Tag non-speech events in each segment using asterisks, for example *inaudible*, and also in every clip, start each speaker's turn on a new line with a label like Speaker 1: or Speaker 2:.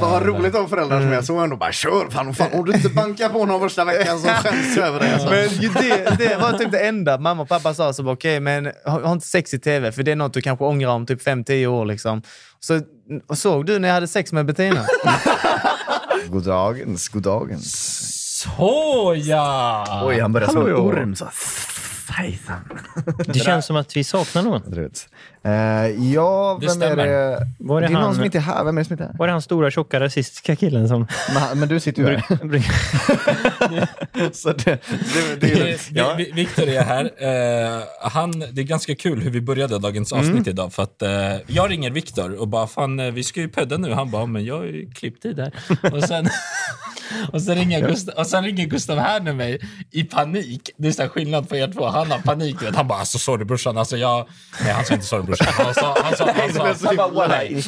Speaker 1: Vad roligt om föräldrar som är så ändå bara kör fan, fan om du inte bankar på någon första veckan så skäms jag över dig.
Speaker 2: *laughs*
Speaker 1: Alltså.
Speaker 3: Men ju det, det var typ det enda mamma och pappa sa. Så bara, okej, men ha, ha inte sex i tv, för det är något du kanske ångrar om typ 5-10 år. Liksom. Så, och såg du när jag hade sex
Speaker 1: *laughs*
Speaker 3: med Bettina?
Speaker 1: God dagens, god dagens.
Speaker 2: Såja!
Speaker 1: Oj, han börjar som en
Speaker 3: Hallå.
Speaker 1: orm. Så. Hejsan.
Speaker 2: Det känns som att vi saknar någon.
Speaker 1: Du vet. Eh, ja,
Speaker 2: Det
Speaker 1: vem är
Speaker 2: stämmer.
Speaker 1: det?
Speaker 2: Var det
Speaker 1: det är någon
Speaker 2: han-
Speaker 1: som inte är här. Vem är det som inte är här?
Speaker 2: Var det han stora tjocka rasistiska killen som...
Speaker 1: Men, men du sitter ju här.
Speaker 2: *laughs*
Speaker 1: så det, det, det, är ju- ja.
Speaker 4: Vi- vi- Victor är här. Eh, han, det är ganska kul hur vi började dagens
Speaker 1: Mm.
Speaker 4: avsnitt idag. För att, eh, jag ringer Victor och bara “Fan, eh, vi ska ju pödda nu”. Han bara “Men jag har ju klipptid
Speaker 1: *laughs*
Speaker 4: här”. Och sen, *laughs* och sen, ringer, Gustav, och sen ringer Gustav här med mig i panik. Det är så här skillnad på er två. Han har panik. du Vet. Han bara “Alltså sorry brorsan”. Alltså, jag... Nej, han sa inte “sorry brorsan”. Han sa... Han sa, han
Speaker 1: *laughs*
Speaker 4: sa, han sa,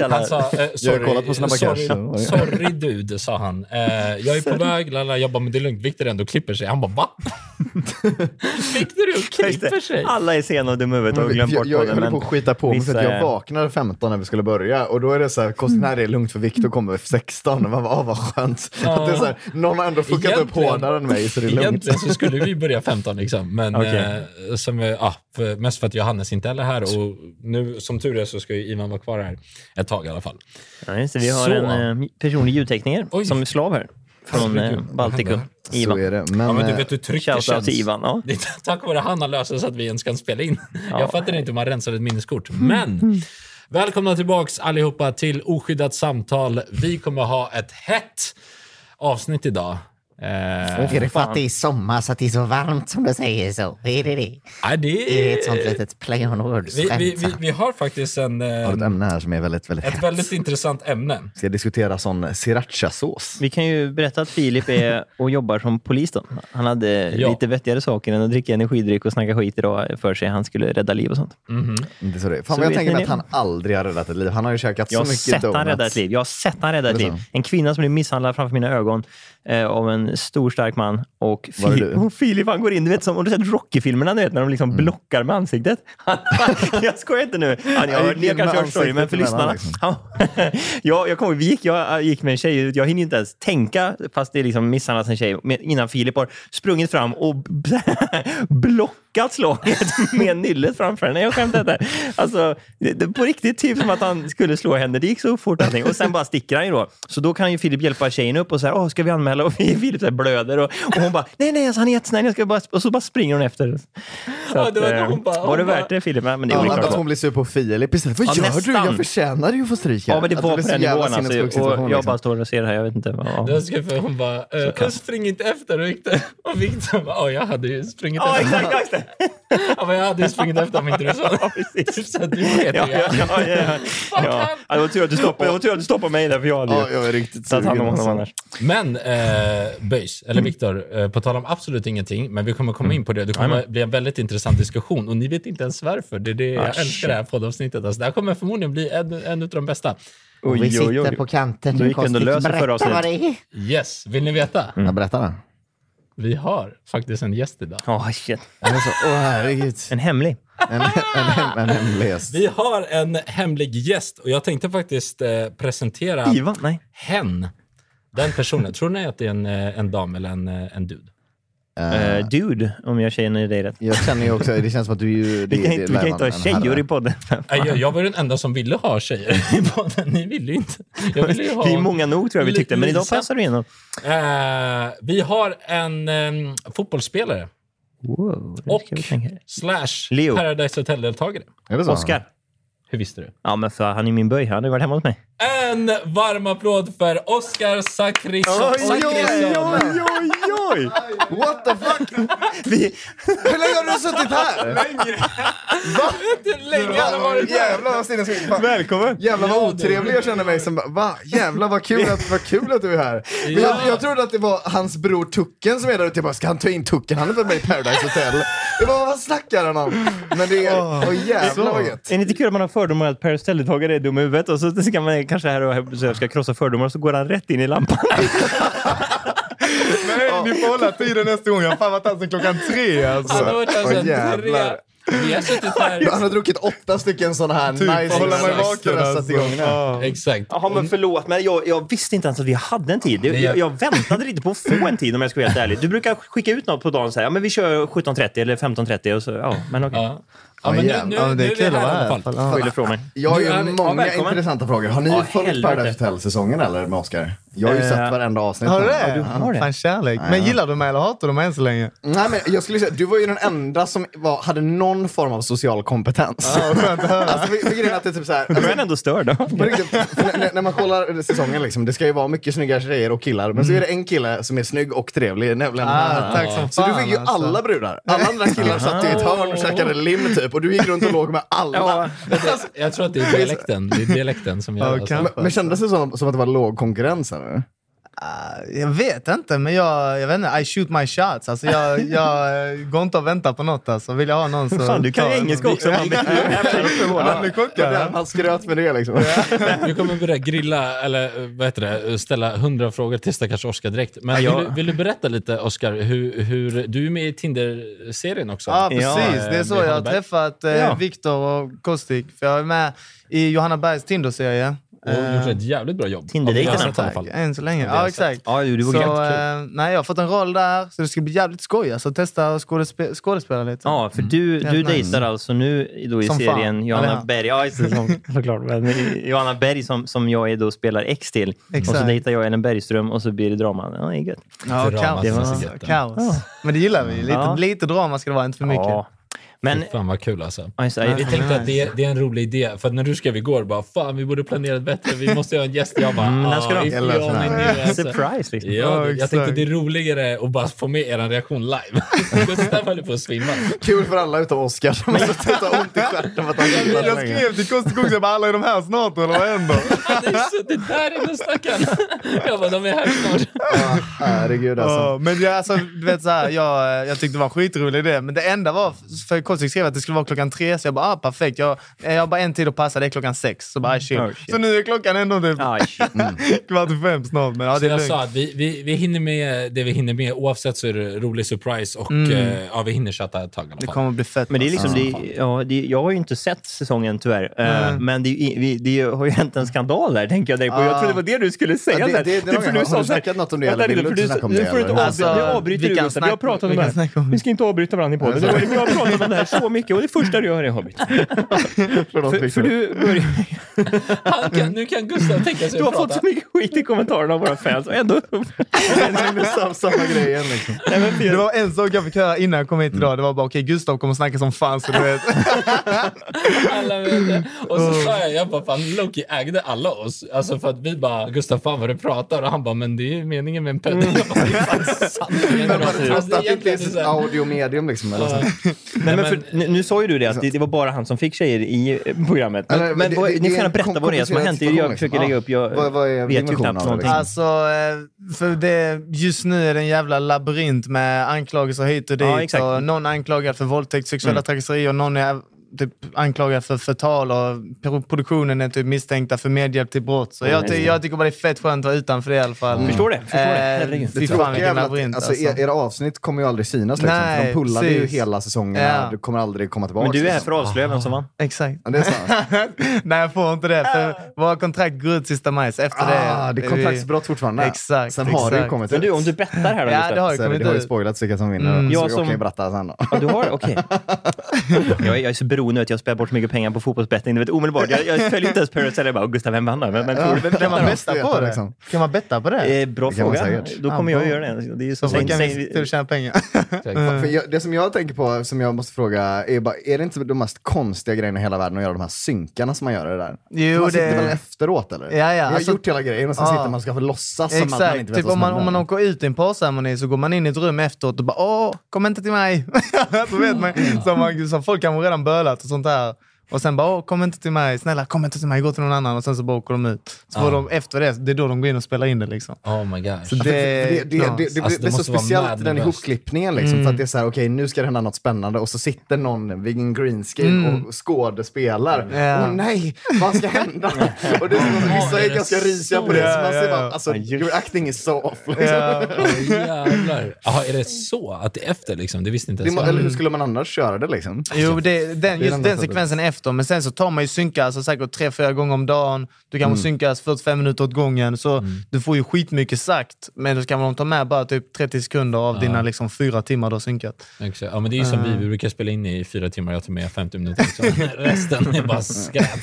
Speaker 4: han sa eh,
Speaker 1: Jag har
Speaker 4: sorry,
Speaker 1: kollat på Snabba
Speaker 4: sorry,
Speaker 1: Cash.
Speaker 4: sorry dude, sa han. Eh, jag är på väg, lala. jag bara, men det är lugnt, Victor ändå klipper sig. Han bara, va?
Speaker 2: *laughs*
Speaker 4: Victor är och klipper sig.
Speaker 2: Alla är sena och dumma i huvudet och har glömt
Speaker 1: Jag,
Speaker 2: bort
Speaker 1: jag
Speaker 2: podden.
Speaker 1: höll på att skita på mig för
Speaker 2: vissa
Speaker 1: att jag
Speaker 2: är-
Speaker 1: vaknade 15 när vi skulle börja och då är det så här,
Speaker 4: Mm.
Speaker 1: Kostin här är lugnt för Viktor kommer 16 och man bara, "Ah, vad skönt. *laughs* Att det är så här, någon har ändå fuckat upp
Speaker 4: Egentligen-
Speaker 1: hårdare än mig så det är lugnt.
Speaker 4: Egentligen så skulle vi börja 15, liksom. men
Speaker 2: Okej.
Speaker 4: eh, som, eh, ah, för, mest för att Johannes inte heller är här. Och nu, som tur är så ska ju Ivan vara kvar här ett tag i alla fall.
Speaker 2: Ja, just det, vi har
Speaker 4: Så.
Speaker 2: en eh, personlig ljudtekniker
Speaker 4: Oj.
Speaker 2: som är slav här. Från eh,
Speaker 4: Herregud.
Speaker 2: Baltikum. Ivan.
Speaker 1: Så är det. Men,
Speaker 4: Ja, men du
Speaker 1: eh,
Speaker 4: vet hur trycket
Speaker 2: Shoutout
Speaker 4: känns.
Speaker 2: till Ivan. Ja.
Speaker 4: Det är tack vare han har löst det så att vi ens kan spela in.
Speaker 2: Ja.
Speaker 4: Jag fattar inte hur man rensar ett minneskort. Men välkomna tillbaks allihopa till Oskyddat samtal. Vi kommer ha ett hett avsnitt idag. Eh,
Speaker 5: Är det för att det är sommar så att det är så varmt som du säger så? Är det det?
Speaker 4: nej,
Speaker 2: Mm.
Speaker 5: Är
Speaker 4: det
Speaker 5: det ett sånt litet play on words
Speaker 4: Eh, vi, vi,
Speaker 5: skämt?
Speaker 4: vi, vi har faktiskt en, eh,
Speaker 1: Jag har ett ämne här som är väldigt, väldigt
Speaker 4: ett
Speaker 1: hett.
Speaker 4: väldigt intressant ämne.
Speaker 1: Ska diskutera sån srirachasås.
Speaker 2: Vi kan ju berätta att Filip är och jobbar som polis. Då. Han hade
Speaker 4: Ja.
Speaker 2: lite vettigare saker än att dricka energidryck och snacka skit idag för sig. Han skulle rädda liv och sånt.
Speaker 1: Inte så det. Fan
Speaker 2: Så
Speaker 1: vad jag
Speaker 2: vet
Speaker 1: tänker
Speaker 2: ni
Speaker 1: mig
Speaker 2: det?
Speaker 1: att han aldrig har räddat ett liv. Han har ju käkat
Speaker 2: Jag har
Speaker 1: så mycket
Speaker 2: sett han rädda ett
Speaker 1: donuts.
Speaker 2: liv. Jag har sett han rädda ett
Speaker 1: Är det
Speaker 2: liv.
Speaker 1: så?
Speaker 2: En kvinna som blev misshandlad framför mina ögon eh, av en stor stark man. Och
Speaker 1: Var det
Speaker 2: Filip,
Speaker 1: du? Mm.
Speaker 2: och Filip han går in, du vet som, har du sett Rocky-filmerna du vet, när de liksom blockar med ansiktet? *laughs* Han, jag skojar inte nu. Han,
Speaker 1: Jag
Speaker 2: jag,
Speaker 1: gick
Speaker 2: ni har
Speaker 1: in med
Speaker 2: kanske hört story,
Speaker 1: ansiktet
Speaker 2: men för lyssnarna.
Speaker 1: emellan, liksom.
Speaker 2: Han, *laughs* jag, jag, kom, vi gick, jag gick med en tjej ut. Jag hinner inte ens tänka, fast det är liksom misshandlas en tjej, men innan Filip har sprungit fram och b- *laughs* blockat slaget *laughs* med nyllet framför henne. Jag skämtar inte. Alltså, det, det, på riktigt, typ som att han skulle slå henne. Det gick så fort allting. Och sen bara sticker han ju då. Så då kan ju Filip hjälpa tjejen upp och säga, Åh, ska vi anmäla? Och *laughs* Filip så här blöder och, och hon bara, nej, nej, alltså, han är jättesnäll. Jag ska bara... Och så bara springer hon efter. Så
Speaker 4: Ja, det var
Speaker 2: att,
Speaker 4: det
Speaker 2: eh,
Speaker 4: hon bara- hon
Speaker 2: var det
Speaker 4: bara-
Speaker 2: värt det, Filip? Ja, Men det
Speaker 1: Ja,
Speaker 2: är
Speaker 1: men alltså,
Speaker 2: ja,
Speaker 1: att hon blir sur på Filip istället. Vad
Speaker 2: Ja,
Speaker 1: gör du?
Speaker 2: nästan.
Speaker 1: Jag förtjänar ju att få stryk här.
Speaker 2: Ja, men det
Speaker 1: Att
Speaker 2: var
Speaker 1: blir
Speaker 2: på
Speaker 1: så
Speaker 2: den
Speaker 1: jävla
Speaker 2: nivån. Alltså,
Speaker 1: sinnessjuk
Speaker 2: och jag
Speaker 1: situation, liksom.
Speaker 2: bara står och ser det här. Jag vet inte. vad- Ja.
Speaker 4: Jag ska, för hon bara, eh,
Speaker 2: kan-
Speaker 4: spring inte efter Viktor. Och Viktor bara, "Ja, jag hade ju sprungit
Speaker 2: Ja,
Speaker 4: efter.
Speaker 2: exakt. just det.
Speaker 4: Ja, men jag hade ju sprungit efter om inte du sa det.
Speaker 2: precis.
Speaker 4: Så att du vet
Speaker 2: Ja,
Speaker 4: ja,
Speaker 2: ja, ja, ja, ja. ja. Det var tur att du stoppade, det var tur att du stoppade mig där, för jag hade
Speaker 1: Ja,
Speaker 2: ju
Speaker 1: jag är riktigt
Speaker 2: tagit
Speaker 1: sugen.
Speaker 2: hand om honom
Speaker 1: alltså.
Speaker 2: annars.
Speaker 4: Men eh, Böjs, eller Viktor, eh, på tal om absolut ingenting, men vi kommer komma
Speaker 2: Mm.
Speaker 4: in på det. Det kommer bli en väldigt intressant diskussion och ni vet inte ens varför. Det är det jag
Speaker 2: Ah,
Speaker 4: älskar det här poddavsnittet. Alltså, det här kommer förmodligen bli en, en av de bästa.
Speaker 5: Och vi
Speaker 2: Oj, oj,
Speaker 5: sitter
Speaker 2: oj.
Speaker 5: på kanten.
Speaker 2: Då gick det ändå
Speaker 5: Konstigt,
Speaker 2: lös i förra
Speaker 5: berätta vad det är.
Speaker 4: Yes, vill ni veta?
Speaker 2: Mm.
Speaker 5: Ja, berätta då.
Speaker 4: Vi har faktiskt en gäst idag.
Speaker 2: Ja, shit.
Speaker 1: Alltså, Åh herregud.
Speaker 2: En hemlig.
Speaker 1: En, en, hem- en hemlig häst.
Speaker 4: *laughs* Vi har en hemlig gäst och jag tänkte faktiskt eh, presentera
Speaker 2: Ivan? Nej.
Speaker 4: hen. Den personen. Tror ni att det är en, eh, en dam eller en, eh, en dude?
Speaker 2: Eh, dude, om jag känner dig rätt.
Speaker 1: Jag känner ju också, det känns som att du ju...
Speaker 2: Vi
Speaker 1: det-
Speaker 2: kan,
Speaker 1: det
Speaker 2: inte, vi
Speaker 1: lär
Speaker 2: kan inte ha
Speaker 1: vara en
Speaker 2: tjejer
Speaker 1: herre.
Speaker 2: i podden.
Speaker 4: Nej, Jag, jag var ju den enda som ville ha tjejer *laughs* i podden. Ni ville ju inte. Jag ville ju ha...
Speaker 2: Vi är många nog tror jag vi tyckte, men idag
Speaker 4: Lisa.
Speaker 2: passar du igenom.
Speaker 4: Eh, vi har en eh, fotbollsspelare
Speaker 2: Wow, det
Speaker 4: och
Speaker 2: ska vi tänka.
Speaker 4: slash
Speaker 2: Leo.
Speaker 4: Paradise Hotel-deltagare.
Speaker 1: Är det så?
Speaker 2: Oscar.
Speaker 4: Hur visste du?
Speaker 2: Ja, men för han är min böj. Han har ju varit hemma hos mig.
Speaker 4: En varm applåd för Oscar Zachrisson. Zachrisson.
Speaker 2: oj, oj!
Speaker 1: What the fuck?
Speaker 2: Vi,
Speaker 1: Hur länge har du suttit här?
Speaker 4: *laughs* Hur länge har det varit här?
Speaker 1: Jävlar vad sinnessjukt. Fan,
Speaker 2: välkommen!
Speaker 1: Jävlar vad otrevlig jag kände mig som bara, va? Jävlar vad kul att, vad kul att du är här. Men jag, jag trodde att det var hans bror Tucken som är där ute. Jag bara, ska han ta in Tucken? Han är väl med i Paradise Hotel? Jag bara, vad snackar han om? Men det är, åh jävlar vad gött.
Speaker 2: Är det inte kul att man har fördomar att Per Stelletagare är dum i huvudet och så ska man kanske här och här, så jag ska krossa fördomar och så går han rätt in i *laughs* lampan.
Speaker 1: Nej, ni får hålla tiden nästa gång. Jag har fan varit här sedan klockan tre alltså.
Speaker 4: Han har varit här
Speaker 1: Åh,
Speaker 4: sedan
Speaker 1: jävlar.
Speaker 4: tre. Vi har suttit
Speaker 1: Han
Speaker 4: här.
Speaker 1: har druckit åtta stycken sådana här nice
Speaker 4: hålla mig
Speaker 1: snacks
Speaker 4: vaken,
Speaker 1: och stressat igång det.
Speaker 4: Exakt.
Speaker 2: Jaha, men förlåt, men jag, jag visste inte ens att vi hade en tid. Jag,
Speaker 4: Mm. Nej,
Speaker 2: jag,
Speaker 4: jag-
Speaker 2: jag väntade lite på att få en tid om jag ska vara helt ärlig. Du brukar skicka ut något på dagen så här, ja men vi kör 17.30 eller 15.30 och så, ja men okej.
Speaker 4: Ja. Ja, men nu, nu, nu är vi här i alla fall.
Speaker 2: Jag skyller från mig.
Speaker 1: Jag har ju
Speaker 4: Du är- ja,
Speaker 1: många
Speaker 2: välkommen.
Speaker 1: intressanta frågor. Har ni
Speaker 2: Ja,
Speaker 1: följt
Speaker 2: helvete.
Speaker 1: Paradise Hotel-säsongen eller med Oscar? Jag har ju
Speaker 2: Eh,
Speaker 1: sett varenda avsnitt.
Speaker 3: Har du
Speaker 1: Ja,
Speaker 3: det? Mm.
Speaker 2: har det.
Speaker 3: Fan kärlek. Men gillar du mig eller hatar du mig än så länge?
Speaker 1: Nej, men jag skulle säga, du var ju den enda som var, hade någon form av social kompetens. alltså, för, för grejen är att det är typ så här,
Speaker 2: Du
Speaker 1: alltså,
Speaker 2: är ändå störd. då.
Speaker 1: på riktigt, *laughs* för när, när man kollar säsongen, liksom, det ska ju vara mycket snygga tjejer och killar, men så är det en kille som är snygg och trevlig, nämligen
Speaker 3: Ah, tack som
Speaker 1: Så du
Speaker 3: fan,
Speaker 1: fick ju
Speaker 3: alltså.
Speaker 1: alla brudar. Alla andra killar satt i ett hörn och käkade lim typ, och du gick runt och låg med alla. Alltså,
Speaker 4: Jag tror att det är dialekten, det är dialekten som gör
Speaker 3: Ja,
Speaker 4: alltså.
Speaker 3: kan-
Speaker 1: men, men kändes det som, som att det var låg konkurrens? Eller?
Speaker 3: Ah, Jag vet inte, men jag, jag vet inte. I shoot my shots. Alltså, jag, *laughs* jag eh, går inte och väntar på något. Alltså. Vill jag ha någon så...
Speaker 2: Fan, du kan ju engelska också. Man blir jag blir förvånad.
Speaker 3: Jag blir
Speaker 1: Ja,
Speaker 3: chockad.
Speaker 1: Han skröt med det liksom.
Speaker 4: Vi kommer börja grilla, eller eh, vad heter det, ställa hundra frågor till stackars Oskar direkt. Men
Speaker 2: Ja.
Speaker 4: vill, du- vill du berätta lite, Oskar, hur, hur... Du är med i Tinder-serien också. Eh,
Speaker 3: Ja, precis.
Speaker 2: Ja,
Speaker 3: det är så
Speaker 4: med
Speaker 3: jag har
Speaker 4: Hallberg.
Speaker 3: träffat eh,
Speaker 2: Ja.
Speaker 3: Viktor och Kostik. För jag är med i Johanna Bergs Tinder-serie.
Speaker 4: Och gjort ett
Speaker 3: eh,
Speaker 4: jävligt bra jobb.
Speaker 2: Tinder-dejterna.
Speaker 4: Ja, det har jag sett i alla
Speaker 3: Tack,
Speaker 4: fall.
Speaker 3: än så länge.
Speaker 4: har
Speaker 3: Ja,
Speaker 4: jag
Speaker 3: exakt.
Speaker 2: Ja, jo, det var
Speaker 3: så,
Speaker 2: jättekul.
Speaker 3: eh, nej, jag har fått en roll där, så det ska bli jävligt skoj. Alltså, testa att skådespela, skådespela lite.
Speaker 2: Ja, för du,
Speaker 3: Helt
Speaker 2: du
Speaker 3: nice.
Speaker 2: dejtar alltså nu i- då i
Speaker 3: Som fan.
Speaker 2: serien Johanna
Speaker 3: Eller ja.
Speaker 2: Berg. Ja, just det, som, såklart. Men, eh, Johanna Berg som, som jag är då spelar ex till. Och så
Speaker 3: Exakt.
Speaker 2: dejtar jag Ellen Bergström och så blir det drama. Ja, det är gött.
Speaker 3: Ja,
Speaker 4: Drama,
Speaker 3: kaos.
Speaker 4: det var-
Speaker 3: alltså, kaos. Men det gillar vi. Lite,
Speaker 2: Ja.
Speaker 3: lite drama ska det vara, inte för mycket.
Speaker 2: Ja. Men
Speaker 4: Fan vad kul alltså.
Speaker 2: Ja, just det.
Speaker 4: Vi tänkte att det, det är en rolig idé, för att när du skrev igår bara “Fan, vi borde planerat bättre, vi måste ha en gäst”. Jag bara
Speaker 2: Mm, där ska
Speaker 4: "Ah,
Speaker 2: de-
Speaker 4: if you
Speaker 1: Eller
Speaker 4: only
Speaker 1: sådär.
Speaker 4: knew", alltså.
Speaker 2: surprise liksom.
Speaker 4: Ja, det- jag
Speaker 3: exakt.
Speaker 4: tänkte det är roligare att bara få med er reaktion live. *laughs* Gustav höll på att svimma.
Speaker 1: Kul för alla utom Oscar som måste ta ont i stjärten för att han inte gillar det
Speaker 3: Jag
Speaker 1: längre.
Speaker 3: skrev till Kostik också, jag bara, alla är de här snart eller vad händer?
Speaker 4: Han har ju suttit där inne stackarn. Jag bara, de är här snart.
Speaker 1: Ja, herregud alltså.
Speaker 3: *laughs* Ja, men jag, alltså, du vet, så här, jag, jag tyckte det var en skitrolig idé, men det enda var, för Kostik skrev att det skulle vara klockan tre, så jag bara ah, perfekt. Jag, jag har bara en tid att passa, det är klockan sex. Så bara ah, shit.
Speaker 2: Oh, shit.
Speaker 3: Så nu är klockan ändå typ
Speaker 4: *laughs*
Speaker 2: Aj,
Speaker 3: *laughs*
Speaker 2: shit.
Speaker 3: kvart i fem snart, men ja, det
Speaker 4: Jag
Speaker 3: är
Speaker 4: sa
Speaker 3: lugnt.
Speaker 4: att vi, vi, vi hinner med det vi hinner med. Oavsett så är det rolig surprise och eh, ja, vi hinner chatta ett tag i alla
Speaker 3: Det
Speaker 4: fall.
Speaker 3: kommer att bli fett.
Speaker 2: Men det är
Speaker 3: alltså.
Speaker 2: liksom, det, ja, det, jag har ju inte sett säsongen tyvärr, Eh, men det, är- vi, det har ju hänt en skandal där, tänker jag dig på. Jag trodde det var det du skulle säga.
Speaker 1: Ah. Ja, det-
Speaker 2: där.
Speaker 1: det- det-
Speaker 2: för
Speaker 1: har-
Speaker 2: du
Speaker 1: har
Speaker 2: sa
Speaker 1: du
Speaker 2: så här-
Speaker 1: snackat något om det,
Speaker 2: vänta
Speaker 1: eller vill
Speaker 2: lite, för
Speaker 1: du inte
Speaker 2: du-
Speaker 1: snacka om
Speaker 2: du
Speaker 1: det,
Speaker 2: får inte
Speaker 1: eller?
Speaker 2: avbryta-
Speaker 3: Alltså,
Speaker 2: nu avbryter
Speaker 3: vi
Speaker 2: du,
Speaker 3: kan
Speaker 2: Gustav. Vi har
Speaker 3: snacka-
Speaker 2: pratat om
Speaker 3: vi
Speaker 2: det
Speaker 3: kan
Speaker 2: här.
Speaker 3: snacka om det.
Speaker 2: Vi ska inte avbryta varandra i podden. Vi har pratat om här så mycket och det första du gör
Speaker 1: *laughs*
Speaker 2: är Hobbit.
Speaker 1: Förlåt,
Speaker 2: För, för
Speaker 1: Victor.
Speaker 2: du, börjar-
Speaker 4: Han kan, nu kan Gustav tänka sig
Speaker 2: du har
Speaker 4: att
Speaker 2: fått
Speaker 4: prata.
Speaker 2: så mycket skit i kommentarerna av våra fans och ändå...
Speaker 1: Det är sam- samma grej igen liksom.
Speaker 2: Nej, men fel.
Speaker 3: Det var en sak jag fick höra innan jag kom hit idag. Det var bara okej, Gustav kommer snacka som fan så du vet.
Speaker 4: Alla vet det. Och så sa jag, jag bara, fan Loki ägde alla oss. Alltså för att vi bara, Gustav fan vad du pratar. Och han bara, men det är ju meningen med en
Speaker 2: Mm.
Speaker 4: *laughs* pödd. Jag bara, det är fan
Speaker 2: *laughs*
Speaker 4: sanningen.
Speaker 1: Men var
Speaker 4: Alltså,
Speaker 1: det trots att det inte är
Speaker 4: egentligen är det
Speaker 1: ett
Speaker 4: så här-
Speaker 1: audiomedium liksom? Eller så?
Speaker 2: Nej, men för, nu, nu sa ju du det att det, det var bara han som fick tjejer i eh, programmet. Men,
Speaker 1: Eller,
Speaker 2: men
Speaker 1: det-
Speaker 2: vad,
Speaker 1: det-
Speaker 2: ni
Speaker 1: det är
Speaker 2: får
Speaker 1: en
Speaker 2: gärna
Speaker 1: kom-
Speaker 2: berätta vad det är som har hänt. Det är ju Jag
Speaker 1: komplicerad situation,
Speaker 2: försöker lägga upp.
Speaker 1: liksom.
Speaker 2: Jag
Speaker 1: Ja. Vad- vad är
Speaker 2: vet ju
Speaker 1: dimensionen av
Speaker 2: knappt
Speaker 1: det,
Speaker 2: någonting.
Speaker 1: liksom?
Speaker 3: Alltså, eh, för det, just nu är det en jävla labyrint med anklagelser hit och dit.
Speaker 2: Ja, exakt. Mm.
Speaker 3: och någon anklagad för våldtäkt, sexuella trakasserier, någon är typ anklagad för förtal och pro- produktionen är typ misstänkta för medhjälp till brott. Så jag, ty- jag tycker bara det är fett skönt att vara utanför det i alla fall.
Speaker 2: Mm. Förstår det, förstår det.
Speaker 3: Eh,
Speaker 2: Herregud.
Speaker 3: fy fan
Speaker 1: Tråkiga är
Speaker 3: vilken
Speaker 1: väl att
Speaker 3: labyrint
Speaker 1: alltså,
Speaker 3: alltså.
Speaker 1: er- era avsnitt kommer ju aldrig synas. Liksom, för de
Speaker 3: Nej,
Speaker 1: pullade ju
Speaker 3: precis.
Speaker 1: hela säsongerna.
Speaker 3: Ja.
Speaker 1: Du kommer aldrig komma tillbaka.
Speaker 2: Men du är här
Speaker 1: liksom.
Speaker 2: för att avslöja vem som vann.
Speaker 3: Exakt.
Speaker 1: Ja, det är
Speaker 3: *laughs*
Speaker 1: sant.
Speaker 3: Nej, jag får inte det. För våra kontrakt går ut sista maj, så efter
Speaker 1: Ah,
Speaker 3: det...
Speaker 1: det
Speaker 3: är
Speaker 1: är
Speaker 3: vi-
Speaker 1: kontraktsbrott fortfarande.
Speaker 3: Exakt,
Speaker 1: Sen har det ju
Speaker 3: exakt.
Speaker 1: kommit
Speaker 2: Men du,
Speaker 1: ut.
Speaker 2: om du bettar här då
Speaker 3: Ja,
Speaker 2: Gustav,
Speaker 3: det har ju
Speaker 1: Så är det,
Speaker 3: kommit
Speaker 1: det har ju
Speaker 3: ut. Mm.
Speaker 1: spoilats vilka som vinner, så
Speaker 2: Jag
Speaker 1: jag
Speaker 2: som-
Speaker 1: kan ju berätta sen då.
Speaker 2: Ja, du har Okej.
Speaker 1: *laughs*
Speaker 2: Jag, är- jag är så beroende av att jag spär bort så mycket pengar på fotbollsbetting. Du vet, omedelbart. Jag, jag följer inte ens Parrots heller. Jag bara, Gustav, vem vann då? Men, men, tror du-
Speaker 3: Kan man betta
Speaker 1: Veta
Speaker 3: på det?
Speaker 1: liksom.
Speaker 3: Kan man betta på det?
Speaker 2: eh, bra
Speaker 1: Det kan man
Speaker 2: fråga.
Speaker 1: säkert.
Speaker 2: Då kommer
Speaker 3: Ja,
Speaker 2: jag att
Speaker 3: bra.
Speaker 2: göra det. det är ju så
Speaker 3: Så
Speaker 2: säg,
Speaker 3: kan vi se till
Speaker 2: säg,
Speaker 3: att tjäna pengar. Eh.
Speaker 1: För jag, det som jag tänker på, som jag måste fråga, är bara, är det inte de mest konstiga grejerna i hela världen att göra de här synkarna som man gör i det där?
Speaker 3: Jo,
Speaker 1: man sitter
Speaker 3: det-
Speaker 1: väl efteråt eller?
Speaker 3: Ja, ja,
Speaker 1: Jag har
Speaker 3: alltså-
Speaker 1: gjort hela grejen och sen
Speaker 3: Ja.
Speaker 1: sitter man och ska få låtsas som att man
Speaker 3: Exakt.
Speaker 1: inte vet
Speaker 3: Typ
Speaker 1: vad
Speaker 3: om
Speaker 1: som
Speaker 3: man, om
Speaker 1: händer.
Speaker 3: man åker ut i en parceremoni så går man in i ett rum efteråt och bara åh, kom inte till mig. *laughs* så vet man,
Speaker 1: Mm.
Speaker 3: så man så folk kanske redan bölat och sånt där. Och sen bara åh, kom inte till mig, snälla kom inte till mig, gå till någon annan. Och sen så bara åker de ut. Så får de, efter det, det är då de går in och spelar in det liksom.
Speaker 4: Oh my gosh.
Speaker 3: Så det,
Speaker 1: För det, det, det, det,
Speaker 4: Alltså, det
Speaker 1: det är så
Speaker 4: måste vara
Speaker 1: speciellt
Speaker 4: mad
Speaker 1: i den
Speaker 4: nervöst.
Speaker 1: ihopklippningen. Liksom,
Speaker 3: Mm.
Speaker 1: För att det är så här, okej nu ska det hända något spännande och så sitter någon vid en green screen och skådespelar. Åh
Speaker 3: Mm. Ja.
Speaker 1: nej, vad ska hända? och det är så, vissa
Speaker 4: är
Speaker 1: är
Speaker 4: det
Speaker 1: ganska
Speaker 4: så?
Speaker 1: risiga på det. Så man
Speaker 3: Ja,
Speaker 1: ser
Speaker 3: ja,
Speaker 1: bara,
Speaker 3: ja.
Speaker 1: alltså,
Speaker 2: Ja, just
Speaker 1: your acting is so off. Liksom.
Speaker 3: Ja.
Speaker 4: Åh, jävlar. Jaha, är det så? Att det är efter liksom? Det visste inte
Speaker 1: Det,
Speaker 4: ens
Speaker 1: må-
Speaker 4: jag.
Speaker 1: eller hur skulle man annars köra det liksom?
Speaker 3: Jo, det, den,
Speaker 1: det
Speaker 3: just
Speaker 1: enda
Speaker 3: den sekvensen är efter, men sen så tar man ju synkar alltså, säkert tre, fyra gånger om dagen. Du kan mm. synkas 45 minuter åt gången, så
Speaker 1: Mm.
Speaker 3: du får ju skitmycket sagt. Men då kan man ta med bara typ 30 sekunder av dina liksom, fyra timmar du har synkat.
Speaker 4: Exakt. Ja, men det är ju som
Speaker 2: Mm.
Speaker 4: vi, vi brukar spela in i fyra timmar. Jag tar med 50 minuter. Liksom. *laughs* Resten är bara skräp.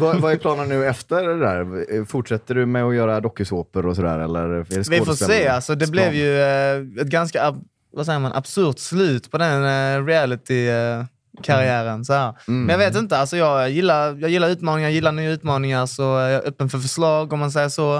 Speaker 1: vad, vad är planen nu efter det där? Fortsätter du med att göra dokusåpor och sådär? Eller är det
Speaker 3: Vi får se.
Speaker 1: skådespelare?
Speaker 3: Alltså, det blev ju eh, ett ganska ab- vad säger man, absurt slut på den eh, reality... Eh, karriären. Så här. Men jag vet inte. Alltså jag, gillar, jag gillar utmaningar, jag gillar nya utmaningar, så jag är öppen för förslag om man säger så.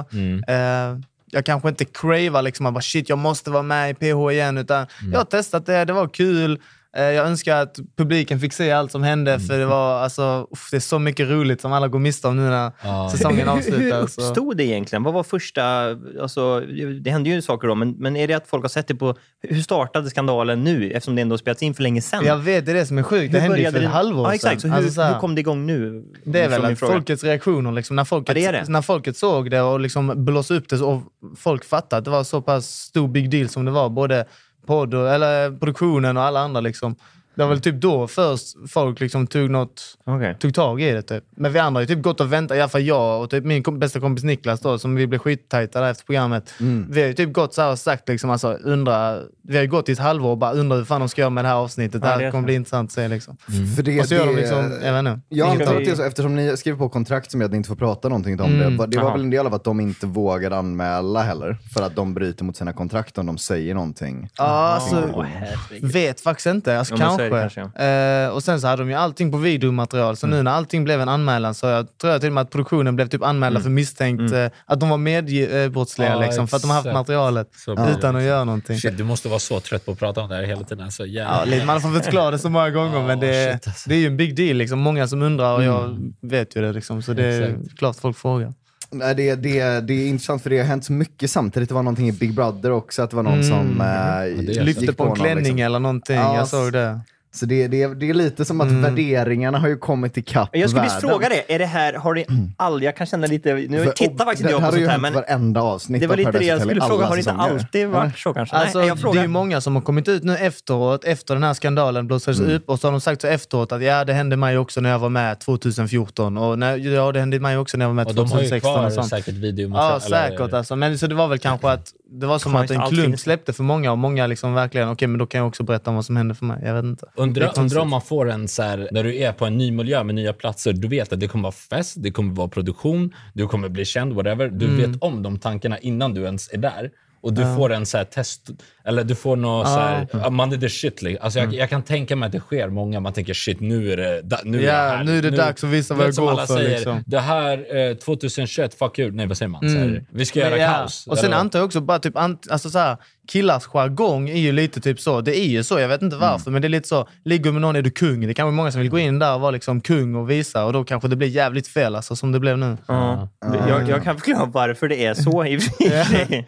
Speaker 3: Eh, jag kanske inte cravar liksom, att bara, shit, jag måste vara med i PH igen. Utan Jag har testat det, det var kul. Eh, jag önskar att publiken fick se allt som hände, för det var alltså, uff, det är så mycket roligt som alla går miste om nu när säsongen
Speaker 2: Hur, hur
Speaker 3: avslutas. så-
Speaker 2: uppstod det egentligen? Vad var första... Alltså, det hände ju saker då, men, men är det att folk har sett det på... Hur startade skandalen nu? Eftersom det ändå har spelats in för länge sedan.
Speaker 3: Jag vet, det är det som är sjukt. Det hände ju för ett halvår
Speaker 2: ja, exakt. Så
Speaker 3: sedan.
Speaker 2: hur,
Speaker 3: Alltså så här,
Speaker 2: hur kom det igång nu?
Speaker 3: det är
Speaker 2: Från
Speaker 3: väl
Speaker 2: min
Speaker 3: att
Speaker 2: fråga.
Speaker 3: folkets reaktioner, liksom, när, folket,
Speaker 2: Ja, det är det.
Speaker 3: när folket såg det och liksom blåste upp det och folk fattade att det var så pass stor big deal som det var, både podd och, eller produktionen och alla andra. Liksom. Det var väl typ då först folk liksom tog, något,
Speaker 2: Okej.
Speaker 3: tog tag i det. Typ. Men vi andra har ju typ gått och väntat, i alla fall jag och typ min kom, bästa kompis Niklas då, som vi blev skittajta där efter programmet.
Speaker 2: Mm.
Speaker 3: Vi har ju typ gått så här och sagt, liksom, alltså, undra, vi har ju gått i ett halvår och bara undrar hur fan de ska göra med det här avsnittet.
Speaker 2: Ja,
Speaker 3: det här
Speaker 2: det
Speaker 3: kommer
Speaker 2: är sant.
Speaker 3: bli intressant att se. Liksom.
Speaker 1: För det,
Speaker 3: Och så gör de
Speaker 1: det-
Speaker 3: liksom, jag vet inte.
Speaker 1: Jag
Speaker 2: Vilket
Speaker 1: antar
Speaker 2: vi-
Speaker 1: att Mm. det är så, eftersom ni skriver på kontrakt som gör att ni inte får prata någonting om
Speaker 3: Mm.
Speaker 1: det. va- Det var
Speaker 2: Jaha.
Speaker 1: väl en del av att de inte vågar anmäla heller. För att de bryter mot sina kontrakt om de säger någonting.
Speaker 3: Ja, alltså,
Speaker 2: Åh, herregud.
Speaker 3: vet faktiskt inte. Alltså,
Speaker 2: Ja, men så
Speaker 3: kanske.
Speaker 2: är det Mm.
Speaker 3: Eh, och sen så hade de ju allting på videomaterial, så nu när allting blev en anmälan så jag, tror jag till och med att produktionen blev typ anmälda
Speaker 2: Mm.
Speaker 3: för misstänkt eh, att de var medbrottsliga
Speaker 4: Ja,
Speaker 3: liksom, för att de har haft
Speaker 4: exakt.
Speaker 3: materialet
Speaker 4: Så blir det
Speaker 3: utan att göra någonting.
Speaker 4: Shit, du måste vara så trött på att prata om det här hela tiden. Alltså,
Speaker 3: Ja, lite- man har fått förklara det så många gånger, men det,
Speaker 4: shit, alltså.
Speaker 3: det
Speaker 4: Mm.
Speaker 3: är ju en big deal. Liksom. Många som undrar och jag vet ju det. Liksom, så det är klart folk frågar.
Speaker 1: Nej, det, det, det är intressant för det har hänt så mycket samtidigt. Det var någonting i Big Brother också, att det var någon
Speaker 3: Mm.
Speaker 1: som eh, gick
Speaker 3: Lyfte på en
Speaker 1: någon,
Speaker 3: klänning
Speaker 1: Liksom.
Speaker 3: eller någonting.
Speaker 1: Ja,
Speaker 3: jag såg
Speaker 2: *clears throat*
Speaker 3: det.
Speaker 1: Så det, det, det är lite som att
Speaker 3: Mm.
Speaker 1: värderingarna har ju kommit ikapp
Speaker 2: Jag skulle
Speaker 1: världen.
Speaker 2: visst fråga det. Är det här, har det aldrig, jag kan känna lite, nu tittar faktiskt inte jag på
Speaker 1: Det här
Speaker 2: sånt här,
Speaker 1: har ju
Speaker 2: men
Speaker 1: hänt varenda avsnitt
Speaker 2: det var
Speaker 1: av
Speaker 2: lite det
Speaker 1: Paradise
Speaker 2: jag
Speaker 1: Hotel i
Speaker 2: skulle fråga.
Speaker 1: alla
Speaker 2: Har det inte
Speaker 1: säsonger.
Speaker 2: alltid varit så kanske? Nej,
Speaker 3: Alltså,
Speaker 2: jag
Speaker 3: det är
Speaker 2: frågar.
Speaker 3: ju många som har kommit ut nu efteråt, efter den här skandalen blossades
Speaker 4: Mm.
Speaker 3: upp, och så har de sagt så efteråt att ja, det hände mig också när jag var med 2014, och när, ja, det hände mig också när jag var med
Speaker 4: Och de har ju
Speaker 3: 2016
Speaker 4: kvar
Speaker 3: och sånt.
Speaker 4: säkert videomaterial.
Speaker 3: Ja, säkert alltså. Men så det var väl kanske att det var som
Speaker 2: Fan,
Speaker 3: att en
Speaker 2: allting-
Speaker 3: klump släppte för många och många liksom verkligen, okej men då kan jag också berätta om vad som hände för mig. Jag vet inte. Det är
Speaker 4: Undra,
Speaker 3: konstigt.
Speaker 4: undra om man får en så här, när du är på en ny miljö med nya platser, du vet att det kommer vara fest, det kommer vara produktion, du kommer bli känd, whatever. Du
Speaker 3: Mm.
Speaker 4: vet om de tankarna innan du ens är där. Och du får en så här test, eller du får något så här, ah, man är the shit. liksom. Alltså
Speaker 3: Mm.
Speaker 4: jag, jag kan tänka mig att det sker många, man tänker shit, nu är det, da, nu
Speaker 3: Ja,
Speaker 4: är det här.
Speaker 3: nu är det dags att visa
Speaker 4: du
Speaker 3: vad
Speaker 4: vet,
Speaker 3: jag
Speaker 4: som
Speaker 3: går
Speaker 4: alla
Speaker 3: för,
Speaker 4: Säger,
Speaker 3: liksom.
Speaker 4: Det här eh, 2021, fuck you. Nej, vad säger man? Så här, vi ska
Speaker 3: Men
Speaker 4: göra
Speaker 3: ja.
Speaker 4: kaos.
Speaker 3: Och sen
Speaker 4: Eller-
Speaker 3: antar jag också bara typ, ant- alltså så här, killars jargong är ju lite typ så. Det är ju så, jag vet inte
Speaker 4: Mm.
Speaker 3: varför, men det är lite så. Ligger du med någon är du kung. Det kanske är många som vill gå in där och vara liksom kung och visa och då kanske det blir jävligt fel alltså, som det blev nu.
Speaker 2: Ja. Jag, jag kan förklara varför det är så i och för *laughs* sig.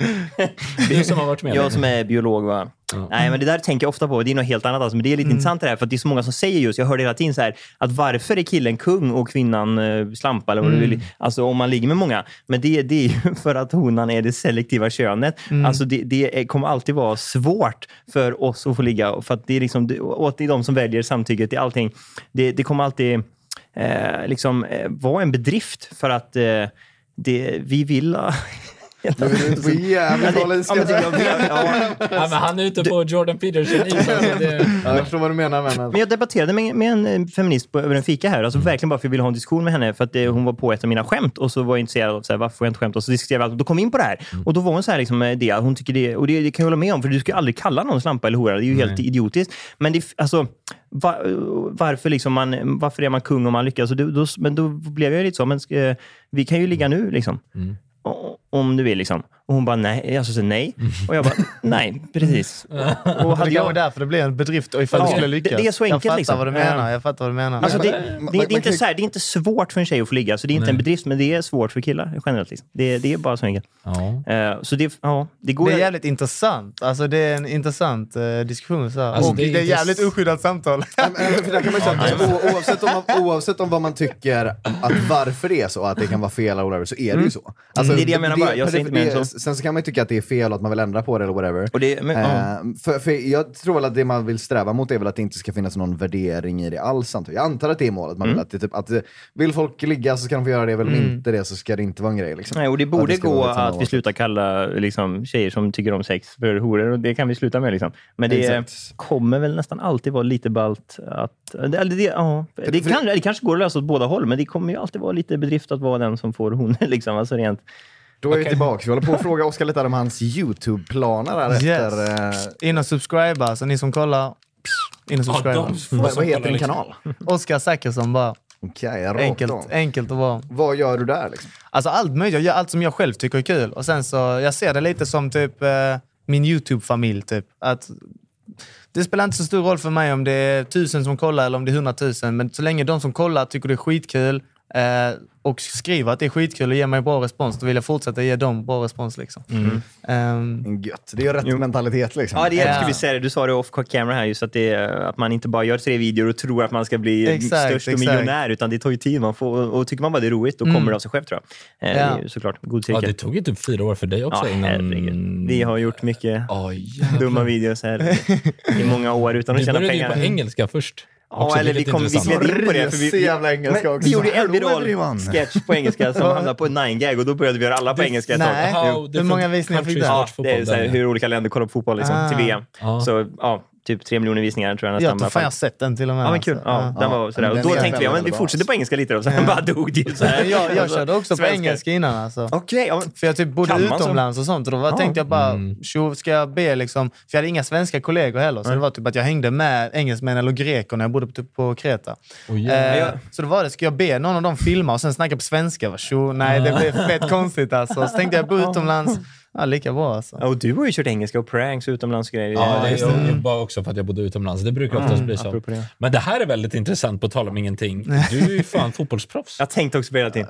Speaker 4: Du som
Speaker 3: *laughs*
Speaker 4: har varit med.
Speaker 2: Jag som är Eh, biolog va? Nej, men det där tänker jag ofta på. Det är något helt annat. Alltså. Men det
Speaker 3: Mm.
Speaker 2: är lite intressant det här, för att det är så många som säger just, jag hör det hela tiden så här, att varför är killen kung och kvinnan eh, slampa? Eller vad du
Speaker 3: Mm.
Speaker 2: vill, alltså om man ligger med många. Men det, det är ju för att honan är det selektiva könet.
Speaker 3: Mm.
Speaker 2: Alltså det, det är- kommer alltid vara svårt för oss att få ligga. För att det är liksom, det, och det är de som väljer samtycke till allting. Det, det kommer alltid eh, liksom, eh, vara en bedrift för att eh, det, vi vill... *laughs* Alltså,
Speaker 1: Du vill få jävligt
Speaker 2: Ja,
Speaker 1: hålla
Speaker 2: det-
Speaker 1: i
Speaker 2: ja, men det-
Speaker 1: skaftet.
Speaker 2: ja, ja.
Speaker 4: Ja, men han är ute på Jordan Peterson is. Alltså, det...
Speaker 1: Jag förstår vad du menar med den.
Speaker 2: Men jag debatterade med, med en eh, feminist på, över en fika här. Alltså Verkligen bara för att jag ville ha en diskussion med henne. För att eh, Hon var på ett av mina skämt och så var jag intresserad av så här, varför får jag inte skämt. Och så diskuterade vi allt. Och Då kom vi in på det här.
Speaker 3: Mm.
Speaker 2: Och Då var hon så här, liksom, eh, det, att hon tycker det, och det, det kan jag hålla med om. För du ska ju aldrig kalla någon slampa eller hora. Det är ju helt idiotiskt. Men det, alltså, va- varför, liksom man, varför är man kung om man lyckas? Och då, då, men då blev jag lite så. Men, ska- eh, vi kan ju ligga nu. Liksom.
Speaker 3: Mm.
Speaker 2: O- Om du vill. Liksom. Och hon bara nej. Alltså, så nej. Och jag bara nej,
Speaker 3: *laughs*
Speaker 2: precis. Och, och
Speaker 3: Det kanske är därför det blev en bedrift och ifall
Speaker 2: Ja,
Speaker 3: du skulle
Speaker 2: det-
Speaker 3: lyckas.
Speaker 2: det är så
Speaker 3: jag
Speaker 2: enkelt,
Speaker 3: fattar
Speaker 2: liksom.
Speaker 3: vad du menar. Jag fattar vad du menar.
Speaker 2: Alltså det,
Speaker 1: men-
Speaker 2: det,
Speaker 1: man-
Speaker 2: det,
Speaker 1: man
Speaker 2: är
Speaker 1: kan
Speaker 2: inte
Speaker 1: ju-
Speaker 2: så här, det är inte svårt för en tjej att få ligga, så det är inte en bedrift, men det är svårt för killar generellt. Liksom. Det, det är bara så enkelt.
Speaker 4: Ja.
Speaker 2: Eh, så det, ja, det går...
Speaker 3: Det är jävligt intressant. Alltså det är en intressant eh, diskussion. Så här.
Speaker 4: Alltså,
Speaker 3: och
Speaker 4: det
Speaker 3: det
Speaker 4: är
Speaker 3: är,
Speaker 4: intress-
Speaker 3: jävligt oskyddat samtal.
Speaker 1: Ja, men eh, För där kan man ju säga att o- oavsett, om man, oavsett om vad man tycker att varför det är så, att det kan vara fel eller whatever, så är det ju så.
Speaker 2: Mm. Det är det jag menar bara. Jag ser inte mer än så.
Speaker 1: Sen så kan man ju tycka att det är fel och att man vill ändra på det eller whatever.
Speaker 2: *laughs* och det, men, ja.
Speaker 1: Eh, för, för jag tror väl att det man vill sträva mot är väl att det inte ska finnas någon värdering i det alls. samtidigt. Jag antar att det är målet.
Speaker 2: Mm.
Speaker 1: Man vill, att det, typ, att, eh, vill folk ligga så ska de få göra det, vill de inte det så ska det inte vara en grej. Liksom.
Speaker 2: Nej, och det borde
Speaker 1: ska
Speaker 2: gå
Speaker 1: vara liksom
Speaker 2: att vi
Speaker 1: något-
Speaker 2: slutar kalla liksom, tjejer som tycker om sex för horor. Och det kan vi sluta med. Liksom. Men det
Speaker 1: Exakt.
Speaker 2: kommer väl nästan alltid vara lite balt att... Det, eller det, ja. det,
Speaker 1: för-
Speaker 2: kan, det kanske går att lösa åt båda håll, men det kommer ju alltid vara lite bedrift att vara den som får hon. *laughs* Liksom. Alltså, rent.
Speaker 1: Då är vi tillbaka. Vi håller på att fråga Oskar lite om hans YouTube-planer här efter... eh,
Speaker 3: In och subscriba, alltså ni som kollar. In och
Speaker 4: Ja,
Speaker 3: subscriba.
Speaker 4: de får
Speaker 1: vad,
Speaker 4: som
Speaker 1: vad heter
Speaker 4: kollar
Speaker 1: din
Speaker 4: liksom.
Speaker 1: kanal?
Speaker 3: Oskar Zachrisson bara.
Speaker 1: Okej, rakt
Speaker 3: Enkelt,
Speaker 1: om.
Speaker 3: enkelt och bra.
Speaker 1: Vad gör du där liksom?
Speaker 3: Alltså allt möjligt. Jag gör allt som jag själv tycker är kul. Och sen så, jag ser det lite som typ eh, min YouTube-familj. Typ. Att det spelar inte så stor roll för mig om det är tusen som kollar eller om det är hundratusen. Men så länge de som kollar tycker det är skitkul eh, och skriver att det är skitkul och ger mig bra respons, då vill jag fortsätta ge dem bra respons. Liksom. Ehm,
Speaker 1: Gött. Det är ju rätt mentalitet liksom.
Speaker 2: Ja, det är,
Speaker 3: Ja.
Speaker 2: skulle vi säga det. Du sa det off camera här, just att, det, är- att man inte bara gör tre videor och tror att man ska bli
Speaker 3: Exakt,
Speaker 2: störst och
Speaker 3: exakt. Mm.
Speaker 2: miljonär, utan det tar ju tid. Man får, och, och tycker man bara det är roligt, då kommer det av sig själv tror jag. Eh,
Speaker 3: Ja.
Speaker 2: Det är ju såklart god
Speaker 4: Ja, det
Speaker 2: cirkel.
Speaker 4: tog ju typ fyra år för dig också
Speaker 2: Ja, herregud.
Speaker 4: innan...
Speaker 2: Vi har gjort mycket
Speaker 4: Ja, jävlar.
Speaker 3: *laughs*
Speaker 2: dumma videos här i många år utan att
Speaker 4: Vi
Speaker 2: tjäna
Speaker 4: började ju
Speaker 2: pengar.
Speaker 4: på engelska först.
Speaker 2: Ja, eller vi, kom, vi gled in på det. För vi,
Speaker 1: Risig
Speaker 2: vi,
Speaker 1: jävla engelska
Speaker 2: men
Speaker 1: också.
Speaker 2: vi gjorde ju en
Speaker 1: Hello everyone.
Speaker 2: viral sketch på
Speaker 3: *laughs*
Speaker 2: engelska som hamnade på 9gag och då började vi göra alla på engelska ett tag.
Speaker 3: nej.
Speaker 2: Jo.
Speaker 3: Hur många visningar fick du?
Speaker 2: Ja, det är så här, hur olika länder kollar på fotboll liksom,
Speaker 3: Ah.
Speaker 2: till VM.
Speaker 4: Ja.
Speaker 2: Så ja, typ tre miljoner visningar tror jag
Speaker 3: jag
Speaker 2: nästan.
Speaker 3: tror fan jag har sett den till och med.
Speaker 2: Ja, men kul.
Speaker 3: alltså.
Speaker 2: Ja, Den var sådär.
Speaker 1: men
Speaker 2: Och
Speaker 1: den
Speaker 2: då
Speaker 1: är
Speaker 2: tänkte vi, ja, men vi
Speaker 1: väldigt bra.
Speaker 2: fortsätter på engelska lite då. Sen bara dog det ju. så här.
Speaker 3: Men jag, jag
Speaker 2: Alltså,
Speaker 3: körde också på
Speaker 2: svenskar.
Speaker 3: engelska innan. Alltså.
Speaker 2: Okej, ja, men-
Speaker 3: För jag typ bodde
Speaker 2: Kan man så?
Speaker 3: utomlands och sånt. Och då var, tänkte jag bara, tjo, ska jag be liksom... För jag hade inga svenska kollegor heller. Så det var typ att jag hängde med engelsmän eller greker när jag bodde på, typ på Kreta. eh,
Speaker 2: Ja.
Speaker 3: Så då var det, ska jag be någon av dem filma och sen snacka på svenska? Jag bara, tjo, nej, det blev fett konstigt alltså. Så tänkte jag, bo utomlands. Ja, lika bra alltså.
Speaker 2: Ja, och du har ju kört engelska och pranks och utomlandsgrejer.
Speaker 4: Ja, det, jag jobbar också för att jag bodde utomlands. Det brukar oftast bli så.
Speaker 2: apropå det.
Speaker 4: Men det här är väldigt intressant, på tal om
Speaker 2: *laughs*
Speaker 4: ingenting. Du är ju fan fotbollsproffs.
Speaker 2: Jag tänkte också på det hela tiden.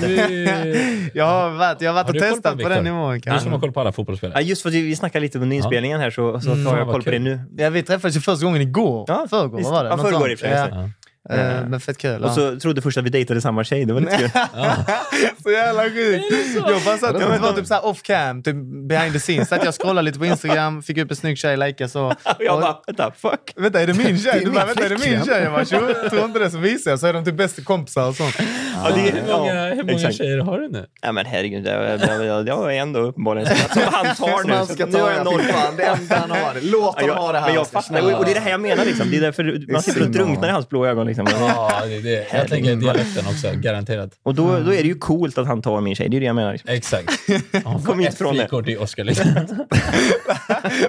Speaker 4: Du,
Speaker 2: *laughs*
Speaker 4: är-
Speaker 3: Jag har varit, jag har varit
Speaker 4: Har
Speaker 3: och
Speaker 4: du koll på
Speaker 3: testat på
Speaker 4: Viktor?
Speaker 3: den nivån
Speaker 4: du
Speaker 3: kanske.
Speaker 4: som har koll på alla
Speaker 2: Ja,
Speaker 4: fotbollsspelare.
Speaker 2: just för att vi vi snackade lite om nyinspelningen här så, så tar
Speaker 4: Mm. Fan,
Speaker 2: jag
Speaker 4: vad
Speaker 2: koll på det
Speaker 4: kul.
Speaker 2: nu.
Speaker 3: Ja, vi träffades ju första gången igår.
Speaker 2: Ja,
Speaker 3: förrgår,
Speaker 2: visst.
Speaker 3: vad var det?
Speaker 2: Ja,
Speaker 3: Något
Speaker 2: förrgår
Speaker 3: sånt.
Speaker 2: i och för sig, just det.
Speaker 3: Eh, Men fett kul.
Speaker 2: Och
Speaker 3: ja.
Speaker 2: så trodde först att vi dejtade samma tjej. Det var *laughs* lite kul.
Speaker 3: Så jävla sjukt. Jag bara satt och var typ såhär off cam, typ behind the scenes. Så att jag scrollade lite på Instagram, fick upp en snygg tjej, likade så.
Speaker 2: Och jag
Speaker 3: Och-
Speaker 2: bara, vänta, fuck.
Speaker 3: Vänta, är det min tjej?
Speaker 1: är
Speaker 3: Du
Speaker 1: min
Speaker 3: bara, vänta, är det min
Speaker 1: flickvän.
Speaker 3: tjej? Jag bara, "Jo, tror inte det. Så visar jag, så är de typ bästa kompisar och sånt.
Speaker 2: Ja, det,
Speaker 4: Hur många, hur många
Speaker 2: exakt.
Speaker 4: tjejer har du nu?
Speaker 2: Ja, men herregud, jag, jag, jag, jag, jag är ändå uppenbarligen *laughs* som, som han tar
Speaker 1: Som
Speaker 2: nu.
Speaker 1: han
Speaker 2: så
Speaker 1: ska
Speaker 2: nu har
Speaker 1: ta,
Speaker 2: jag
Speaker 1: ja.
Speaker 2: noll.
Speaker 1: Fy fan, det enda han har. Låt
Speaker 2: Ja,
Speaker 1: honom
Speaker 2: jag,
Speaker 1: ha det här.
Speaker 2: men jag
Speaker 1: Oscar.
Speaker 2: fattar. Och, och det är det här jag menar. Liksom. Det är därför man sitter och
Speaker 1: synd om
Speaker 2: drunknar i hans blå ögon. Liksom.
Speaker 4: Ja, det, är det. jag tänker dialekten också, garanterat.
Speaker 2: Och då, då är det ju coolt att han tar min tjej. Det är det jag menar.
Speaker 3: *laughs*
Speaker 2: Liksom.
Speaker 4: Exakt. Han
Speaker 2: Kom
Speaker 4: får
Speaker 2: inte
Speaker 4: ett
Speaker 2: från det.
Speaker 4: frikort i Oscar. Liksom.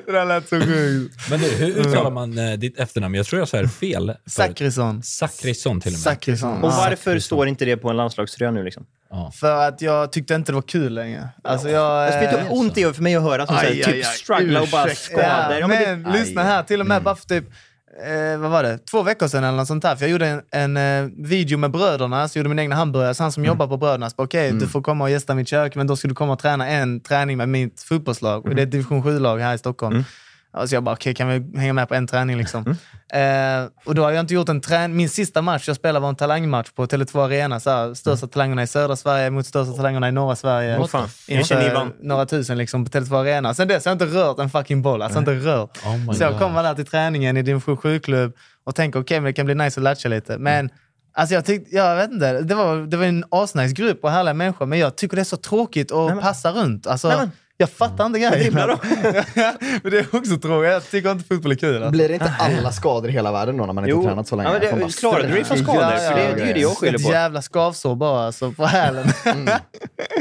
Speaker 3: Det där lät så sjukt.
Speaker 4: Men du, hur uttalar man eh, ditt efternamn? Jag tror jag sa det fel. förut.
Speaker 3: Zachrisson.
Speaker 4: Sakrisson till och med.
Speaker 3: Zachrisson.
Speaker 2: Och
Speaker 3: Ja.
Speaker 2: varför står inte det på en landslagströja nu? Liksom?
Speaker 3: För att jag tyckte inte det var kul längre. Alltså jag...
Speaker 2: Jag
Speaker 3: eh,
Speaker 2: vet hur ont det gör för mig att höra som
Speaker 1: Aj,
Speaker 2: säger
Speaker 1: aj,
Speaker 2: typ
Speaker 1: aj.
Speaker 2: struggla och bara
Speaker 1: Ursäkta.
Speaker 2: skador. Ja,
Speaker 3: Ja,
Speaker 2: men det-
Speaker 3: men lyssna här, till och med
Speaker 4: Mm.
Speaker 3: bara för typ, eh, vad var det, två veckor sedan eller något sånt här. För jag gjorde en, en eh, video med bröderna, så jag gjorde min egna hamburgare. Så han som jobbar på bröderna sa okej,
Speaker 4: Mm.
Speaker 3: du får komma och gästa mitt kök, men då ska du komma och träna en träning med mitt fotbollslag. Och det är
Speaker 2: Mhm.
Speaker 3: ett division 7-lag här i Stockholm.
Speaker 2: Mm.
Speaker 3: Ja, Så jag bara, okej, kan vi hänga med på en träning liksom? Eh, och då har jag inte gjort en träning. Min sista match jag spelade var en talangmatch på Tele2 Arena. Så här, största talangerna i södra Sverige mot största talangerna i norra Sverige.
Speaker 2: Mm. Åh, fan.
Speaker 3: Inför
Speaker 2: Jag känner Ivan.
Speaker 3: några tusen liksom på Tele2 Arena. Sen dess har jag inte rört en fucking boll. Alltså inte rört.
Speaker 4: Oh my
Speaker 3: så jag
Speaker 4: God.
Speaker 3: kommer där till träningen i division 7-klubb och tänker okej, men det kan bli nice att latcha
Speaker 2: Mm.
Speaker 3: lite. Men alltså jag tyckte, jag vet inte. Det var, det var en asnice grupp och härliga människor, men jag tycker det är så tråkigt att passa runt. Alltså, jag fattar inte grejen. *laughs* men det är också tråkigt. Jag tycker inte fotboll är kul. Alltså.
Speaker 1: Blir det inte alla skador i hela världen då när man inte har tränat så länge?
Speaker 2: Ja, men
Speaker 1: Man bara,
Speaker 2: det, klarade du dig från skador?
Speaker 3: Ja,
Speaker 2: För det, det är ju det jag skyller
Speaker 3: Ett
Speaker 2: på.
Speaker 3: jävla skavsår bara alltså, på hälen.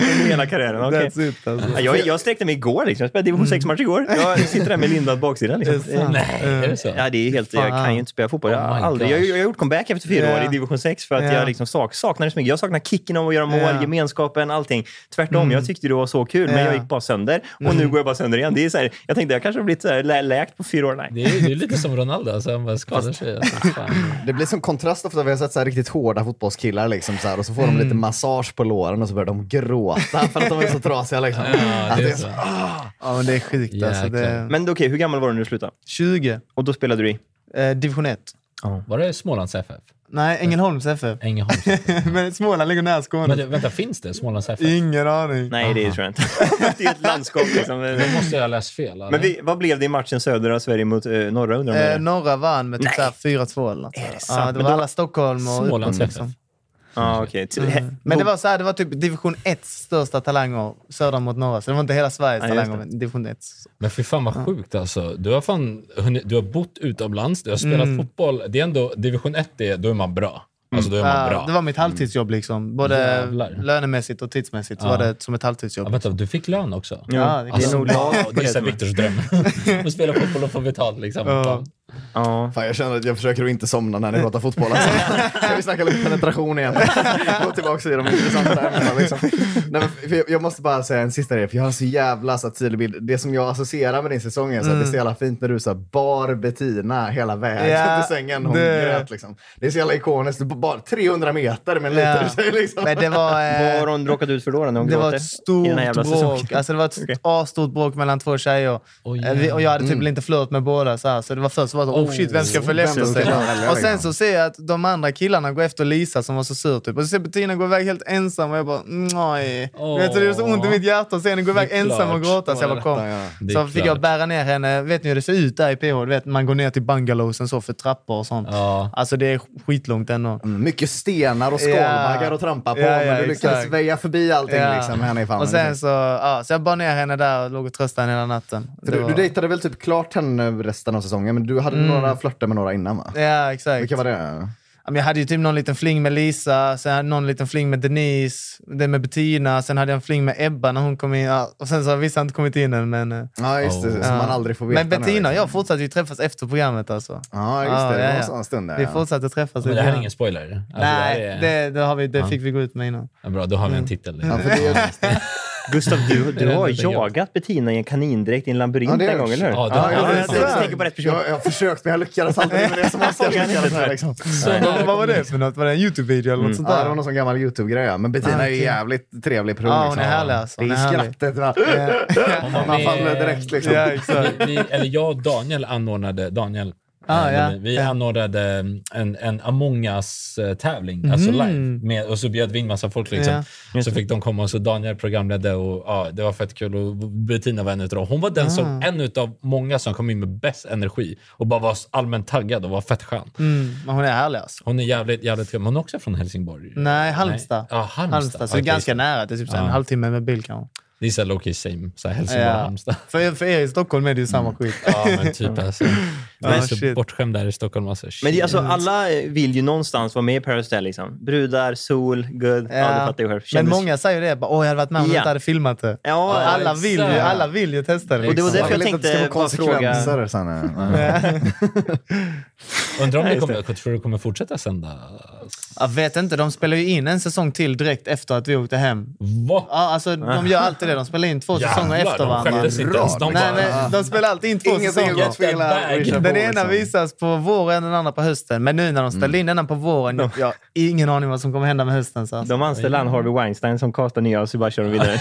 Speaker 2: Under hela karriären.
Speaker 3: *laughs*
Speaker 2: okej.
Speaker 3: That's it alltså.
Speaker 2: Ja, jag, jag sträckte mig igår. Liksom. Jag spelade division 6-match igår. Jag sitter där med lindad baksida. Liksom. Eh,
Speaker 4: Nej, är det så?
Speaker 2: Ja, det är helt, jag
Speaker 3: Fan.
Speaker 2: kan ju inte spela fotboll. Jag, har
Speaker 4: Oh my
Speaker 2: aldrig, jag,
Speaker 4: gosh.
Speaker 2: jag har gjort comeback efter fyra
Speaker 3: Ja.
Speaker 2: år i division 6 för att
Speaker 3: Ja.
Speaker 2: jag liksom sak, saknade så mycket. Jag saknar kicken av att göra mål,
Speaker 3: Ja.
Speaker 2: gemenskapen, allting. Tvärtom, jag tyckte det var så kul,
Speaker 3: Ja.
Speaker 2: men jag gick bara sönder. Och nu går jag bara sönder igen. Det är så här, jag tänkte jag kanske har blivit så här, lä- läkt på fyra år. Nej.
Speaker 4: Det är, det är lite som Ronaldo, alltså, han bara skadar sig.
Speaker 3: *laughs*
Speaker 4: Alltså, fan.
Speaker 1: Det blir som kontrast ofta. Vi har sett så här riktigt hårda fotbollskillar liksom, så här, och så får de
Speaker 3: Mm.
Speaker 1: lite massage på låren och så börjar de gråta för att de är så trasiga. Liksom.
Speaker 4: Ja,
Speaker 1: Att
Speaker 4: det
Speaker 1: det
Speaker 4: är så.
Speaker 3: Ah! Ja, men det är sjukt alltså. Det
Speaker 4: Jäklar.
Speaker 3: är
Speaker 2: Men okej, hur gammal var du när du slutade?
Speaker 3: 20,
Speaker 2: Och då spelade du i?
Speaker 3: eh, division 1.
Speaker 4: Var det Smålands FF?
Speaker 3: Nej, Ängelholms FF.
Speaker 4: Ängelholms
Speaker 3: *laughs* Men Småland ligger nära Skåne.
Speaker 4: Men du, vänta, finns det Smålands FF?
Speaker 3: Ingen aning.
Speaker 2: Nej, det tror jag inte. *laughs* det är ett landskap *laughs* liksom.
Speaker 4: Då måste jag ha läst fel. eller?
Speaker 2: Men vi, vad blev det i matchen södra Sverige mot eh, norra undrar jag
Speaker 3: Eh,
Speaker 2: om det?
Speaker 3: norra vann med typ såhär 4-2 eller något. Är det,
Speaker 2: sant?
Speaker 3: ja, det
Speaker 2: Men
Speaker 3: var
Speaker 2: då-
Speaker 3: alla Stockholm och
Speaker 4: Smålands
Speaker 3: Uppåt,
Speaker 4: FF.
Speaker 3: liksom.
Speaker 2: Ja, okej.
Speaker 3: Men det var, så här, det var typ division 1 största talanger, söder mot norra. Så det var inte hela Sveriges
Speaker 2: Nej, just
Speaker 3: talanger,
Speaker 2: det.
Speaker 3: men division 1.
Speaker 4: Men fy fan vad sjukt alltså. Du har, fan, hunnit- du har bott utomlands, du har spelat
Speaker 3: Mm.
Speaker 4: fotboll. Det är ändå, division 1, det, är- då är man bra. Alltså då är man bra.
Speaker 3: Mm. det var mitt halvtidsjobb liksom. Både
Speaker 4: Jävlar.
Speaker 3: lönemässigt och tidsmässigt så var det som ett halvtidsjobb.
Speaker 4: Ja, vänta, du fick lön också?
Speaker 3: Ja, det är
Speaker 4: Alltså,
Speaker 3: nog
Speaker 2: *laughs*
Speaker 4: ja, det är så här Viktors dröm.
Speaker 3: *laughs*
Speaker 4: Att spela fotboll och få betalt liksom. Fan.
Speaker 2: Ja.
Speaker 1: Fan, jag känner att jag försöker att inte somna när ni pratar fotboll. Alltså. Ska vi snacka lite penetration igen? Gå tillbaka till de intressanta ämnena. Liksom. Nej, men för jag- jag måste bara säga en sista grej, för jag har en så jävla så här tydlig bild. Det som jag associerar med din säsong är så att det är
Speaker 3: Mm.
Speaker 1: så jävla fint när du så här, bar Bettina hela vägen
Speaker 3: Ja,
Speaker 1: till sängen. Hon
Speaker 3: det-
Speaker 1: grät liksom. Det är så jävla ikoniskt. Du bar 300 meter med en
Speaker 3: Ja.
Speaker 1: liter tjej *laughs* liksom.
Speaker 3: Men det var... eh,
Speaker 2: Vad har hon råkat ut för då? När hon
Speaker 3: Det var
Speaker 2: gråter
Speaker 3: ett
Speaker 2: i
Speaker 3: stort
Speaker 2: den här jävla säsongen?
Speaker 3: bråk. Alltså, det var ett
Speaker 2: Okej.
Speaker 3: asstort bråk mellan två tjejer.
Speaker 4: Oj,
Speaker 3: Eh, vi, och jag hade typ inte flört med båda. Så, här, så det var först så var det oh shit, vem ska följa
Speaker 1: Vem
Speaker 3: efter
Speaker 1: ska
Speaker 3: sig?
Speaker 1: följa efter?
Speaker 3: Och sen så ser jag att de andra killarna går efter Lisa som var så sur typ. Och så ser jag Bettina gå iväg helt ensam och jag bara nej.
Speaker 4: Åh.
Speaker 3: Oh. Vet du, det gör så ont i mitt hjärta att se henne gå iväg
Speaker 4: Det är
Speaker 3: ensam och
Speaker 4: klart.
Speaker 3: gråta. Så jag bara kom.
Speaker 1: Detta, ja.
Speaker 4: Det är
Speaker 3: Så fick
Speaker 4: klart.
Speaker 3: jag bära ner henne. Vet ni hur det ser ut där i PH? Du vet, man går ner till bungalowsen så för trappor och sånt.
Speaker 4: Ja.
Speaker 3: Alltså det är skitlångt ändå.
Speaker 1: Mycket stenar och skalbaggar
Speaker 3: Ja.
Speaker 1: att trampa på,
Speaker 3: Ja, ja,
Speaker 1: men du lyckades
Speaker 3: exakt.
Speaker 1: väja förbi allting.
Speaker 3: Ja.
Speaker 1: Liksom. Henne är fan
Speaker 3: och
Speaker 1: en-
Speaker 3: sen så, ja, så jag bar ner henne där och låg och tröstade henne hela natten.
Speaker 1: För
Speaker 3: Det
Speaker 1: du,
Speaker 3: var- Mm.
Speaker 1: du dejtade väl typ klart henne resten av säsongen, men du hade några flörter med några innan va?
Speaker 3: Ja, exakt.
Speaker 1: Vilka var det?
Speaker 3: Ja, men Jag hade ju typ någon liten fling med Lisa, sen hade jag någon liten fling med Denise, den med Bettina, sen hade jag en fling med Ebba när hon kom in. Ja, och sen så har vissa inte kommit in än. Men, eh,
Speaker 1: Ja, just det. Som
Speaker 3: ja.
Speaker 1: man aldrig får veta.
Speaker 3: men
Speaker 1: nu,
Speaker 3: Bettina
Speaker 1: liksom.
Speaker 3: och jag fortsatte ju träffas efter programmet alltså.
Speaker 1: Ja, just det. Det var en sån stund där.
Speaker 3: Vi
Speaker 1: ja.
Speaker 3: fortsatte träffas.
Speaker 4: Men
Speaker 3: efter
Speaker 4: det här är
Speaker 3: programmet.
Speaker 4: ingen spoiler. Alltså, det,
Speaker 3: Nej,
Speaker 4: här är,
Speaker 3: det, det, har vi, det fick vi gå ut med innan.
Speaker 4: Ja, Bra, då har vi en titel.
Speaker 1: Ja, för det är...
Speaker 2: Gustav, du, du
Speaker 4: det
Speaker 2: har
Speaker 4: inte
Speaker 2: jagat Bettina i en kanindräkt i en labyrint
Speaker 1: Ja, det har
Speaker 2: en gång,
Speaker 1: jag
Speaker 2: eller hur?
Speaker 4: Ja, det
Speaker 1: Ja,
Speaker 4: har
Speaker 1: ja,
Speaker 4: jag.
Speaker 1: det-
Speaker 2: jag, jag tänker på rätt person.
Speaker 1: jag, jag har försökt, men jag lyckades aldrig med det som
Speaker 3: *laughs*
Speaker 1: Oskar
Speaker 2: Såg jag
Speaker 1: lyckades
Speaker 2: inte,
Speaker 1: med.
Speaker 2: tyvärr.
Speaker 1: Liksom.
Speaker 3: Vad var det för något? Var det en YouTube-video eller något sånt
Speaker 1: Ja, det
Speaker 3: där?
Speaker 1: var någon sån gammal YouTube-grej. ja. Men Bettina är ju jävligt trevlig person.
Speaker 3: Ah, Ja, hon
Speaker 1: liksom.
Speaker 3: är härlig, alltså.
Speaker 1: Det
Speaker 3: Hon är
Speaker 1: är
Speaker 3: härlig.
Speaker 1: skrattet.
Speaker 3: *laughs*
Speaker 1: Va? Eh,
Speaker 4: Hon var
Speaker 1: Man
Speaker 4: med-
Speaker 1: faller direkt liksom.
Speaker 3: Ja, exakt.
Speaker 4: vi, vi, eller jag och Daniel anordnade, Daniel
Speaker 3: Ah,
Speaker 4: Eh,
Speaker 3: ja.
Speaker 4: när vi vi
Speaker 3: Ja.
Speaker 4: anordnade en, en Among us-tävling,
Speaker 3: Mm.
Speaker 4: alltså live, med, och så bjöd vi in massa folk. Liksom. Så fick de komma och så Daniel programledde och ja, det var fett kul. Och Bettina var en utav dem. Hon var den som,
Speaker 3: Ah.
Speaker 4: en av många som kom in med bäst energi och bara var allmänt taggad och var fett skön.
Speaker 3: Mm, men hon är härlig alltså.
Speaker 4: Hon är jävligt, jävligt skön. Men Hon är också från Helsingborg.
Speaker 3: Nej, Halmstad.
Speaker 4: Ja, Halmstad.
Speaker 3: så det är
Speaker 4: Okej,
Speaker 3: ganska
Speaker 4: så-
Speaker 3: nära. Det är typ så här en
Speaker 4: Ja.
Speaker 3: halvtimme med bil kanske.
Speaker 4: Det är så här low-key same, så här Helsingborg och
Speaker 3: Ja.
Speaker 4: Halmstad.
Speaker 3: För, för er i Stockholm är det ju samma skit.
Speaker 4: *laughs* Ja, men typ alltså. Jag är
Speaker 3: Ja,
Speaker 4: så
Speaker 3: shit.
Speaker 4: bortskämd där i Stockholm. Alltså.
Speaker 2: Men det, är alltså, alla eh, vill ju någonstans vara med i Paradise Hotel. Liksom. Brudar, sol, good. Ja. du fattar ju själv.
Speaker 3: Eh, Men
Speaker 2: Kändes-
Speaker 3: många säger ju det. Bara, Åh, jag hade varit med om du
Speaker 2: Ja.
Speaker 3: inte hade filmat det.
Speaker 2: Ja,
Speaker 3: alla,
Speaker 2: alla...
Speaker 3: vill ju,
Speaker 4: exakt.
Speaker 3: alla vill ju testa det.
Speaker 4: Och
Speaker 2: det var
Speaker 3: liksom.
Speaker 2: därför jag
Speaker 1: vill inte att det
Speaker 2: tänkte
Speaker 1: ska vara
Speaker 2: bara fråga...
Speaker 1: konsekvenser sen. Ja.
Speaker 4: Undrar om det kommer, tror du det kommer fortsätta sända?
Speaker 3: Jag vet inte, de spelar ju in en säsong till direkt efter att vi åkte hem.
Speaker 4: Vad?
Speaker 3: Ja, alltså, de gör alltid det. De spelar in två säsonger efter
Speaker 4: Ah. de
Speaker 3: varandra.
Speaker 4: skämdes inte ens. De
Speaker 3: Nej,
Speaker 4: bara, "Ah."
Speaker 3: men de spelar alltid in två
Speaker 1: Ingenting har
Speaker 3: säsonger.
Speaker 1: gått fel här. Vi kör på,
Speaker 3: Den ena
Speaker 1: liksom.
Speaker 3: visas på våren, den andra på hösten. Men nu när de
Speaker 4: Mm.
Speaker 3: ställde in denna på våren, jag har ingen aning vad som kommer hända med hösten. Så.
Speaker 2: De anställde han Harvey Weinstein som castar nya och så bara kör de
Speaker 3: *laughs*
Speaker 2: vidare.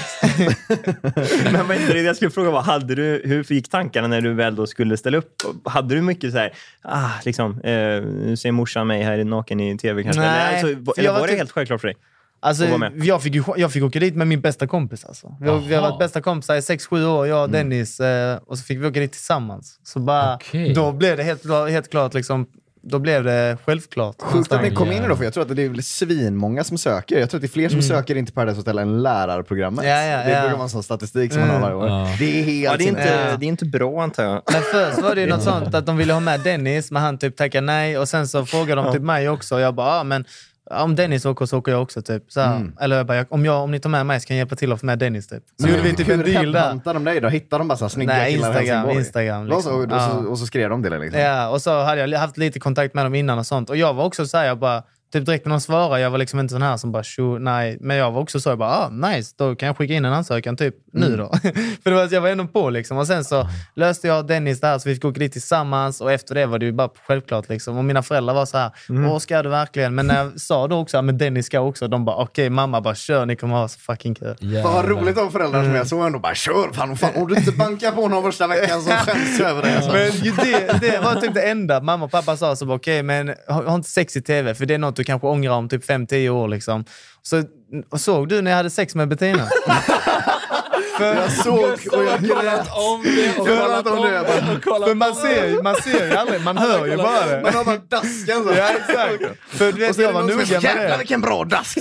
Speaker 2: Men vad heter det? Jag skulle fråga, vad hade du, hur gick tankarna när du väl då skulle ställa upp? Hade du mycket så här, ah, liksom, eh, nu ser morsan mig här naken i tv kanske?
Speaker 3: Nej,
Speaker 2: eller alltså, va-
Speaker 3: för
Speaker 2: eller
Speaker 3: jag
Speaker 2: var,
Speaker 3: var
Speaker 2: det
Speaker 3: typ-
Speaker 2: helt självklart för dig?
Speaker 3: Alltså,
Speaker 2: Och vara med.
Speaker 3: jag, fick ju, jag fick åka dit med min bästa kompis. Alltså. Vi, har- vi har
Speaker 4: Jaha. Mm.
Speaker 3: varit bästa kompisar i 6-7 år, jag och Dennis. eh, Och så fick vi åka dit tillsammans. Så bara,
Speaker 4: Okej.
Speaker 3: Då blev det helt, helt klart liksom, då blev det självklart.
Speaker 1: Sjukt att ni kom in i det, för jag tror att det är väl svinmånga som söker. Jag tror att det är fler som söker in till Paradise Hotel än lärarprogrammet.
Speaker 3: Mm. Ja, ja,
Speaker 1: Det
Speaker 3: ja. Mm.
Speaker 1: brukar vara en sån statistik som man har varje år. Det är helt
Speaker 2: Ja, det, är inte,
Speaker 3: Ja.
Speaker 2: det är inte bra antar jag.
Speaker 3: Men först var det ju något sånt att de ville ha med Dennis, men han typ tackade nej. Och sen så frågade de typ mig också. Och jag bara, ah, men om Dennis åker så åker jag också. Typ. Så här. Eller jag bara, "Jag- om, jag, om ni tar med mig så kan jag hjälpa till att få med Dennis. Typ. Så gjorde vi typ en deal där.
Speaker 1: Hämtade de dig då? Hittade de bara så här snygga
Speaker 3: Nej,
Speaker 1: killar i
Speaker 3: Instagram,
Speaker 1: Helsingborg? Då
Speaker 3: Instagram,
Speaker 1: så,
Speaker 3: liksom.
Speaker 1: och, då så,
Speaker 3: Ja.
Speaker 1: och så skrev de till dig liksom?
Speaker 3: Ja, och så hade jag haft lite kontakt med dem innan och sånt. Och jag var också så här, jag bara, typ direkt när de svarade, jag var liksom inte sån här som bara tjo, nej. Men jag var också så, jag bara, ah, nice, då kan jag skicka in en ansökan typ nu då. *laughs* För det var, jag var ändå på liksom. Och sen så löste jag och Dennis det här så vi fick åka dit tillsammans och efter det var det ju bara självklart liksom. Och mina föräldrar var så här, åh ska du verkligen? Men när jag sa då också, "Ja, men Dennis ska också, de bara, okej mamma bara kör, ni kommer ha så fucking kul.
Speaker 1: Fan vad roligt om föräldrarna
Speaker 3: Mm.
Speaker 1: som jag såg ändå bara kör fan, fan om du inte bankar på någon första veckan
Speaker 3: *laughs*
Speaker 1: så skäms jag över dig. Alltså.
Speaker 3: Men ju det, det var typ det enda mamma och pappa sa. Så bara, okej, men ha, ha inte sex i tv, för det är något du kanske ångrar om typ 5-10 år. Liksom. Så, och såg du när jag hade sex med Bettina?
Speaker 1: Jag såg och jag grät.
Speaker 4: om det och kollat om det. och kollat
Speaker 3: för man
Speaker 4: om
Speaker 3: ser, ju- man ser ju aldrig, man hör ju bara det.
Speaker 1: Man har bara dasken så.
Speaker 3: Ja, exakt. För du
Speaker 1: Och
Speaker 3: vet,
Speaker 1: så är
Speaker 3: jag
Speaker 1: det
Speaker 3: var
Speaker 1: någon som är
Speaker 3: noga
Speaker 1: så,
Speaker 3: med
Speaker 1: jävlar
Speaker 3: det.
Speaker 1: vilken bra dask.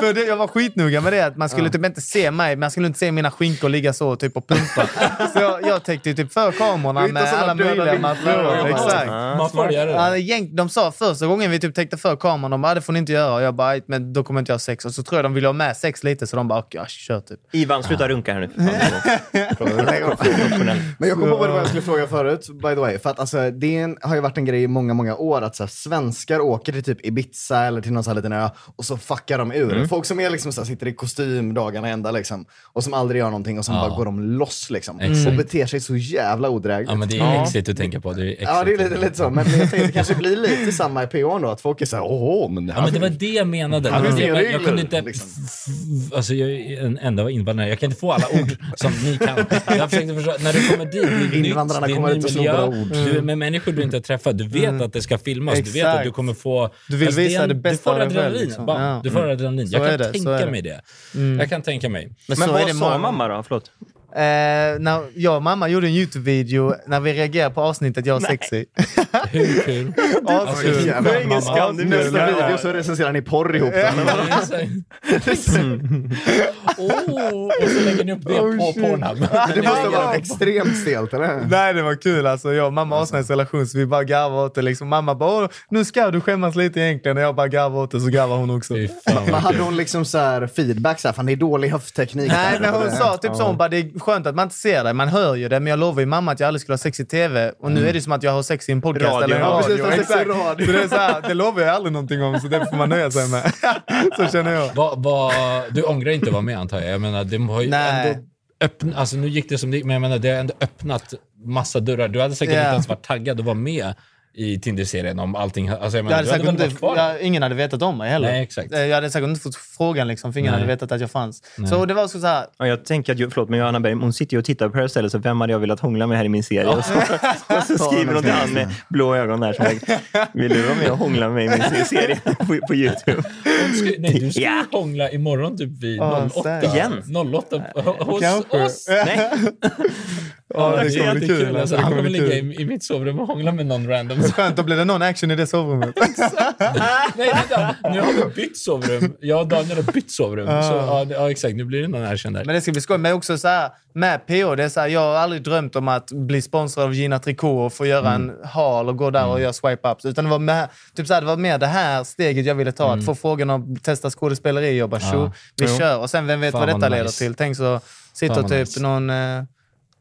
Speaker 3: För det, jag var skitnoga med det, att man skulle typ inte se mig, man skulle inte se mina skinkor ligga så typ och pumpa. så jag, jag täckte ju typ för kamerorna
Speaker 1: Det är inte
Speaker 3: med
Speaker 1: sådana
Speaker 3: alla
Speaker 1: döda
Speaker 3: möjliga
Speaker 1: vinklar.
Speaker 3: material.
Speaker 4: det.
Speaker 3: Exakt.
Speaker 4: Man får göra det.
Speaker 3: Ja, gäng, de sa första gången vi typ täckte för kameran, de bara "Ah, det får ni inte göra. Och jag bara "Aj, men då kommer inte jag ha sex. Och så tror jag de ville ha med sex lite, så de bara okej, ja, kör typ.
Speaker 2: Ivan, sluta runka
Speaker 3: *laughs*
Speaker 2: här nu. för fan.
Speaker 1: Lägg av. Men jag kommer på vad det var jag skulle fråga förut, by the way. För att alltså, det är en, har ju varit en grej i många, många år att så här, svenskar åker till typ Ibiza eller till någon sån här liten ö och så fuckar de ur. Folk som är liksom så här, sitter i kostym dagarna ända liksom, och som aldrig gör någonting och som bara går de loss liksom. Och beter sig så jävla odrägligt.
Speaker 4: Ja, men det är exit du tänker på. Det är exit.
Speaker 1: Ja, det är lite, lite så. Men jag tänkte det kanske blir lite samma i PH då, att folk är såhär åh, men det här...
Speaker 4: Ja, men det var
Speaker 3: Alltså,
Speaker 4: det jag menade. Det var
Speaker 1: finns
Speaker 4: det
Speaker 1: inga
Speaker 4: jag, jag
Speaker 1: regler,
Speaker 4: kunde inte...
Speaker 1: liksom.
Speaker 4: Alltså, jag är en enda var invandrare. Jag kan inte få alla
Speaker 3: *laughs*
Speaker 4: ord som ni kan. Jag försökte förstå, när du kommer dit, det är nytt,
Speaker 1: Invandrarna
Speaker 4: det är en
Speaker 1: kommer
Speaker 4: ny
Speaker 1: inte att
Speaker 4: miljö.
Speaker 1: snobbra ord.
Speaker 4: Du är med människor du inte har träffat. Du vet att det ska filmas. Du vet
Speaker 3: Mm.
Speaker 4: att
Speaker 3: Exakt.
Speaker 4: du kommer få... Alltså,
Speaker 3: Du vill
Speaker 4: är
Speaker 3: visa
Speaker 4: en-
Speaker 3: det bästa
Speaker 4: Du får
Speaker 3: av dig själv,
Speaker 4: adrenalin.
Speaker 3: liksom.
Speaker 4: Bara,
Speaker 3: Ja.
Speaker 4: Du får adrenalin. Jag
Speaker 3: Så
Speaker 4: kan
Speaker 3: är det, så
Speaker 4: tänka
Speaker 3: är det. Mm.
Speaker 4: mig det. Jag kan tänka mig.
Speaker 2: Men
Speaker 3: så är det
Speaker 2: vad sa
Speaker 3: många-
Speaker 2: mamma då? Förlåt.
Speaker 3: Eh, när jag och mamma gjorde en YouTube-video när vi reagerade på avsnittet Jag är sexy.
Speaker 4: Hur
Speaker 3: *laughs*
Speaker 4: kul?
Speaker 1: Alltså,
Speaker 4: Alltså,
Speaker 1: jävlar,
Speaker 4: det är ingen
Speaker 1: mamma.
Speaker 4: skam, det är
Speaker 1: Nästa
Speaker 2: ingen-
Speaker 1: video så recenserar ni porr ihop.
Speaker 4: oh, och så lägger ni upp det på Pornhub.
Speaker 1: Det måste vara extremt stelt, eller?
Speaker 3: Nej, det var kul alltså. Jag och mamma har sån här relation så vi bara garvar åt det. Liksom. Mamma bara, "Åh, nu ska du skämmas lite egentligen. Och jag bara garvar åt det så garvar hon också.
Speaker 4: Fy fan,
Speaker 1: Men
Speaker 4: vad
Speaker 1: hade
Speaker 4: kul.
Speaker 1: hon liksom så här feedback så här, fan det är dålig höftteknik.
Speaker 3: Nej,
Speaker 1: där."
Speaker 3: men hon sa typ så. Hon bara, det är skönt att man inte ser det. Man hör ju det, men jag lovar ju mamma att jag aldrig skulle ha sex i tv. Och nu är det ju som att jag har sex i en podcast
Speaker 2: Radio.
Speaker 3: eller en
Speaker 2: Ja,
Speaker 3: radio.
Speaker 1: precis, sex i
Speaker 3: Exakt.
Speaker 1: radio.
Speaker 3: Så det, är så här, det lovar jag aldrig någonting om, så det får man nöja sig med. *laughs* så känner jag.
Speaker 4: Vad- vad- du ångrar inte att vara med antar jag? Jag menar, det har ju
Speaker 3: Nej.
Speaker 4: ändå öppnat... Alltså nu gick det som det gick, men jag menar, det har ändå öppnat massa dörrar. Du hade säkert
Speaker 3: Ja.
Speaker 4: inte ens varit taggad att vara med i Tinder-serien om allting. Alltså, jag
Speaker 3: Jag
Speaker 4: menar,
Speaker 3: hade
Speaker 4: du hade
Speaker 3: säkert
Speaker 4: väl varit
Speaker 3: inte,
Speaker 4: kvar?
Speaker 3: jag, ingen hade vetat om mig heller.
Speaker 4: Nej, exakt.
Speaker 3: Eh, Jag hade säkert inte fått frågan, liksom, för ingen
Speaker 4: Nej.
Speaker 3: hade vetat att jag fanns. Så det var så, så här,
Speaker 2: Ja, jag tänker att, ju- förlåt, men Johanna Berg, hon sitter ju och tittar på det här stället, så vem hade jag velat hångla med här i min serie? Och så, *laughs* och så skriver hon till han med blå ögon där som jag, vill du vara med och hångla med mig i min se- serie på, på YouTube?
Speaker 4: Hon skulle- Nej, du ska
Speaker 2: Ja.
Speaker 4: ju hångla imorgon typ vid
Speaker 3: Ja,
Speaker 4: 08.
Speaker 3: säkert.
Speaker 2: Igen?
Speaker 4: 08 hos
Speaker 3: Kanske.
Speaker 4: oss.
Speaker 2: Nej,
Speaker 3: Ja, det kommer bli
Speaker 4: jättekul.
Speaker 3: kul. Alltså, det
Speaker 4: han
Speaker 3: kommer
Speaker 4: kommer
Speaker 3: bli
Speaker 4: ligga
Speaker 3: kul.
Speaker 4: i, i mitt sovrum och hångla med någon random.
Speaker 3: Skönt, då blir det någon action i det sovrummet.
Speaker 4: Nej, vänta. Nu har vi bytt sovrum. Jag och Daniel har bytt sovrum. Så,
Speaker 3: Ah.
Speaker 4: ja, det- ja, exakt. Nu blir det någon erkänd där.
Speaker 3: Men det ska bli skoj. Men också så här, med PH, det är så här, jag har aldrig drömt om att bli sponsrad av Gina Tricot och få göra en hal och gå där och göra swipe-ups. Utan det var, med, typ så här, det var mer det här steget jag ville ta. Att få frågan om att testa skådespeleri och bara tjo, vi kör. Och sen vem vet
Speaker 4: Fan
Speaker 3: vad detta
Speaker 4: vad
Speaker 3: leder
Speaker 4: nice.
Speaker 3: till. Tänk så sitter
Speaker 4: Fan vad
Speaker 3: typ
Speaker 4: nice.
Speaker 3: någon eh,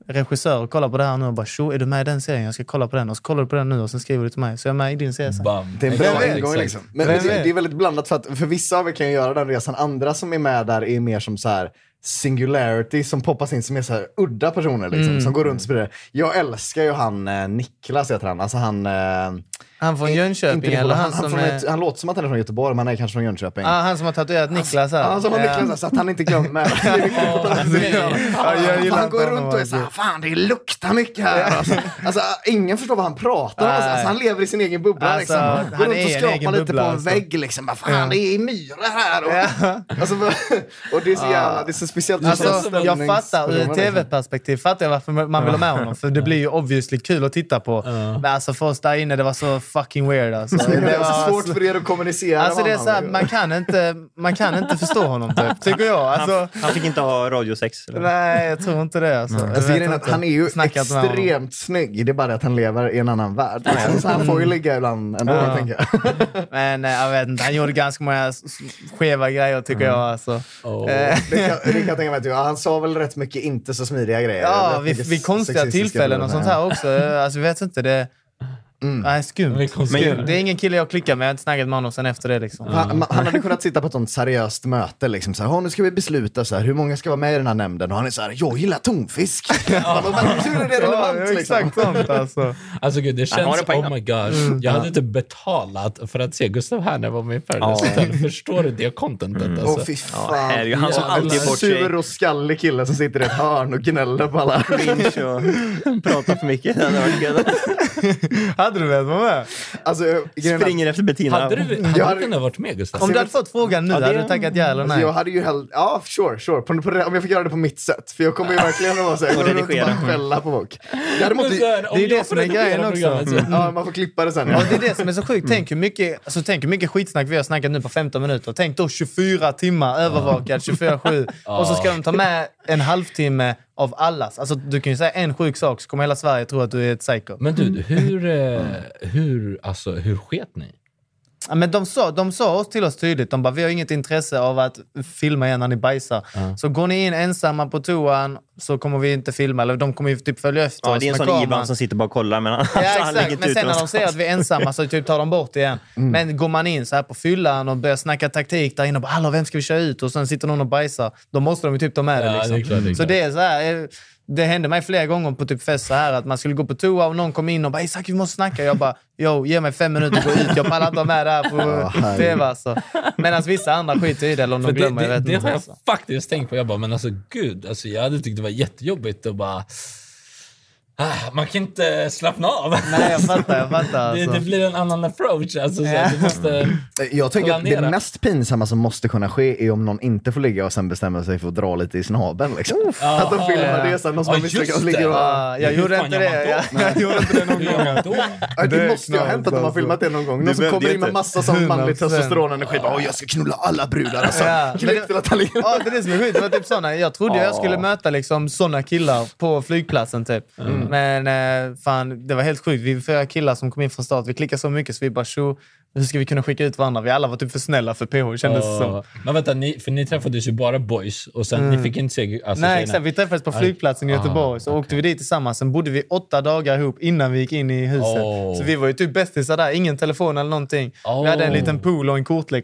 Speaker 3: regissör och kollar på det här nu och bara tjo, är du med i den serien? Jag ska kolla på den. Och så kollar du på den nu och sen skriver du till mig. Så jag är med i din serie sen.
Speaker 4: Bam.
Speaker 1: Det är en bra
Speaker 4: Exakt,
Speaker 1: ingång
Speaker 4: exakt.
Speaker 1: liksom. Men
Speaker 3: Vem
Speaker 1: det,
Speaker 3: vet?
Speaker 1: det är väldigt blandat för att för vissa av er kan ju göra den resan. Andra som är med där är mer som så här singularity som poppas in som är så här udda personer liksom, som går runt och sprider. Jag älskar ju han eh, Niklas heter han. Alltså han... Eh,
Speaker 3: Han från Jönköping,
Speaker 1: inte
Speaker 3: eller
Speaker 1: Nicolas,
Speaker 3: han,
Speaker 1: han,
Speaker 3: som
Speaker 1: från,
Speaker 3: är...
Speaker 1: ett- han låter som att han är från Göteborg men han är kanske från Jönköping.
Speaker 3: Ah, han som har tatuerat Niklas här. Eh,
Speaker 1: Han som har
Speaker 3: Ja.
Speaker 1: Niklas så att han inte
Speaker 3: *laughs*
Speaker 1: glömmer. Det är viktigt att han inte glömmer.
Speaker 3: Ja, Alltså, jag gillar
Speaker 1: Han
Speaker 3: inte
Speaker 1: går
Speaker 3: honom,
Speaker 1: runt och är
Speaker 3: alltså.
Speaker 1: såhär, fan det luktar mycket här. Alltså, alltså, ingen förstår vad han pratar om. Alltså,
Speaker 3: Nej.
Speaker 1: alltså, han lever i sin egen bubbla.
Speaker 3: Alltså,
Speaker 1: liksom. Går
Speaker 3: han
Speaker 1: runt
Speaker 3: är
Speaker 1: och
Speaker 3: en
Speaker 1: skrapar
Speaker 3: egen
Speaker 1: lite
Speaker 3: bubbla,
Speaker 1: på en
Speaker 3: alltså.
Speaker 1: vägg. Liksom. Vad fan, det är myror här. Och,
Speaker 3: Ja.
Speaker 1: alltså, och det är så jävla, det är så speciellt.
Speaker 3: Alltså,
Speaker 1: Sådana
Speaker 3: jag fattar, ur
Speaker 1: ställningspersoner,
Speaker 3: ett
Speaker 1: liksom.
Speaker 3: tv-perspektiv fattar jag varför man vill ha med honom. För det blir ju obviously kul att titta på. Men alltså för oss där inne, det var så fucking weird alltså.
Speaker 1: Det är så svårt
Speaker 3: alltså-
Speaker 1: för er att kommunicera
Speaker 3: Alltså det är
Speaker 1: med
Speaker 3: såhär,
Speaker 1: varandra.
Speaker 3: man kan inte, man kan inte förstå honom typ, tycker jag. Alltså,
Speaker 2: han, han fick inte ha radiosex. eller?
Speaker 3: nej, jag tror inte det alltså. Jag
Speaker 1: Alltså,
Speaker 3: vet
Speaker 1: grejen är att
Speaker 3: inte.
Speaker 1: han är ju
Speaker 3: Snackat med honom.
Speaker 1: extremt snygg. Det är bara det att han lever i en annan värld. Liksom. Så han får ju
Speaker 3: Mm.
Speaker 1: ligga ibland ändå, tänker jag.
Speaker 3: Men eh, jag vet inte, han gjorde ganska många s- s- skeva grejer tycker
Speaker 1: Mm.
Speaker 3: jag alltså.
Speaker 4: Och-
Speaker 3: Eh,
Speaker 1: Det kan, det kan jag tänka mig att du, han sa väl rätt mycket inte så smidiga grejer.
Speaker 3: Ja,
Speaker 1: Rätt
Speaker 3: vid,
Speaker 1: mycket
Speaker 3: vid konstiga
Speaker 1: sexistiska
Speaker 3: tillfällen och
Speaker 1: bilder.
Speaker 3: sånt här också. Eh, Alltså vi vet inte, det...
Speaker 1: Mm.
Speaker 3: Nej, skumt.
Speaker 4: Det är
Speaker 3: Det,
Speaker 4: konstigt.
Speaker 3: det är ingen kille jag klickar med, jag har inte snackat med honom sen efter det liksom.
Speaker 1: Han, han hade kunnat sitta på ett sånt seriöst möte. Liksom, så här, "Ja, nu ska vi besluta så här, hur många ska vara med i den här nämnden. Och han är så här, jag gillar tonfisk. Ja, men Hur är det
Speaker 3: *laughs* Ja,
Speaker 1: relevant?
Speaker 3: det
Speaker 1: liksom?
Speaker 3: är exakt sånt alltså.
Speaker 4: Alltså gud, det
Speaker 2: Han har
Speaker 4: känns...
Speaker 2: det på
Speaker 4: Oh
Speaker 2: innan.
Speaker 4: my
Speaker 3: Mm.
Speaker 4: gosh. Jag hade typ betalat för att se Gustav här när jag var med i Paradise
Speaker 2: Ja.
Speaker 4: Hotel. Alltså, Förstår du det contentet?
Speaker 3: Mm.
Speaker 1: Åh
Speaker 4: Alltså.
Speaker 1: fy
Speaker 2: Ja,
Speaker 1: fan.
Speaker 2: här är ju han som
Speaker 4: Jävlar.
Speaker 2: alltid är
Speaker 1: en
Speaker 3: typ
Speaker 2: bort sig.
Speaker 1: sur och skallig kille som sitter i ett hörn och gnäller på
Speaker 3: *laughs*
Speaker 1: alla.
Speaker 2: Cringe och pratar för mycket. Det hade varit gött.
Speaker 3: Hade du velat vara med?
Speaker 1: Alltså, grejen är-
Speaker 2: Springer efter Bettina.
Speaker 4: Hade du, hade
Speaker 1: Jag
Speaker 4: du
Speaker 1: hade-
Speaker 4: kunnat varit med Gustav?
Speaker 3: Om du hade fått frågan nu, hade du tackat ja eller
Speaker 1: Alltså, jag
Speaker 3: nej?
Speaker 1: hade ju hellre, ja sure, sure. På, på, om jag fick göra det på mitt sätt. För jag kommer ju verkligen att vara såhär,
Speaker 2: Och
Speaker 1: gå runt och bara
Speaker 2: redigera.
Speaker 1: skälla på folk. Däremot,
Speaker 4: Men så här, om
Speaker 3: det är ju
Speaker 4: jag
Speaker 3: det
Speaker 4: får
Speaker 3: som är
Speaker 4: redigera
Speaker 3: grejen också.
Speaker 4: programmet så-
Speaker 1: ja, man får klippa det sen.
Speaker 3: Ja, det är det som är så sjukt. Tänk hur, mycket, alltså, tänk hur mycket skitsnack vi har snackat nu på 15 minuter. Tänk då 24 timmar övervakad 24-7 och så ska de ta med en halvtimme av allas. Alltså, du kan ju säga en sjuk sak så kommer hela Sverige tro att du är ett psycho.
Speaker 4: Men du, hur, eh, hur, alltså, hur sket ni?
Speaker 3: Ja, men de sa, de sa oss till oss tydligt, de bara vi har inget intresse av att filma igen när ni bajsar. Så går ni in ensamma på toan så kommer vi inte filma. Eller de kommer ju typ följa efter
Speaker 2: Ja,
Speaker 3: oss
Speaker 2: det är en
Speaker 3: med
Speaker 2: sån
Speaker 3: kameran.
Speaker 2: Ivan som sitter bara och kollar, men han,
Speaker 3: Ja,
Speaker 4: Alltså,
Speaker 2: han lägger
Speaker 3: exakt.
Speaker 2: inte
Speaker 3: Men
Speaker 2: ut
Speaker 3: sen när de
Speaker 2: någonstans.
Speaker 3: ser att vi är ensamma så typ tar de bort igen.
Speaker 4: Mm.
Speaker 3: Men går man in så här på fyllan och börjar snacka taktik där inne och bara “Hallå, vem ska vi köra ut?” och sen sitter någon och bajsar, då måste de ju typ ta med
Speaker 4: Ja,
Speaker 3: det.
Speaker 4: det är
Speaker 3: Liksom.
Speaker 4: klart, det är
Speaker 3: så
Speaker 4: klart.
Speaker 3: det är så här, eh, det hände mig flera gånger på typ fest så här att man skulle gå på toa och någon kom in och bara “Isak, vi måste snacka”. Jag bara “Jo, ge mig fem minuter och gå ut. Jag pallar inte vara med det här på
Speaker 1: herregud.
Speaker 3: tv alltså. Medan vissa andra skiter i det eller om de
Speaker 4: För det,
Speaker 3: glömmer. jag
Speaker 4: det,
Speaker 3: vet
Speaker 4: det
Speaker 3: inte.
Speaker 4: har jag
Speaker 3: alltså.
Speaker 4: faktiskt tänkt på. Jag bara, men alltså gud, alltså, jag hade tyckt det var jättejobbigt att bara... Ah, man kan inte slappna av.
Speaker 3: Nej, jag fattar. Jag fattar alltså.
Speaker 4: *laughs* det, det blir en annan approach. Alltså, så här, du måste...
Speaker 1: *laughs* Jag tänker att det
Speaker 4: Planera.
Speaker 1: mest pinsamma som måste kunna ske är om någon inte får ligga och sen bestämmer sig för att dra lite i snabel. Liksom. Att de filmar det sen, någon som
Speaker 4: Ah, Ja,
Speaker 1: har misslyckats
Speaker 4: just
Speaker 1: och ligger och...
Speaker 4: det.
Speaker 3: Ja, Ah, jag
Speaker 4: Hur
Speaker 3: gjorde
Speaker 4: fan
Speaker 3: inte
Speaker 4: gör man
Speaker 3: det.
Speaker 4: då?
Speaker 3: Jag, jag gjorde inte det någon
Speaker 4: Hur gör man
Speaker 3: *laughs*
Speaker 4: då?
Speaker 1: Ja,
Speaker 3: Det
Speaker 1: det
Speaker 3: är
Speaker 1: måste ju ha
Speaker 3: knallt,
Speaker 1: hänt att de har
Speaker 3: alltså.
Speaker 1: filmat det någon gång. Någon som
Speaker 2: behövde
Speaker 1: kommer
Speaker 2: ju
Speaker 1: in med
Speaker 2: inte.
Speaker 1: massa
Speaker 4: *laughs*
Speaker 1: sån manlig
Speaker 3: 100%.
Speaker 1: testosteronenergi. Bara, "Åh, jag ska knulla alla brudar. Alltså.
Speaker 3: Ja,
Speaker 4: Liksom.
Speaker 3: men det-
Speaker 1: Klipp till att han ligger...
Speaker 3: Ja, det är det som är skit. Det var typ såna. Jag trodde jag skulle möta liksom såna killar på flygplatsen typ.
Speaker 4: Mm.
Speaker 3: Men eh, fan, det var helt sjukt. Vi var fyra killar som kom in från start. Vi klickade så mycket så vi bara tjo, hur ska vi kunna skicka ut varandra? Vi alla var typ för snälla för PH kändes det som.
Speaker 4: Ja. Men vänta, ni, för ni träffades ju bara boys och sen ni fick inte se alltså,
Speaker 3: Mm. Nej,
Speaker 4: tjejerna.
Speaker 3: exakt. Vi träffades på
Speaker 4: Aj.
Speaker 3: flygplatsen i Göteborg, så åkte vi dit tillsammans. Sen bodde vi åtta dagar ihop innan vi gick in i huset.
Speaker 4: Oh.
Speaker 3: Så vi var ju typ bästisar där. Ingen telefon eller någonting.
Speaker 4: Oh.
Speaker 3: Vi hade en liten pool och en kortlek.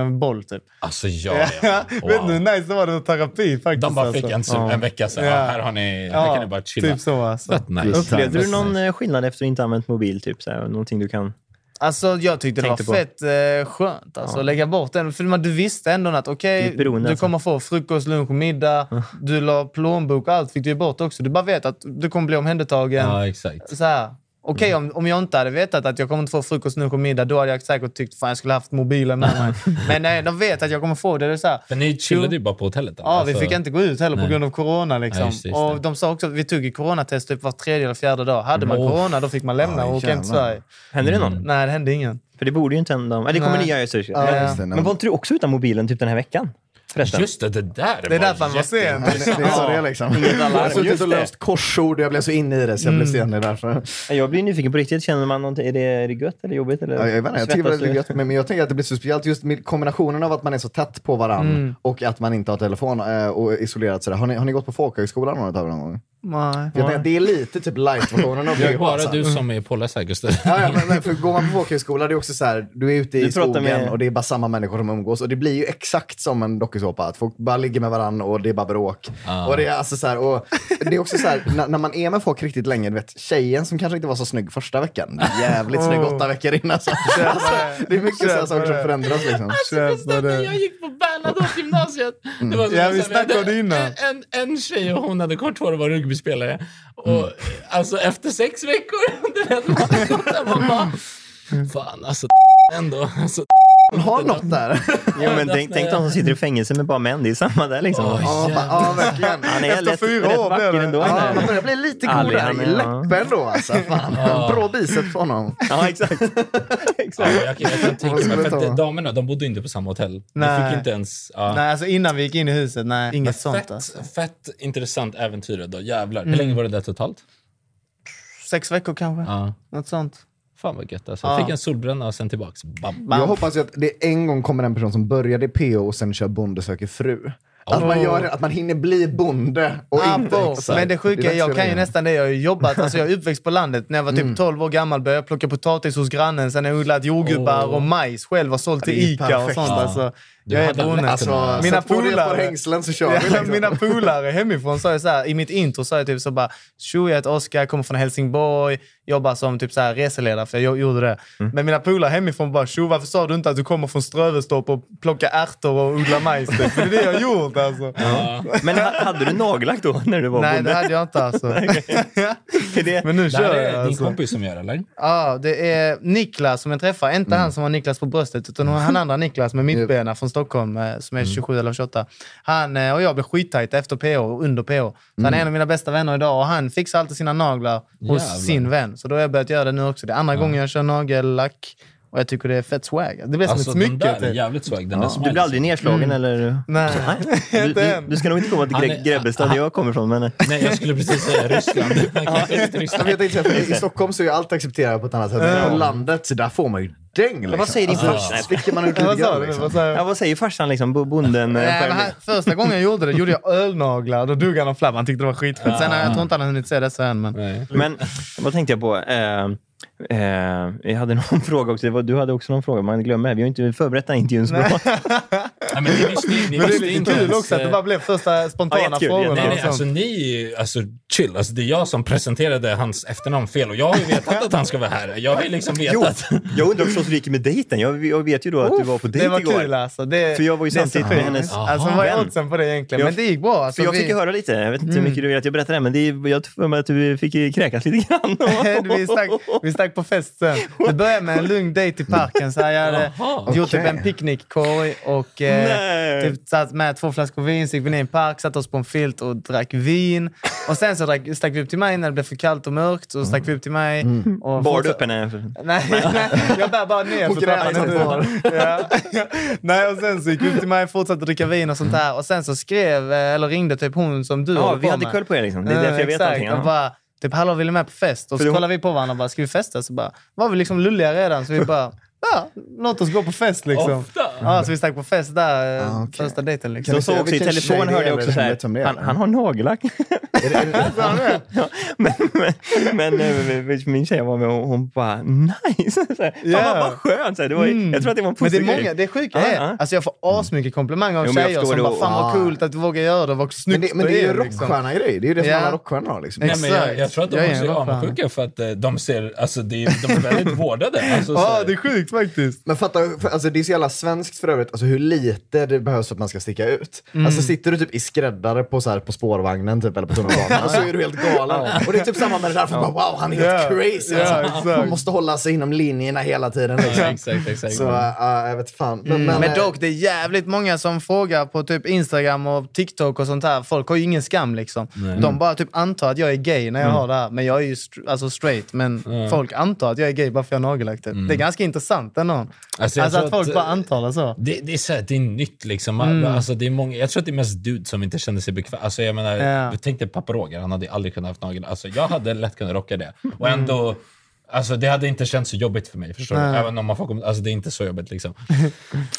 Speaker 3: En boll typ.
Speaker 4: Alltså ja, ja.
Speaker 3: Ja, *laughs* Vet du hur
Speaker 4: Wow.
Speaker 3: nice det var? Det var terapi faktiskt.
Speaker 4: De bara fick
Speaker 3: alltså.
Speaker 4: en, sur-
Speaker 3: Ja.
Speaker 4: en vecka sen.
Speaker 3: Ja.
Speaker 4: Ja. Här har ni, här kan ni bara chilla.
Speaker 3: Typ så alltså.
Speaker 4: Fett nice.
Speaker 2: Upplevde du
Speaker 3: Nice.
Speaker 2: någon eh, skillnad efter att inte använt mobil? Typ, så här, någonting du kan...
Speaker 3: Alltså jag tyckte det var
Speaker 2: Tänkte på.
Speaker 3: fett eh, skönt alltså,
Speaker 2: Ja.
Speaker 3: att lägga bort den. För man, du visste ändå att okej,
Speaker 2: Det är ett beroende,
Speaker 3: du
Speaker 2: alltså.
Speaker 3: kommer få frukost, lunch och middag. Du la plånbok och allt fick du ju bort också. Du bara vet att du kommer bli omhändertagen.
Speaker 4: Ja, exakt.
Speaker 3: Så här. Okej, om, om jag inte hade vetat att jag kommer inte få frukost, lunch och middag, då hade jag säkert tyckt fan jag skulle haft mobilen med
Speaker 2: *laughs*
Speaker 3: mig. Men nej, de vet att jag kommer få det. det är så här.
Speaker 4: Men ni chillade ju bara på hotellet. då,
Speaker 3: Ja, vi
Speaker 4: alltså.
Speaker 3: fick inte gå ut heller
Speaker 4: Nej.
Speaker 3: på grund av corona. Liksom.
Speaker 4: Ja, just det, just
Speaker 3: och
Speaker 4: det.
Speaker 3: de sa också att vi tog ju coronatest typ var tredje eller fjärde dag. Hade man
Speaker 4: Mm.
Speaker 3: corona, då fick man lämna och åka hem till
Speaker 1: jävlar.
Speaker 3: Sverige.
Speaker 2: Händer det någon?
Speaker 3: Nej, det hände ingen.
Speaker 2: För det borde ju inte hända. om- Eller det kommer
Speaker 3: Nej.
Speaker 2: nya resurser.
Speaker 3: Ja,
Speaker 2: Men-
Speaker 3: just
Speaker 1: det, när
Speaker 2: Men
Speaker 1: man-
Speaker 2: var inte du också utan mobilen typ den här veckan? Förresten.
Speaker 4: Just det, det där
Speaker 3: Det är därför han var sen.
Speaker 4: jätteintressant.
Speaker 1: Det är så det är liksom. Jag har suttit
Speaker 2: Just
Speaker 1: och
Speaker 2: det. Mm.
Speaker 1: löst korsord och jag blev så inne i det så jag blev sen. Det är därför.
Speaker 2: Jag blir nyfiken på riktigt. Känner man någonting? Är det, är det gött eller jobbigt? Eller?
Speaker 1: Ja, jag vet inte, jag tycker det är
Speaker 2: Svettas
Speaker 1: väldigt
Speaker 2: du?
Speaker 1: gött, men men jag tänker att det blir så speciellt just med kombinationen av att man är så tätt på varandra
Speaker 2: Mm.
Speaker 1: och att man inte har telefon eh, och är isolerat sådär. Har ni, har ni gått på folkhögskolan någon av er någon gång?
Speaker 3: Nej.
Speaker 1: Jag
Speaker 3: *laughs*
Speaker 1: tänker att det är lite typ light-versionen av
Speaker 4: Det är
Speaker 1: det.
Speaker 4: bara
Speaker 1: alltså.
Speaker 4: du som är polare, Gustav.
Speaker 1: Ja, ja, men, men för går man på folkhögskola, det är också så här, du är ute i
Speaker 2: Du pratar
Speaker 1: skogen
Speaker 2: med-
Speaker 1: och det är bara samma människor som umgås. Och det blir ju exakt som en dokusåpa, att folk bara ligger med varandra och det är bara bråk. Och det är alltså så här, och det är också så här, när, när man är med folk riktigt länge, du vet, tjejen som kanske inte var så snygg första veckan, jävligt snygg
Speaker 2: Oh.
Speaker 1: åtta veckor in. Alltså. Alltså, det är mycket sådana saker som förändras. Liksom.
Speaker 4: Alltså, *laughs*
Speaker 3: Köpa
Speaker 4: När
Speaker 3: det. Mm.
Speaker 4: jag gick på Bernadotte gymnasiet. Det var så-
Speaker 3: Ja, vi
Speaker 4: så här,
Speaker 3: snackade om det innan.
Speaker 4: En, en, en tjej och hon hade kort hår och var rugbyspelare. Och
Speaker 3: Mm.
Speaker 4: alltså efter sex veckor, *laughs* du vet, man, man bara... Fan alltså, *laughs* ändå. Alltså,
Speaker 1: Man har något där.
Speaker 2: Jo,
Speaker 4: *laughs*
Speaker 2: men tänk, tänk de som sitter i fängelse med bara män. Det är samma där liksom.
Speaker 4: Oj.
Speaker 1: Ja, bara, ja verkligen.
Speaker 2: Han är lätt,
Speaker 3: fyra
Speaker 2: rätt
Speaker 3: år blev
Speaker 2: vacker
Speaker 3: det.
Speaker 2: ändå. den
Speaker 1: Ja,
Speaker 2: där.
Speaker 1: man börjar bli lite
Speaker 2: Ali,
Speaker 1: godare
Speaker 2: han
Speaker 1: i
Speaker 2: är- ja.
Speaker 1: läppen då alltså. Fan. Bra biceps på honom.
Speaker 2: Ja, exakt.
Speaker 4: Ja,
Speaker 2: exakt.
Speaker 4: jag, kan- jag kan tänka mig, för
Speaker 1: Ja.
Speaker 4: att damerna de bodde inte på samma hotell. De
Speaker 3: Nej.
Speaker 4: fick inte ens... Ja.
Speaker 3: Nej, alltså innan vi gick in i huset. Nej, inget sånt. Alltså. Mm.
Speaker 4: Fett, fett intressant äventyr då, jävlar. Hur länge var det där totalt?
Speaker 3: Sex veckor kanske.
Speaker 4: Ja.
Speaker 3: Något sånt.
Speaker 4: Fan vad gött alltså.
Speaker 3: Ja.
Speaker 4: Fick en solbränna och sen tillbaks. Bam.
Speaker 1: Jag hoppas ju att det en gång kommer en person som började i PO och sen kör Bonde söker fru. Att man, gör, det, att man hinner bli bonde och inte...
Speaker 3: Abo.
Speaker 1: exakt.
Speaker 3: Ah, Men det sjuka
Speaker 1: dags
Speaker 3: är, jag
Speaker 1: för
Speaker 3: kan ju
Speaker 1: det. Mm.
Speaker 3: nästan det. Jag har ju jobbat. Alltså, jag är uppväxt på landet. När jag var typ 12 år gammal började jag plocka potatis hos grannen. Sen har jag odlat jordgubbar och majs själv och sålt till
Speaker 1: Det är
Speaker 3: Ica och
Speaker 1: perfekt.
Speaker 3: sånt.
Speaker 1: Ja.
Speaker 3: Alltså,
Speaker 4: Du
Speaker 3: jag är
Speaker 4: hade lätt
Speaker 3: bonde.
Speaker 4: kunnat-
Speaker 1: Alltså,
Speaker 3: Mina
Speaker 1: Mina på dig ett par
Speaker 3: polare.
Speaker 1: hängslen så kör vi.
Speaker 3: *laughs* Ja,
Speaker 1: Liksom.
Speaker 3: mina polare hemifrån sa ju så här, i mitt intro sa jag typ så bara “Tjo, jag heter Oskar, kommer från Helsingborg, jobbar som typ så här reseledare” för jag gjorde det.
Speaker 1: Mm.
Speaker 3: Men mina polare hemifrån bara “Tjo, varför sa du inte att du kommer från Strövestorp och plockar ärtor och odlar majs?” typ? För det är det jag gjort alltså.
Speaker 2: Men ha- hade du nagellack då när du var
Speaker 3: Nej, det
Speaker 2: bonde?
Speaker 3: hade jag
Speaker 1: *laughs*
Speaker 3: inte alltså.
Speaker 2: Är
Speaker 3: *laughs*
Speaker 2: det...
Speaker 3: Men nu
Speaker 4: Det här
Speaker 3: kör
Speaker 4: är
Speaker 3: jag
Speaker 4: din
Speaker 3: alltså.
Speaker 4: kompis som gör eller?
Speaker 3: Ja, det är Niklas som jag träffar. Inte
Speaker 4: Mm.
Speaker 3: han som har Niklas på bröstet, utan han andra Niklas med mittbena från Stockholm eh, som är
Speaker 4: Mm.
Speaker 3: 27 eller 28. Han eh, och jag blev skittajta efter PH och under PH. Så han är en av mina bästa vänner idag och han fixar alltid sina naglar hos
Speaker 4: Mm. Jävlar.
Speaker 3: sin vän. Så då har jag börjat göra det nu också. Det är andra gången jag kör nagellack och jag tycker det är fett swag. Det blir som
Speaker 4: Alltså
Speaker 3: ett
Speaker 4: den
Speaker 3: smycke.
Speaker 4: där är
Speaker 3: typ.
Speaker 4: jävligt swag. Den där
Speaker 2: Du blir
Speaker 4: smilesen.
Speaker 2: aldrig nedslagen eller?
Speaker 4: *laughs*
Speaker 3: Nej,
Speaker 2: Du,
Speaker 3: inte
Speaker 2: du,
Speaker 3: än.
Speaker 2: du ska nog inte komma till
Speaker 4: Han är-
Speaker 2: Gre- Grebbestad där jag kommer från. Men...
Speaker 4: Nej, jag skulle precis *laughs* säga Ryssland. Man kan inte ens
Speaker 1: Jag
Speaker 4: Ryssland.
Speaker 1: vet inte, för I Stockholm så är ju allt accepterat på ett annat sätt. Men på landet, så där får man ju däng. Liksom.
Speaker 2: Vad säger din farsa?
Speaker 1: Vilket man har gjort
Speaker 3: Ja,
Speaker 1: lite
Speaker 3: *laughs* Vad sa
Speaker 1: grann.
Speaker 3: du?
Speaker 1: Liksom.
Speaker 3: Vad sa
Speaker 2: Alltså, Ja,
Speaker 3: jag?
Speaker 2: vad säger farsan liksom? Bo- Bonden? eh,
Speaker 3: Nej, men
Speaker 2: själv?
Speaker 3: han, första gången jag gjorde det gjorde jag ölnaglar. Då dog han av flamman. Han tyckte det var skitfett. Sen har jag tror inte han har hunnit se dessa än. Men...
Speaker 2: Men vad tänkte jag på? Eh, *laughs* eh, jag hade någon fråga också. Det var, du hade också någon fråga. Man glömmer. Vi har inte förberett den här intervjun så bra.
Speaker 4: Nej, men ni visste,
Speaker 3: Men
Speaker 4: ni
Speaker 3: det är
Speaker 4: visste
Speaker 3: lite
Speaker 4: inte
Speaker 3: kul
Speaker 4: ens,
Speaker 3: också att det
Speaker 4: eh,
Speaker 3: bara blev första spontana frågorna.
Speaker 4: Nej, nej,
Speaker 3: liksom.
Speaker 4: alltså ni, alltså chill. Alltså, det är jag som presenterade hans efternamn fel och jag har ju vetat att han ska vara här. Jag har ju liksom
Speaker 2: *laughs* Jo,
Speaker 4: vetat.
Speaker 2: jag undrar förstås hur det gick med dejten. Jag, jag vet ju då att du var på
Speaker 3: det
Speaker 2: dejt
Speaker 3: var
Speaker 2: igår.
Speaker 3: kul alltså. Det-
Speaker 2: För jag var ju
Speaker 3: det är så
Speaker 2: samtidigt med
Speaker 3: sjukt.
Speaker 2: hennes
Speaker 3: Alltså, vad är oddsen på det egentligen? Men det gick bra, alltså,
Speaker 2: för jag
Speaker 3: vi-
Speaker 2: fick ju höra lite. Jag vet inte
Speaker 3: Mm.
Speaker 2: hur mycket du vill att jag berättar det, men det, är- jag tror för mig att du fick ju kräkas lite grann.
Speaker 3: *laughs* vi, stack, vi stack på fest
Speaker 2: *laughs*
Speaker 3: sen. Det började med en lugn dejt i parken. Så jag hade
Speaker 2: Jaha.
Speaker 3: gjort typ
Speaker 2: Okej.
Speaker 3: en picknickkorg och eh, typ satt med två flaskor vin. Så gick vi ner i en park, satte oss på en filt och drack vin. Och sen så drack, stack vi upp till mig när det blev för kallt och mörkt. Och stack vi upp till mig.
Speaker 2: Mm.
Speaker 3: Och
Speaker 2: Bar du
Speaker 3: fortsatte-
Speaker 2: upp henne?
Speaker 3: Nej, *laughs* nej, jag bär bara ner
Speaker 2: Hon
Speaker 3: så
Speaker 2: grabbar
Speaker 3: trappan
Speaker 2: sig
Speaker 3: ut. Ja. *laughs* Nej, och sen så gick vi upp till mig och fortsatte dricka vin och sånt där. Och sen så skrev, eh, eller ringde typ hon som du
Speaker 2: Ja,
Speaker 3: håller
Speaker 2: vi
Speaker 3: på
Speaker 2: hade
Speaker 3: med. Eh,
Speaker 2: koll på er liksom. Det är därför jag vet
Speaker 3: exakt.
Speaker 2: allting, ja.
Speaker 3: Och bara, typ hallå vill du med på fest? Och
Speaker 2: För
Speaker 3: så
Speaker 2: hon-
Speaker 3: kollade vi på varandra och bara, ska vi festa? Så bara, var vi liksom lulliga redan? Så vi bara, ja, låt oss gå på fest liksom.
Speaker 2: Ofta.
Speaker 3: Ja, så vi stack på fest där,
Speaker 2: Ah,
Speaker 3: eh, första dejten liksom.
Speaker 2: De sa också i telefon, hörde jag också så här, han, han har nagellack. *laughs* Ja, men, men, men eh, min tjej var med och hon bara, nice! *laughs* Så här, Fan vad- vad skönt! Så här, det var, ju- Jag tror att det var en
Speaker 3: Mm. Men det
Speaker 2: positiv
Speaker 3: är många,
Speaker 2: grej.
Speaker 3: det sjuka
Speaker 2: Ja,
Speaker 3: är,
Speaker 2: ja.
Speaker 3: alltså jag får asmycket komplimanger av
Speaker 2: Ah, Mm. Jo, men jag
Speaker 3: tjejer som
Speaker 2: förstår det
Speaker 3: bara
Speaker 2: och-
Speaker 3: “Fan vad
Speaker 2: Ah.
Speaker 3: coolt att du vågar göra det, vad snyggt
Speaker 1: Men det- men det är ju
Speaker 3: du liksom."
Speaker 1: rockstjärna-grej. Det är ju det som
Speaker 3: Ja.
Speaker 1: alla rockstjärnor har, liksom.
Speaker 4: Nej, men jag,
Speaker 3: Exakt.
Speaker 4: jag tror att de
Speaker 3: Jag är
Speaker 4: också
Speaker 3: en
Speaker 4: är
Speaker 3: rockstjärna.
Speaker 4: avundsjuka för att eh, de ser, alltså det är, de är väldigt vårdade. Alltså, så här.
Speaker 3: det är sjukt faktiskt.
Speaker 1: Men fatta, för- alltså, det är så jävla svenskt för övrigt, alltså, hur lite det behövs för att man ska sticka ut.
Speaker 3: Mm.
Speaker 1: Alltså sitter du typ i skräddare på, så här, på spårvagnen typ, eller på tunnelbanan så är du helt galen. Och det är typ samma med det där, för
Speaker 3: Ja.
Speaker 1: bara, wow han är helt
Speaker 3: Ja,
Speaker 1: crazy.
Speaker 3: ja,
Speaker 1: alltså.
Speaker 3: exakt.
Speaker 1: Man måste hålla sig inom linjerna hela tiden. Liksom.
Speaker 3: Ja, exakt, exakt.
Speaker 1: Så äh, jag vet fan.
Speaker 3: Mm. Men,
Speaker 1: eh,
Speaker 3: dock, det är jävligt många som frågar på typ Instagram och TikTok och sånt här. Folk har ju ingen skam liksom.
Speaker 1: Nej.
Speaker 3: De bara typ antar att jag är gay när jag
Speaker 1: Mm.
Speaker 3: har det här. Men jag är ju str- alltså straight, men
Speaker 4: Mm.
Speaker 3: folk antar att jag är gay bara för jag har nagellack typ. Det är ganska intressant ändå.
Speaker 4: Alltså,
Speaker 3: Alltså,
Speaker 4: jag
Speaker 3: att
Speaker 4: tror att-
Speaker 3: folk bara antar det så.
Speaker 4: Det, det, är så här, det är nytt liksom.
Speaker 3: Mm.
Speaker 4: Alltså, det är många, jag tror att det är mest dudes som inte känner sig bekväma. Alltså, jag menar,
Speaker 3: Ja.
Speaker 4: Tänk dig pappa Roger, han hade aldrig kunnat haft nagel. Alltså, jag hade lätt kunnat rocka det. Och
Speaker 3: Mm.
Speaker 4: ändå, alltså, det hade inte känts så jobbigt för mig. Förstår du?
Speaker 3: Nej.
Speaker 4: Även om man får, kom- alltså, det är inte så
Speaker 1: *laughs*
Speaker 4: jobbigt. Liksom.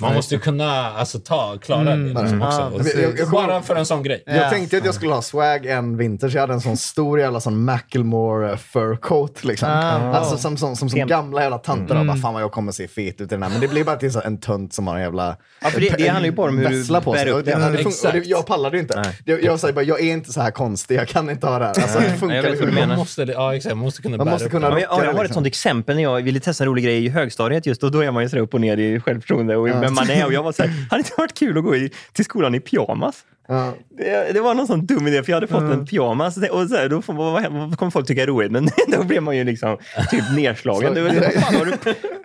Speaker 4: Man måste ju kunna alltså, ta, klara
Speaker 1: Mm.
Speaker 4: det liksom,
Speaker 1: Ja,
Speaker 4: också.
Speaker 1: precis.
Speaker 4: Och-
Speaker 1: Jag- jag kommer-
Speaker 4: bara för en sån grej.
Speaker 1: Jag tänkte att jag skulle ha swag en vinter, så jag hade en sån stor jävla sån Macklemore eh, fur coat. Liksom.
Speaker 3: Ah.
Speaker 1: alltså som, som, som, som
Speaker 3: Fem.
Speaker 1: gamla jävla tanter.
Speaker 3: Mm.
Speaker 1: Mm. Bara, fan vad jag kommer se fet ut i den här. Men det blir bara till så en tönt som har en jävla
Speaker 2: Ja, för det- det handlar ju bara om hur du
Speaker 1: vessla på
Speaker 2: bär
Speaker 1: sig.
Speaker 2: upp
Speaker 1: Och det,
Speaker 2: den.
Speaker 1: och det, fun- och
Speaker 2: Exakt.
Speaker 1: det, jag pallade ju inte. Jag, jag säger bara, jag är inte så här konstig. Jag kan inte ha det här. Alltså, det funkar
Speaker 2: jag vet
Speaker 1: ju
Speaker 2: vad du
Speaker 1: inte.
Speaker 2: menar.
Speaker 1: Man
Speaker 4: måste, ja, exakt, man måste kunna
Speaker 1: Man måste kunna
Speaker 2: Ja, men
Speaker 1: rocka
Speaker 2: jag, jag
Speaker 1: det,
Speaker 2: har ett
Speaker 1: liksom.
Speaker 2: sånt exempel när jag ville testa en rolig grej i högstadiet. just och Då är man ju så där upp och ner i självförtroende och
Speaker 1: Ja.
Speaker 2: vem man är. Och jag var så här, hade det inte varit kul att gå i, till skolan i pyjamas? Det, det var någon sån dum idé, för jag hade fått en pyjamas. Det- Och så här, då får, vad, vad kommer folk tycka är roligt, men *laughs* då blev man ju liksom
Speaker 3: *laughs*
Speaker 2: typ nedslagen. Det, var så här, "Vad fan har du,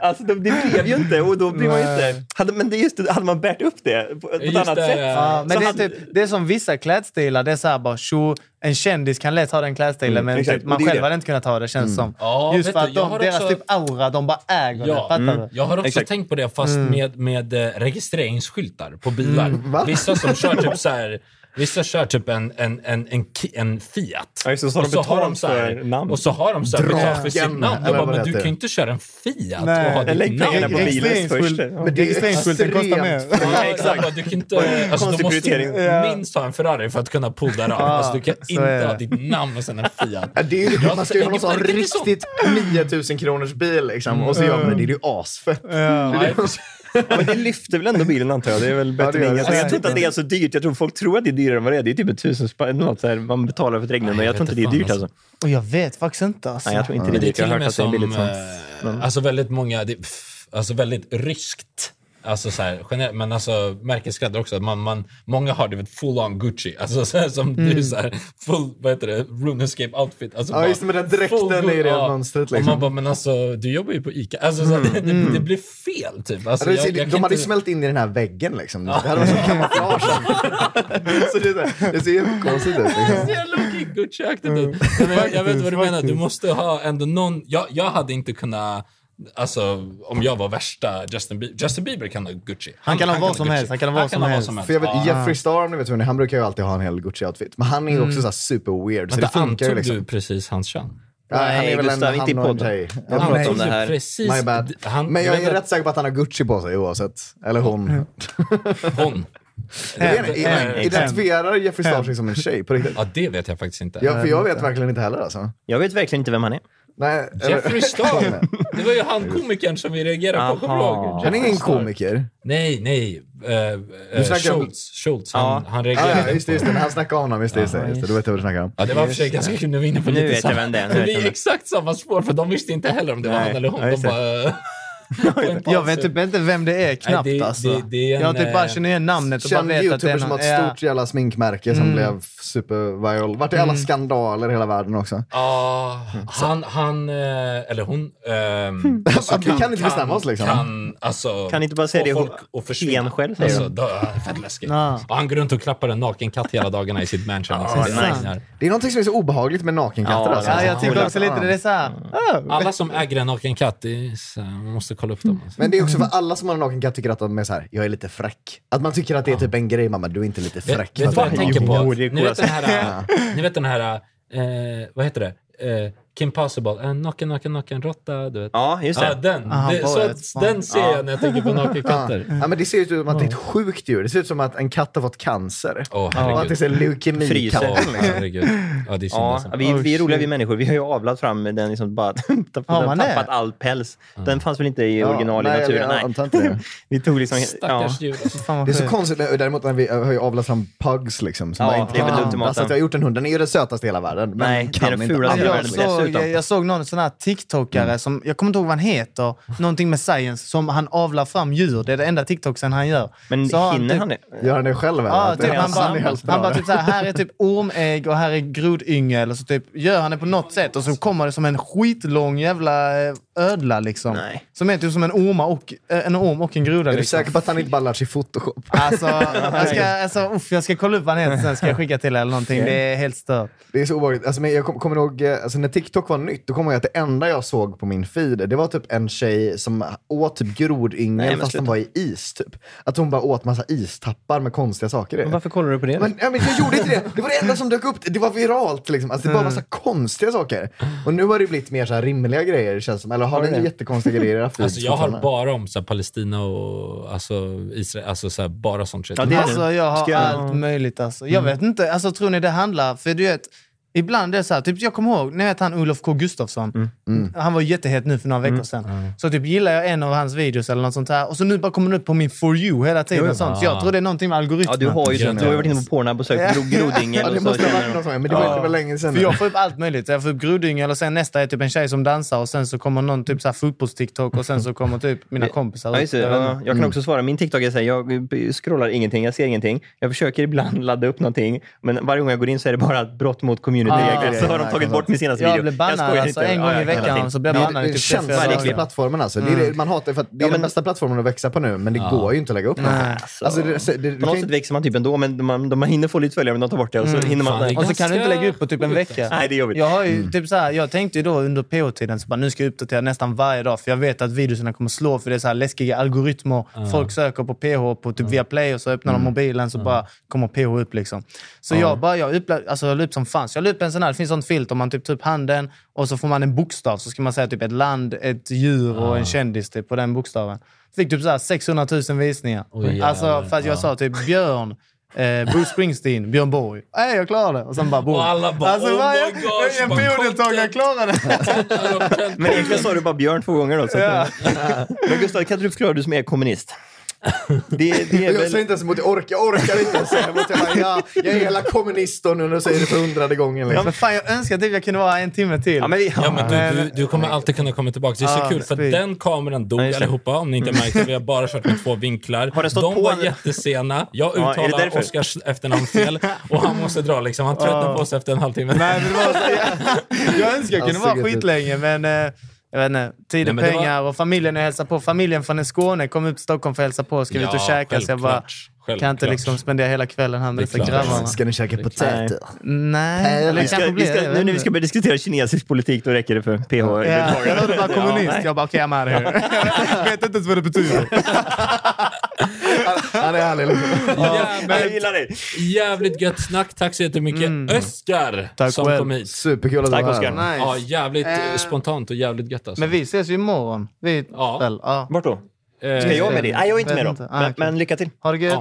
Speaker 2: alltså, det, det blev ju inte, och då blev man ju inte... Hade, men det, är just, det, hade man bärt upp det på, på ett
Speaker 4: Just
Speaker 2: annat
Speaker 4: det,
Speaker 2: sätt?
Speaker 3: Ja, men
Speaker 2: så
Speaker 3: det, är
Speaker 2: hade-
Speaker 3: typ, det är som vissa klädstilar. Det är så här bara, tjo, en kändis kan lätt ha den klädstilen,
Speaker 2: Mm,
Speaker 3: men
Speaker 2: exakt.
Speaker 3: typ, man
Speaker 2: Och det är
Speaker 3: själv
Speaker 2: det.
Speaker 3: hade inte kunnat ha det känns som.
Speaker 4: Ja,
Speaker 3: Just
Speaker 4: vet
Speaker 3: för
Speaker 4: du,
Speaker 3: att
Speaker 4: jag
Speaker 3: de,
Speaker 4: har
Speaker 3: deras
Speaker 4: också-
Speaker 3: typ aura, de bara äger det.
Speaker 4: Ja,
Speaker 3: Fattar
Speaker 4: mm.
Speaker 3: du?
Speaker 4: Jag har också tänkt på det, fast
Speaker 3: Mm.
Speaker 4: med, med eh, registreringsskyltar på bilar.
Speaker 3: Mm, va?
Speaker 4: Vissa som kör typ så här... Vissa kör typ en, en, en, en, ki- en Fiat.
Speaker 2: Ja, just det, så har de betalt
Speaker 4: här-
Speaker 2: för namn.
Speaker 4: Och så har de så här betalt för sitt
Speaker 2: Draken,
Speaker 4: namn. Jag
Speaker 2: eller
Speaker 4: bara,
Speaker 2: vad
Speaker 4: men
Speaker 2: det
Speaker 4: du
Speaker 2: heter.
Speaker 4: kan ju inte köra en Fiat
Speaker 2: Nej.
Speaker 4: och ha ditt
Speaker 2: Lägg pengarna
Speaker 4: namn.
Speaker 2: på bilen först.
Speaker 3: Men det är Registreringsskylten kostar mer.
Speaker 4: extremt- Ja, exakt. Du kan inte, alltså, du
Speaker 2: Konstig
Speaker 4: måste
Speaker 2: prioritering.
Speaker 4: ju minst ha en Ferrari för att kunna pudra av.
Speaker 1: Ja,
Speaker 4: Alltså, du kan
Speaker 1: så är
Speaker 4: inte
Speaker 1: det.
Speaker 4: ha ditt namn och sen en Fiat.
Speaker 1: Ja, Det är ju,
Speaker 4: Jag-
Speaker 1: man ska ju ha någon sån
Speaker 4: det är så-
Speaker 1: riktigt 9000 kronors bil liksom. Och så gör man det. Det är ju asfett.
Speaker 2: Men det lyfter väl ändå bilen antar jag? Det är väl
Speaker 1: det
Speaker 2: bättre
Speaker 1: gör
Speaker 2: än
Speaker 1: det.
Speaker 2: ingenting. Jag tror inte att det är så dyrt. Jag tror folk tror att det är dyrare än vad det är. Det är typ ett tusen spänn eller något så här man betalar för ett regnummer. Jag, tror inte det är dyrt alltså.
Speaker 3: Och jag vet faktiskt inte. Alltså.
Speaker 2: Nej, jag tror inte det är
Speaker 4: Men
Speaker 2: dyrt. Jag har hört att det är
Speaker 4: till och
Speaker 2: billigt.
Speaker 4: med
Speaker 2: Som,
Speaker 4: som, eh, Alltså väldigt många, det, pff, alltså väldigt ryskt. Alltså så här, generellt, men alltså märkeskläder också. Man, man, många har det full on Gucci. Alltså så här, som
Speaker 1: Mm.
Speaker 4: du så här, full, vad heter det, runescape outfit. Alltså,
Speaker 1: Ja, just det, med den dräkten
Speaker 4: full Gu-
Speaker 1: i det
Speaker 4: ja.
Speaker 1: mönstret, liksom.
Speaker 4: Och
Speaker 1: Mm.
Speaker 4: man bara, men alltså du jobbar ju på ICA. Alltså så här, det, det, det blir fel typ. Alltså,
Speaker 1: Alltså,
Speaker 4: jag- jag
Speaker 1: de
Speaker 4: kan
Speaker 1: hade ju
Speaker 4: inte-
Speaker 1: smält in i den här väggen liksom. Det hade varit som kamouflage. *laughs* så det, är så här, det ser ju konstigt ut. Liksom.
Speaker 4: Gucci-aktigt ut. Nej, men Jag, jag vet vad du menar. Du måste ha ändå någon... Jag, jag hade inte kunnat... Alltså, om jag var värsta Justin Bieber. Justin Bieber kan ha Gucci.
Speaker 1: Han kan ha vad som
Speaker 4: Gucci.
Speaker 1: helst, han
Speaker 3: kan ha vad som
Speaker 4: ha
Speaker 3: helst.
Speaker 1: För jag vet,
Speaker 4: Ja.
Speaker 1: Jeffrey Star, om ni vet vem det är, han brukar ju alltid ha en hel Gucci-outfit. Men han är ju också
Speaker 4: Mm.
Speaker 1: så här super weird, så det
Speaker 4: Vänta,
Speaker 1: funkar ju
Speaker 4: antog
Speaker 1: liksom.
Speaker 4: du precis hans kön?
Speaker 1: Ja, han är väl en, han och en tjej. Ja,
Speaker 4: Jag pratar
Speaker 1: nej.
Speaker 4: om det här. Precis.
Speaker 1: My bad.
Speaker 4: Han-
Speaker 1: Men jag
Speaker 4: vet Mm.
Speaker 1: är
Speaker 4: att-
Speaker 1: rätt säker på att han har Gucci på sig oavsett. Eller hon.
Speaker 4: Hon.
Speaker 1: Jag vet inte,
Speaker 4: Hen.
Speaker 1: Identifierar Jeffrey Star sig som en tjej på riktigt?
Speaker 4: Ja, det vet jag faktiskt inte.
Speaker 1: Ja, för jag vet verkligen inte heller alltså.
Speaker 2: Jag vet verkligen inte vem han är.
Speaker 1: Nej,
Speaker 4: Jeffrey Star. Det var ju han komikern som vi reagerade på. Kommer du ihåg?
Speaker 1: Han är
Speaker 4: Jeffrey
Speaker 1: ingen
Speaker 4: Star.
Speaker 1: komiker.
Speaker 4: Nej, nej. Uh,
Speaker 1: Du snackar om-
Speaker 4: Schultz. Schultz. Han, han reagerade.
Speaker 1: Ja, ja, just det, just det.
Speaker 4: på-
Speaker 1: Han snackade om honom. Just det, just det. Just det. Du vet vad du snackar om.
Speaker 4: Ja, det var för sig ganska kul. Nu är vi inne på
Speaker 1: Nu
Speaker 4: lite
Speaker 1: vet jag
Speaker 4: samma.
Speaker 1: vem det är, nu
Speaker 4: Det
Speaker 1: vet jag
Speaker 4: blir
Speaker 1: vem.
Speaker 4: exakt samma spår, för de visste inte heller om det var
Speaker 3: Nej,
Speaker 4: han eller hon.
Speaker 3: ja,
Speaker 4: De
Speaker 3: just det.
Speaker 4: bara... eh,
Speaker 1: *laughs*
Speaker 3: Jag vet typ inte vem det är knappt
Speaker 1: det-
Speaker 3: alltså.
Speaker 1: det- det är en,
Speaker 3: jag har typ bara
Speaker 1: eh,
Speaker 3: känner igen namnet och bara
Speaker 1: Känd
Speaker 3: vet
Speaker 1: youtuber
Speaker 3: att det är
Speaker 1: typ som har
Speaker 3: någon.
Speaker 1: ett
Speaker 3: Ja.
Speaker 1: stort jävla sminkmärke som
Speaker 3: Mm.
Speaker 1: blev superviral. Vart det alla
Speaker 4: Mm.
Speaker 1: skandaler i hela världen också?
Speaker 4: Ja, han, han, eh, eller hon.
Speaker 1: *laughs*
Speaker 4: ehm, alltså,
Speaker 1: Vi kan inte bestämma oss, liksom.
Speaker 4: Kan, alltså,
Speaker 1: Kan inte bara säga
Speaker 4: få
Speaker 1: det
Speaker 4: folk
Speaker 1: ihop
Speaker 4: och försvinna.
Speaker 1: en själv, säger
Speaker 4: Alltså,
Speaker 1: du?
Speaker 4: då, ah, fett läskigt.
Speaker 1: Ja.
Speaker 4: Och han går runt och klappar en naken katt hela dagarna i sitt mansion. Alltså,
Speaker 1: Ja, det är sant. Det är någonting som är så obehagligt med nakenkatter. alltså.
Speaker 3: Typ såhär...
Speaker 4: Alla som äger en naken katt, det är så här, man måste kolla upp dem. alltså.
Speaker 1: Men det är också för alla som har en nakenkatt tycker att de är så här, jag är lite fräck. Att man tycker att det är typ en grej, mamma, du är inte lite
Speaker 4: Vet-
Speaker 1: fräck.
Speaker 4: Vet du vad jag tänker på? Ni vet den
Speaker 1: Ja.
Speaker 4: här, ni vet den här eh, vad heter det? Eh, Kim Possible, en naken, naken, naken råtta, du vet.
Speaker 2: Ja, just det.
Speaker 4: Ja, den.
Speaker 1: Ah,
Speaker 4: det,
Speaker 1: boy,
Speaker 4: så
Speaker 1: that's
Speaker 4: att,
Speaker 1: fun.
Speaker 4: den ser jag när jag tänker
Speaker 3: *laughs*
Speaker 4: på nakenkatter.
Speaker 1: Ja. ja, men det ser ut som att det är ett sjukt djur. Det ser ut som att en katt har fått cancer.
Speaker 4: Åh, herregud.
Speaker 1: och att det är en leukemikatt.
Speaker 2: Fryser.
Speaker 4: herregud. Ja, det är synd alltså.
Speaker 2: vi,
Speaker 4: Oh,
Speaker 2: vi är roliga
Speaker 4: shit.
Speaker 2: vi människor. Vi har ju avlat fram den liksom bara *laughs* tappat,
Speaker 4: Har man det?
Speaker 2: tappat all päls. Den fanns väl inte i
Speaker 1: Ja,
Speaker 2: original i
Speaker 1: nej,
Speaker 2: naturen?
Speaker 1: jag
Speaker 2: Nej.
Speaker 1: antar inte det.
Speaker 2: *laughs* vi tog liksom...
Speaker 4: alltså.
Speaker 1: Det är så konstigt, men däremot när vi eh, har ju avlat fram pugs liksom. Som
Speaker 2: Ja,
Speaker 1: bara inte
Speaker 2: det är väl
Speaker 1: kan
Speaker 2: det ultimata.
Speaker 1: andas att jag har gjort en hund. Den är ju den sötaste i hela världen. Men
Speaker 2: Nej, det är Mm.
Speaker 1: kan
Speaker 2: den
Speaker 1: inte
Speaker 2: fulaste i
Speaker 1: andas,
Speaker 2: världen
Speaker 1: liksom.
Speaker 3: såg, jag, jag såg någon sån här TikTokare som, jag kommer inte ihåg vad han heter, någonting med science, som han avlar fram djur. Det är det enda TikToksen han gör.
Speaker 2: Men
Speaker 3: Så har
Speaker 2: hinner
Speaker 3: typ-
Speaker 2: han det?
Speaker 1: Gör han det själv? eller?
Speaker 3: Ja,
Speaker 1: Att det
Speaker 3: typ,
Speaker 1: är
Speaker 3: han,
Speaker 1: han i
Speaker 3: bara,
Speaker 1: hälften
Speaker 3: han
Speaker 1: av
Speaker 3: bara
Speaker 1: det.
Speaker 3: typ så här, här är typ ormägg och här är grodyngel. Och så typ gör han det på något sätt och så kommer det som en skitlång jävla eh, ödla liksom. Som är typ som en, orma och, eh, en orm och en groda.
Speaker 1: Är du
Speaker 3: liksom.
Speaker 1: säker på att han inte bara lärt sig Photoshop? *laughs*
Speaker 3: Alltså, jag ska, alltså uff, jag ska kolla upp vad han heter sen ska jag skicka till er eller någonting. Det är helt stört.
Speaker 1: Det är så obehagligt. Alltså, men jag kom, kommer ihåg, eh, alltså, när TikTok var nytt, då kommer jag ihåg att det enda jag såg på min feed, det var typ en tjej som åt typ
Speaker 2: Nej, men
Speaker 1: grodyngel fast
Speaker 2: sluta.
Speaker 1: den var i is. Typ. Att hon bara åt massa istappar med konstiga saker i.
Speaker 2: Varför kollar du på det?
Speaker 1: Men, ja, men jag gjorde inte det. Det var det enda som dök upp. Det var viralt. Liksom. Alltså, det var massa
Speaker 2: Mm.
Speaker 1: konstiga saker. Och nu har det blivit mer så här rimliga grejer, känns som. Eller har
Speaker 4: Har
Speaker 1: ni
Speaker 4: det?
Speaker 1: jättekonstiga grejer i era feeds
Speaker 4: Alltså, jag har
Speaker 1: fortfarande?
Speaker 4: bara om så här, Palestina och alltså, Israel, alltså så här, bara sånt shit.
Speaker 3: alltså, jag har allt möjligt. Alltså. Jag
Speaker 4: Mm.
Speaker 3: vet inte, alltså, tror ni det handlar... För du vet, ibland är det så här, typ, jag kommer ihåg, ni vet han Olof K Gustafsson.
Speaker 2: Mm.
Speaker 3: Han var jättehet nu för några veckor sedan. Så typ gillar jag en av hans videos eller något sånt här. Och så nu bara kommer det upp på min For You hela tiden.
Speaker 2: Jo, jo.
Speaker 3: och sånt. Så jag
Speaker 2: Ah.
Speaker 3: tror det är någonting med algoritmen.
Speaker 2: Ja, du har ju, du har ju varit inne på Pornhub och sökt gro- grodyngel.
Speaker 3: Ja, det
Speaker 2: och så
Speaker 3: måste ha
Speaker 2: känner
Speaker 3: varit
Speaker 2: de-
Speaker 3: någon sån här, men det var-
Speaker 2: Ja.
Speaker 3: det var
Speaker 1: länge
Speaker 3: För jag får upp allt möjligt. Jag får upp grodyngel och sen nästa är typ en tjej som dansar och sen så kommer någon typ så här fotbolls-TikTok och sen så kommer typ mina kompisar.
Speaker 2: Ja, just det.
Speaker 3: Jag vet inte. Mm.
Speaker 2: Ja, jag kan också svara. Min TikTok är så här, jag scrollar ingenting, jag ser ingenting. Jag försöker ibland *laughs* ladda upp någonting, men varje gång jag går in så är det bara ett brott mot community-regler. så har de tagit bort min senaste
Speaker 3: Ah, jag
Speaker 2: video.
Speaker 3: blev bannad
Speaker 2: skojar
Speaker 3: alltså
Speaker 2: inte.
Speaker 3: en gång
Speaker 2: Ja,
Speaker 3: i
Speaker 2: ja, hela
Speaker 3: veckan
Speaker 2: tiden.
Speaker 3: så blev jag bannad i
Speaker 1: det
Speaker 3: typ
Speaker 1: det
Speaker 3: tre,
Speaker 1: känns
Speaker 3: fyra
Speaker 1: som
Speaker 3: dagar.
Speaker 1: plattformen alltså. Det är det, man hatar för att det är den bästa plattformen att växa på nu, men det
Speaker 2: Mm. Ja.
Speaker 1: går ju inte att lägga upp
Speaker 2: Nej,
Speaker 1: någonting.
Speaker 2: alltså.
Speaker 1: Alltså, det, det, du
Speaker 2: På
Speaker 1: kan
Speaker 2: något
Speaker 1: ju
Speaker 2: sätt växer man typ ändå, men man, de, man hinner få lite följare, men de tar bort det. Och så,
Speaker 3: Mm.
Speaker 2: hinner man,
Speaker 3: Fan, det är Och så kan du inte lägga upp på typ en
Speaker 4: *laughs*
Speaker 3: vecka.
Speaker 2: Nej, det är jobbigt.
Speaker 3: Jag, har ju, typ så här, jag tänkte ju då under PO-tiden, så bara, nu ska jag uppdatera nästan varje dag för jag vet att videorna kommer slå för det är så här läskiga algoritmer.
Speaker 2: Ja.
Speaker 3: Folk söker på PH på typ Viaplay och så öppnar de mobilen så bara kommer PH upp. liksom. Så
Speaker 2: Ja.
Speaker 3: jag bara, jag, uppla, alltså, jag la upp som fan. Så jag la upp en sån här, det finns sånt filter, man typ tar upp handen och så får man en bokstav. Så ska man säga typ ett land, ett djur och en kändis typ, på den bokstaven. Fick typ så här 600 000 visningar.
Speaker 4: Oj,
Speaker 3: alltså
Speaker 4: jävlar.
Speaker 3: för att jag
Speaker 4: Ja.
Speaker 3: sa typ Björn, eh, Bruce Springsteen, Björn Borg. Nej, jag klarade det. Och sen bara boom.
Speaker 4: Och alla bara,
Speaker 3: alltså,
Speaker 4: oh
Speaker 3: varje,
Speaker 4: my gosh,
Speaker 3: En
Speaker 4: vad
Speaker 3: PO-deltagare klarade
Speaker 4: *laughs* det.
Speaker 2: Men egentligen sa du bara Björn två gånger då. Så
Speaker 3: Ja.
Speaker 2: att, *laughs* men Gustav, kan inte du förklara, du som är kommunist? Det,
Speaker 3: *laughs*
Speaker 2: det är
Speaker 1: jag
Speaker 2: väl...
Speaker 1: säger inte ens emot, jag orkar, jag orkar inte ens säga emot. Jag, bara, ja, jag är hela kommunist och nu när du säger det för hundrade gången.
Speaker 3: Ja,
Speaker 1: Liksom.
Speaker 3: men fan, jag önskar typ jag kunde vara en timme till. Ja,
Speaker 2: men,
Speaker 4: Ja, men du, du, du kommer alltid kunna komma tillbaka. Det är så
Speaker 3: Ah,
Speaker 4: kul, för
Speaker 3: speak.
Speaker 4: den kameran dog
Speaker 3: Ja, just det. Mm.
Speaker 4: allihopa, om ni inte märkte. Vi har bara kört med två vinklar.
Speaker 2: Har den stått
Speaker 4: De
Speaker 2: på
Speaker 4: var
Speaker 2: en-
Speaker 4: jättesena. Jag
Speaker 2: Ja, är det
Speaker 4: uttalar
Speaker 2: därför?
Speaker 4: Oskars efternamn fel och han måste dra. Liksom. Han tröttnar
Speaker 3: Ah.
Speaker 4: på oss efter en halvtimme.
Speaker 3: Nej, men det var så, jag, jag önskar jag kunde
Speaker 4: Alltså,
Speaker 3: vara
Speaker 4: gud.
Speaker 3: skitlänge, men eh, jag vet inte. Tid och
Speaker 4: Nej, men det
Speaker 3: pengar och familjen och hälsa på. Familjen från Skåne kom upp till Stockholm för att hälsa på. Ska vi ut och
Speaker 4: Ja,
Speaker 3: käka? Så jag bara,
Speaker 4: självklart.
Speaker 3: kan inte liksom spendera hela kvällen här med
Speaker 2: Det är
Speaker 3: dessa
Speaker 2: klart.
Speaker 3: grabbarna.
Speaker 2: Ska
Speaker 1: ni käka
Speaker 2: potäter?
Speaker 3: Nej, eller
Speaker 2: Vi
Speaker 3: det
Speaker 2: ska,
Speaker 3: kanske
Speaker 2: vi
Speaker 3: blir
Speaker 2: ska,
Speaker 3: det. jag
Speaker 2: nu
Speaker 3: vet
Speaker 2: när vi
Speaker 3: inte.
Speaker 2: ska börja diskutera kinesisk politik, då räcker det för PH.
Speaker 3: Ja, *laughs* jag hörde bara
Speaker 2: Ja,
Speaker 3: kommunist.
Speaker 2: nej.
Speaker 3: Jag bara, okej, I'm out of here. Jag vet inte ens vad det betyder.
Speaker 1: Han är härlig. Liksom.
Speaker 4: Jävligt, jävligt gött snack. Tack så jättemycket, Öskar,
Speaker 3: Mm. Tack
Speaker 4: som
Speaker 3: själv.
Speaker 4: kom hit.
Speaker 1: Superkul att du var här.
Speaker 4: Ja, jävligt eh, spontant och jävligt gött. Alltså.
Speaker 3: Men vi ses ju imorgon. Vi, ja. Väl, ja.
Speaker 2: Vart då?
Speaker 4: Eh,
Speaker 2: Ska jag med dig? Nej, jag är inte
Speaker 3: Vet
Speaker 2: med då.
Speaker 3: inte. Ah,
Speaker 2: Men,
Speaker 3: okej.
Speaker 2: men lycka till.
Speaker 3: Ha det gött.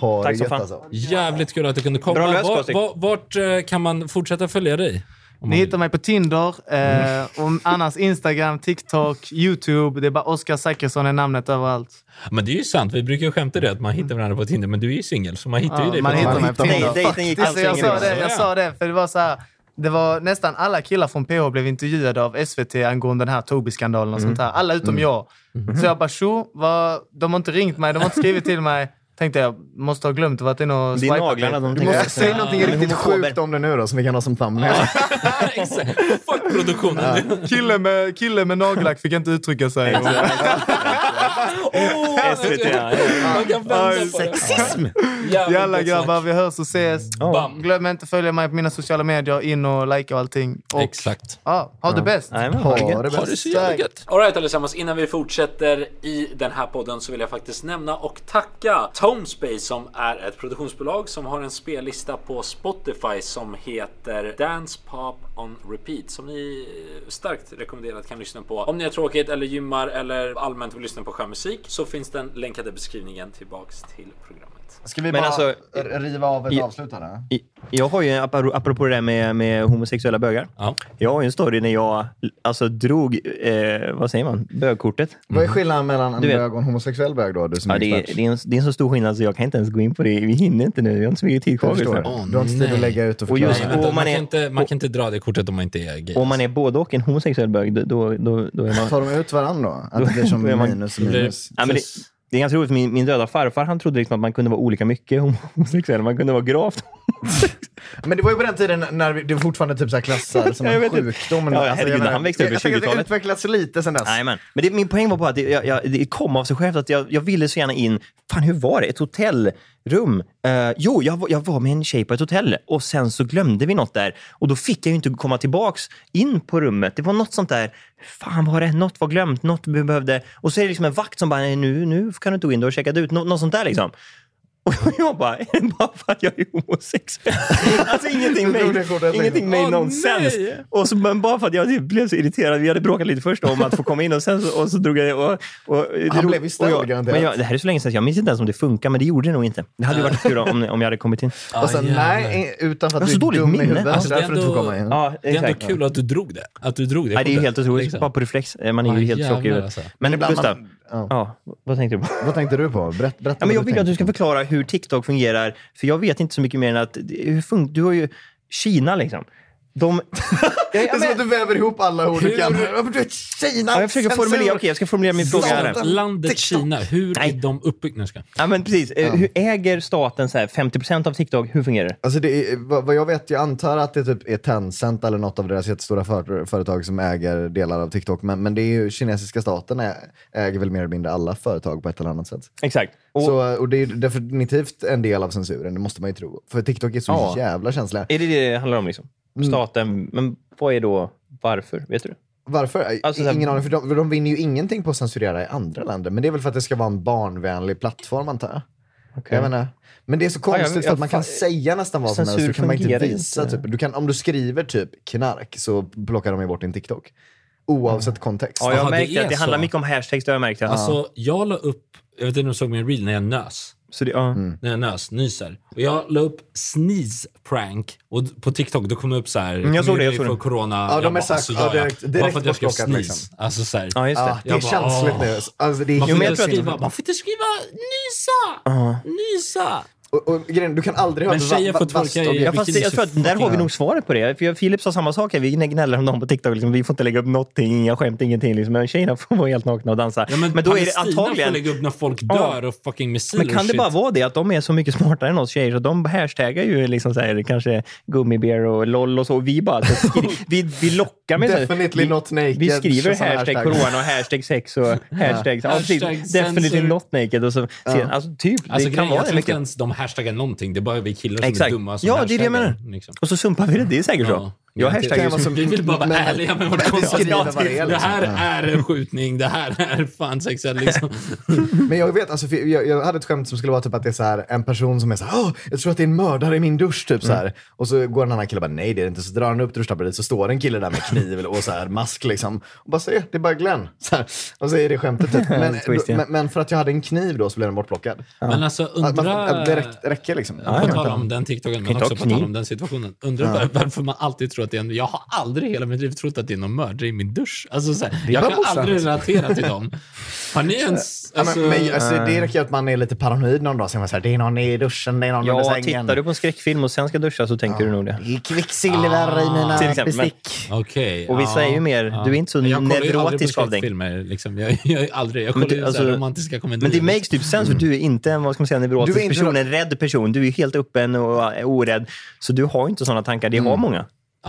Speaker 1: Ha alltså.
Speaker 2: Tack så fan.
Speaker 4: Jävligt kul att du kunde komma.
Speaker 2: Bra löst,
Speaker 4: Vart,
Speaker 2: Patrik.
Speaker 4: vart, vart eh, kan man fortsätta följa dig?
Speaker 3: Ni hittar mig på Tinder, eh, och annars Instagram, TikTok, YouTube. Det är bara Oskar Zachrisson är namnet överallt.
Speaker 4: Men det är ju sant. Vi brukar ju skämta det att man hittar varandra på Tinder, men du är ju singel, så man hittar ju
Speaker 3: Ja,
Speaker 4: dig
Speaker 3: man
Speaker 4: på *laughs*
Speaker 3: hittar mig på Tinder. alltså, jag, sa det,
Speaker 4: Ja.
Speaker 3: jag sa det, för det var så här, det var nästan alla killar från PH blev intervjuade av SVT angående den här Tobi-skandalen och
Speaker 2: Mm.
Speaker 3: sånt här. Alla utom
Speaker 2: Mm.
Speaker 3: jag. Så jag bara, tjo, vad, de har inte ringt mig, de har inte skrivit till mig. Tänkte jag, måste ha glömt att varit inne och
Speaker 1: Det är
Speaker 3: swipat
Speaker 1: naglarna
Speaker 3: lite.
Speaker 1: de Du tänker måste säga säga. Eh, någonting riktigt sjukt om det nu då, som vi kan ha som thumbnail.
Speaker 4: Fuck produktionen.
Speaker 3: Kille med, kille med nagellack fick inte uttrycka sig.
Speaker 4: *laughs*
Speaker 3: *laughs*
Speaker 4: Åh,
Speaker 3: SVT, ja.
Speaker 4: Man kan vända på det.
Speaker 2: *laughs*
Speaker 3: Sexism!
Speaker 4: Jävligt
Speaker 3: Jalla
Speaker 4: gott
Speaker 3: grabbar, vi hörs och ses.
Speaker 4: Bam.
Speaker 3: Glöm inte att följa mig på mina sociala medier. In och likea och allting. Och,
Speaker 4: Exakt.
Speaker 3: Ja, ha det bäst! Tack.
Speaker 6: All right, allesammans, innan vi fortsätter i den här podden så vill jag faktiskt nämna och tacka Tonespace som är ett produktionsbolag som har en spellista på Spotify som heter Dance Pop on Repeat som ni eh, starkt rekommenderat kan lyssna på. Om ni har tråkigt eller gymmar eller allmänt vill lyssna på skön musik så finns den länkade i beskrivningen tillbaks till programmet.
Speaker 1: Ska vi
Speaker 2: Men
Speaker 1: bara
Speaker 2: alltså,
Speaker 1: r- riva av ett
Speaker 2: i-
Speaker 1: avslut här? eller?
Speaker 2: I- Jag har ju, en- apro- apropå det där med, med homosexuella bögar. Jag har ju en story när jag alltså, drog, eh, vad säger man, bögkortet.
Speaker 1: Vad är skillnaden mellan en
Speaker 2: Du vet-
Speaker 1: bög och en homosexuell bög då? Du som
Speaker 2: Ja,
Speaker 1: är
Speaker 2: det,
Speaker 1: expert?
Speaker 2: är, det, är en, det är en så stor skillnad så jag kan inte ens gå in på det. Vi hinner inte nu. Vi har inte så mycket tid kvar.
Speaker 1: Jag förstår.
Speaker 2: liksom.
Speaker 1: Du har inte tid att lägga ut och
Speaker 2: och
Speaker 1: förklara.
Speaker 2: just,
Speaker 4: Vänta,
Speaker 2: och
Speaker 4: man,
Speaker 2: om man
Speaker 4: kan
Speaker 2: är,
Speaker 4: inte, man kan inte dra det kortet om man inte är gay.
Speaker 2: och om man är både och en homosexuell bög, då, då, då, då är man...
Speaker 1: Tar de ut varandra då? Att det blir som
Speaker 2: *laughs* Då är man-
Speaker 1: minus
Speaker 2: det
Speaker 1: och
Speaker 2: blir-
Speaker 1: minus?
Speaker 2: Mm. Ja, men det, det är ganska roligt. Min, min döda farfar han trodde liksom att man kunde vara olika mycket *laughs* homosexuell. Man kunde vara gravt *laughs*
Speaker 1: Men det var ju på den tiden när vi- det fortfarande typ så här klassades
Speaker 2: *laughs*
Speaker 1: som
Speaker 2: Jag
Speaker 1: en
Speaker 2: vet inte.
Speaker 1: sjukdom.
Speaker 2: Ja,
Speaker 1: Alltså, jag
Speaker 2: herregud,
Speaker 1: menar,
Speaker 2: han växte upp i
Speaker 1: jag tänker att
Speaker 2: 20-talet.
Speaker 1: Det utvecklats lite sen dess.
Speaker 2: Jajamän. Men det, min poäng var bara att det, jag, jag, det kom av sig självt. Att jag, jag ville så gärna in... Fan, hur var det? Ett hotellrum? Eh, jo, jag, var- jag var med en tjej på ett hotell och sen så glömde vi något där. Och Då fick jag ju inte komma tillbaks in på rummet. Det var något sånt där... Fan, var det? Något var glömt. Något vi behövde... Och så är det liksom en vakt som bara, "Nej, nu, nu kan du inte gå in. Du har checkat ut. Nå, något sånt där liksom. *laughs* Och jag bara, bara för att jag är homosexuell. *laughs* Alltså ingenting
Speaker 1: Det roliga
Speaker 2: made,
Speaker 1: kortet jag tänkte
Speaker 2: ingenting
Speaker 1: på.
Speaker 2: made
Speaker 1: Åh,
Speaker 2: någon
Speaker 1: nej!
Speaker 2: sens. Och så, men bara för att jag typ blev så irriterad. Vi hade bråkat lite först om att få komma in och sen så, och så drog jag... Och, och,
Speaker 1: Han blev ju ställd,
Speaker 2: och jag,
Speaker 1: garanterat.
Speaker 2: men jag, Det här är så länge sedan så jag minns inte ens om det funkar, men det gjorde det nog inte. Det hade ju varit kul om, om jag hade kommit in.
Speaker 1: Och sen, nej, utan för att du är dum i huvudet.
Speaker 2: Alltså,
Speaker 1: det är därför du inte får komma in.
Speaker 2: Ja,
Speaker 4: det är ändå
Speaker 2: exakt.
Speaker 4: kul att du drog det. Att du drog det
Speaker 2: Nej, det är ju
Speaker 4: kortet,
Speaker 2: helt otroligt.
Speaker 4: liksom.
Speaker 2: Bara på reflex. Eh, Man är ju
Speaker 4: Ja,
Speaker 2: helt tjock i
Speaker 4: jävlar,
Speaker 2: huvudet.
Speaker 4: alltså.
Speaker 2: Men
Speaker 4: Ibland
Speaker 2: Gustav,
Speaker 4: man-
Speaker 2: ja. vad tänkte du på?
Speaker 1: Vad tänkte du på? Berätta. berätta
Speaker 2: Ja,
Speaker 1: vad
Speaker 2: men jag vill att
Speaker 1: tänkte.
Speaker 2: du ska förklara hur TikTok fungerar, för jag vet inte så mycket mer än att... Hur fun- du har ju Kina liksom. De,
Speaker 1: Det är som att du väver ihop alla ord du
Speaker 2: Hur-
Speaker 1: kan. Ja, men Du vet, Kina!
Speaker 2: Ja, jag försöker
Speaker 1: censur.
Speaker 2: formulera- okej, jag ska formulera min fråga här.
Speaker 1: Staten.
Speaker 4: Landet Kina, hur är de uppbyggda? Nu ska jag-
Speaker 2: ja, men precis. Eh, Hur äger staten så här 50 av TikTok? Hur fungerar det?
Speaker 1: Alltså det är, vad vad jag vet, jag antar att det typ är Tencent eller något av deras jättestora för, företag som äger delar av TikTok. Men, men det är ju kinesiska staten ä, äger väl mer eller mindre alla företag på ett eller annat sätt.
Speaker 2: Exakt. Och,
Speaker 1: så, eh, och det är ju definitivt en del av censuren, det måste man ju tro. För TikTok är så
Speaker 2: Ja.
Speaker 1: jävla känsliga.
Speaker 2: Är det det det handlar om? Liksom? Staten. Men vad är då varför? Vet du?
Speaker 1: Varför?
Speaker 2: Alltså, så här-
Speaker 1: Ingen aning, för de, för de vinner ju ingenting på att censurera i andra länder. Men det är väl för att det ska vara en barnvänlig plattform, antar jag.
Speaker 2: Okej.
Speaker 1: Jag menar, men det är så
Speaker 2: Ja, jag-
Speaker 1: konstigt för
Speaker 2: jag
Speaker 1: att man kan
Speaker 2: fa-
Speaker 1: säga nästan vad som helst.
Speaker 2: Censur
Speaker 1: Då kan man inte
Speaker 2: fungerar
Speaker 1: visa.
Speaker 2: inte.
Speaker 1: Typ. Du kan, om du skriver typ knark så plockar de ju bort din TikTok. Oavsett kontext.
Speaker 2: Ja, jag har märkt att det handlar mycket om hashtags. Det har jag märkt.
Speaker 4: Alltså, jag la upp, jag vet inte om du såg min reel när jag nös.
Speaker 2: Så det, ja.
Speaker 4: När jag nös, nyser. Och jag la upp sneeze prank och d- på TikTok då kom det upp så här,
Speaker 2: Mm, jag såg det, jag
Speaker 4: community
Speaker 2: såg det.
Speaker 4: för corona.
Speaker 1: Ja, de är
Speaker 4: bara,
Speaker 1: sagt-
Speaker 4: alltså,
Speaker 1: ja,
Speaker 4: ja,
Speaker 1: direkt- direkt
Speaker 4: Bara för att jag skrev
Speaker 1: bortplockat,
Speaker 4: sneeze.
Speaker 1: liksom.
Speaker 4: Alltså så här.
Speaker 2: Ja, just det.
Speaker 4: Jag
Speaker 1: det är
Speaker 4: bara,
Speaker 1: känsligt
Speaker 4: åh.
Speaker 2: ah.
Speaker 1: nu. Alltså, det är
Speaker 4: Man får
Speaker 1: helt
Speaker 4: inte
Speaker 1: sinnessjukt.
Speaker 4: skriva, man får inte skriva nysa!
Speaker 2: Ja.
Speaker 4: Nysa!
Speaker 1: Och, och grejen, du kan aldrig ha
Speaker 4: Men
Speaker 1: ett va-
Speaker 4: tjejer får
Speaker 1: va-
Speaker 4: tolka
Speaker 1: vasst
Speaker 4: i
Speaker 1: objekt.
Speaker 2: Ja, fast det- jag tror att där har vi nog svaret på det. För jag- Filip sa samma sak. här. Vi gnäller om dem på TikTok. Liksom, vi får inte lägga upp någonting, inga skämt, ingenting. Liksom. Men tjejerna *laughs* får vara helt nakna och dansa.
Speaker 4: Ja, men,
Speaker 2: men då är det
Speaker 4: Palestina får
Speaker 2: antagligen...
Speaker 4: lägga upp när folk
Speaker 2: Ja.
Speaker 4: dör och fucking missiler
Speaker 2: Men kan
Speaker 4: och
Speaker 2: det
Speaker 4: shit.
Speaker 2: bara vara det att de är så mycket smartare än oss tjejer så de hashtaggar ju liksom så här, kanske gummibär och LOL och så. Och vi bara
Speaker 4: *laughs*
Speaker 2: så skri- vi, vi lockar med så här-
Speaker 1: Definitely
Speaker 2: vi,
Speaker 1: not naked,
Speaker 2: Vi skriver
Speaker 1: så såna
Speaker 2: hashtag
Speaker 1: hashtags.
Speaker 2: corona och hashtag
Speaker 1: *laughs*
Speaker 2: sex och hashtag... Ja. precis.
Speaker 4: Hashtag
Speaker 2: Definitely
Speaker 4: censor.
Speaker 2: not naked. Och så,
Speaker 4: Ja.
Speaker 2: Alltså typ,
Speaker 4: Alltså,
Speaker 2: det kan
Speaker 4: grejen,
Speaker 2: vara
Speaker 4: jag
Speaker 2: det
Speaker 4: tror inte
Speaker 2: mycket.
Speaker 4: ens de hashtaggar någonting. Det är bara vi killar som är
Speaker 2: Exakt.
Speaker 4: dumma som
Speaker 2: Ja, det är det jag
Speaker 4: hashtaggar,
Speaker 2: menar.
Speaker 4: liksom.
Speaker 2: Och så sumpar vi det. Det är säkert så. Jag hashtaggar ju
Speaker 4: Vi vill bara vara
Speaker 2: Men-
Speaker 4: ärliga med vårt
Speaker 2: Men-
Speaker 4: konstaterande.
Speaker 2: Beskriva vad det är,
Speaker 4: Det
Speaker 2: liksom.
Speaker 4: här
Speaker 2: Ja.
Speaker 4: är en skjutning, det här är fan sexuellt
Speaker 2: *laughs*
Speaker 4: liksom.
Speaker 1: Men jag vet, alltså, för jag, jag hade ett skämt som skulle vara typ att det är så här, en person som är så här, Åh, jag tror att det är en mördare i min dusch, typ så här.
Speaker 2: Mm.
Speaker 1: Och så går en annan kille och bara, nej det är det inte. Så drar han upp duschdraperiet så står en kille där med kniv och så här, mask liksom. Och bara, se, det är bara Glenn. Så här. Och så är det skämtet
Speaker 2: *laughs*
Speaker 1: typ. Men,
Speaker 2: Twist, ja.
Speaker 1: men, men för att jag hade en kniv då så blev den bortplockad.
Speaker 4: Men alltså
Speaker 1: Att man-
Speaker 4: undra...
Speaker 1: att det räck- räcker liksom.
Speaker 4: På tal om den TikToken, men också på tal om den situationen. Undrar
Speaker 1: Ja.
Speaker 4: varför man alltid tror att det är en, jag har aldrig i hela mitt liv trott att det är någon mördare i min dusch. Alltså, så här,
Speaker 7: Det är
Speaker 4: jag
Speaker 7: bara
Speaker 4: kan
Speaker 7: morsan.
Speaker 4: aldrig relatera till dem. Har ni ens...
Speaker 7: Ja, men-
Speaker 4: Alltså,
Speaker 7: men, alltså,
Speaker 2: det
Speaker 4: är
Speaker 1: räcker ju att man är lite paranoid någon dag. Så är man så här, det är någon i duschen, det är någon under
Speaker 2: Ja,
Speaker 1: sängen.
Speaker 2: tittar du på en skräckfilm och sen ska duscha så tänker du nog det.
Speaker 1: Det är kvicksilver i mina
Speaker 2: Ah. Till exempel, men-
Speaker 1: bestick.
Speaker 4: Okej.
Speaker 2: Och vissa
Speaker 4: ja,
Speaker 2: är ju mer- du är inte så
Speaker 4: Men jag kollar ju aldrig på
Speaker 2: neurotisk av dig.
Speaker 4: skräckfilmer, Liksom. Jag, jag, är aldrig, jag kollar
Speaker 2: Men det-
Speaker 4: ju så här
Speaker 2: alltså-
Speaker 4: romantiska komedier.
Speaker 2: Men det makes typ sense, för du är inte en vad ska man säga, neurotisk
Speaker 4: Du är inte
Speaker 2: person, en rädd person. Du är helt öppen och eh, orädd. Så du har ju inte sådana tankar. Det
Speaker 1: Mm.
Speaker 2: har många.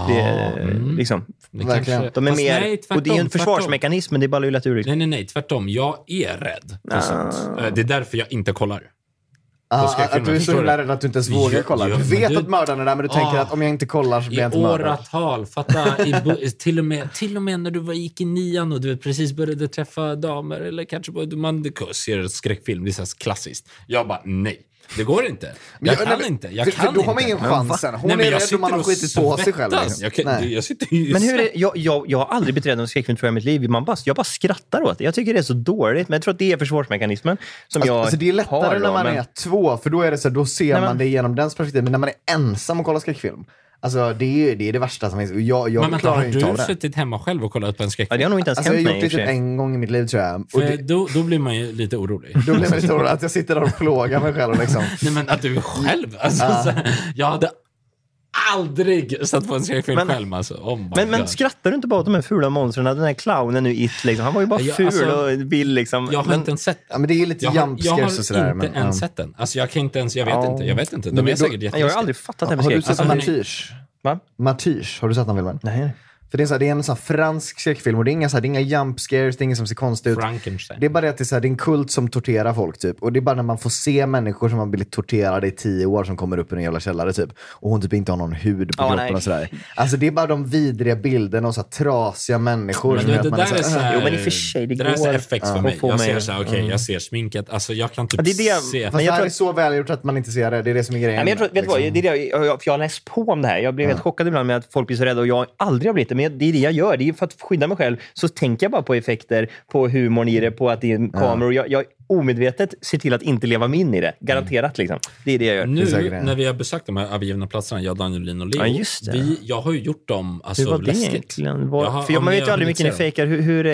Speaker 2: Det,
Speaker 1: Ah,
Speaker 2: är, eh, liksom,
Speaker 4: mm. kanske-
Speaker 2: De är
Speaker 4: Fast
Speaker 2: mer,
Speaker 4: nej,
Speaker 2: och det är ju en
Speaker 4: tvärtom, tvärtom.
Speaker 2: försvarsmekanism, men det ballar ju lätt ur.
Speaker 4: Nej, nej, nej. Tvärtom. Jag är rädd för
Speaker 2: Ah.
Speaker 4: sånt. Eh, Det är därför jag inte kollar. på
Speaker 1: Ah,
Speaker 4: skräckfilmer,
Speaker 1: att du är så
Speaker 4: förstår
Speaker 1: himla rädd att du inte ens vågar kolla. Du
Speaker 4: men
Speaker 1: vet att mördaren är där, men du tänker
Speaker 4: Ah.
Speaker 1: att om jag inte kollar så blir jag
Speaker 4: I
Speaker 1: inte mördad.
Speaker 4: åratal. Fatta, i, bo- *laughs* till, och med, till och med när du var, gick i nian och du vet, precis började träffa damer eller kanske började, man ser skräckfilm, det är så här klassiskt. Jag bara, nej. Det går inte.
Speaker 1: Men
Speaker 4: Jag
Speaker 1: jag-
Speaker 4: kan
Speaker 1: nej, men-
Speaker 4: inte. Jag
Speaker 1: för-
Speaker 4: kan
Speaker 1: för då har man
Speaker 4: inte.
Speaker 1: ingen chans sen. Hon
Speaker 4: Nej, men
Speaker 1: är
Speaker 4: jag
Speaker 1: rädd och man har
Speaker 4: sitter och
Speaker 1: skitit på sig själv,
Speaker 4: svettas.
Speaker 1: liksom.
Speaker 4: Jag, kan,
Speaker 1: Nej.
Speaker 4: jag sitter ju
Speaker 2: Men hur är, jag, jag, jag har aldrig beträtt en skräckfilm tror jag, i mitt liv. Man bara, jag bara skrattar åt det. Jag tycker det är så dåligt, men jag tror att det är försvarsmekanismen som
Speaker 1: Alltså,
Speaker 2: jag
Speaker 1: alltså, det är lättare
Speaker 2: har.
Speaker 1: när
Speaker 2: då,
Speaker 1: man
Speaker 2: men-
Speaker 1: är två, för då, är det så, här, då ser
Speaker 2: Nej, men-
Speaker 1: man det genom dens perspektiv. Men när man är ensam och kollar skräckfilm, alltså, det, är, ju- det är det värsta som finns. Och Jag, jag
Speaker 4: men vänta,
Speaker 1: klarar
Speaker 4: har
Speaker 1: ju inte av
Speaker 4: du
Speaker 1: det.
Speaker 4: suttit hemma själv och kollat på en skräckfilm?
Speaker 1: Ja, det har nog inte ens Alltså, jag hänt har mig, gjort i och det för typ sig. en gång i mitt liv tror jag. Och
Speaker 4: För
Speaker 1: det-
Speaker 4: då, då blir man ju
Speaker 1: *laughs*
Speaker 4: lite orolig.
Speaker 1: Då blir man lite orolig att jag sitter där och plågar mig själv. Liksom.
Speaker 4: Nej, men att du är själv. Alltså,
Speaker 1: Ja.
Speaker 4: så här, jag hade aldrig satt på en skräckfilm
Speaker 2: Men-
Speaker 4: själv. Alltså. Oh my
Speaker 2: Men, men
Speaker 4: God.
Speaker 2: skrattar du inte bara åt de här fula monstren? Den här clownen nu It, liksom. han var ju bara
Speaker 4: Jag-
Speaker 2: ful
Speaker 4: alltså,
Speaker 2: och vill liksom.
Speaker 4: Jag har
Speaker 2: men,
Speaker 4: inte ens sett
Speaker 1: Ja, men det är lite
Speaker 4: Jag har,
Speaker 1: jump
Speaker 4: jag har
Speaker 1: scares och sådär.
Speaker 4: inte
Speaker 1: men,
Speaker 4: ens
Speaker 1: ja.
Speaker 4: sett den. Alltså jag kan inte ens, jag vet
Speaker 1: Ja.
Speaker 4: inte. Jag vet inte. De
Speaker 1: Nej, men
Speaker 4: är
Speaker 1: då-
Speaker 4: säkert jätteläskiga.
Speaker 2: Jag har aldrig fattat det här med
Speaker 1: Har du sett
Speaker 2: skräck. Alltså,
Speaker 1: Martyrs?
Speaker 2: Va?
Speaker 1: Martyrs, har du sett den filmen?
Speaker 2: Nej.
Speaker 1: För det är, så här, det är en så här fransk skräckfilm och det är inga, så här, det är inga jump scares, det är inget som ser konstigt ut.
Speaker 4: Frankenstein.
Speaker 1: Det är bara det att det är, så här, det är en kult som torterar folk typ. Och det är bara när man får se människor som har blivit torterade i tio år som kommer upp ur en jävla källare typ. Och hon typ inte har någon hud på
Speaker 2: Ja,
Speaker 1: kroppen
Speaker 2: nej.
Speaker 1: och sådär. Alltså det är bara de vidriga bilderna och så här, trasiga människor.
Speaker 4: Men
Speaker 1: som
Speaker 4: det,
Speaker 1: gör att
Speaker 4: det
Speaker 1: man
Speaker 4: där är
Speaker 1: så här,
Speaker 4: såhär...
Speaker 1: "Äh."
Speaker 4: det där är såhär effekt för
Speaker 1: Ja.
Speaker 4: mig.
Speaker 1: Få
Speaker 4: Jag
Speaker 1: mig.
Speaker 4: ser såhär, okej,
Speaker 1: Mm.
Speaker 4: jag ser sminket. Alltså jag kan typ
Speaker 1: Ja, det är det-
Speaker 4: se...
Speaker 1: Fast det här är så välgjort att man inte ser det. Det är det som är grejen.
Speaker 2: Nej, men jag tror, vet du vad, det är det, jag, jag, för jag har läst på om det här. Jag blev helt chockad ibland med att folk blir så rädda och jag har aldrig har blivit det. Men det är det jag gör. Det är för att skydda mig själv. Så tänker jag bara på effekter, på humorn i det, på att det är en kamera. Och jag, jag omedvetet ser till att inte leva mig in i det. Garanterat. Liksom. Det är det jag gör.
Speaker 4: Nu när vi har besökt de här övergivna platserna, jag, Daniel, Lin och Leo.
Speaker 2: Ja, just det.
Speaker 4: Vi, jag har ju gjort dem
Speaker 2: Hur
Speaker 4: alltså,
Speaker 2: var det
Speaker 4: läskigt.
Speaker 2: egentligen? Var,
Speaker 4: Jag har-
Speaker 2: för jag,
Speaker 4: om
Speaker 2: man vet
Speaker 4: jag
Speaker 2: ju aldrig hur
Speaker 4: hunnit
Speaker 2: mycket ni
Speaker 4: se dem.
Speaker 2: fejkar. Hur, hur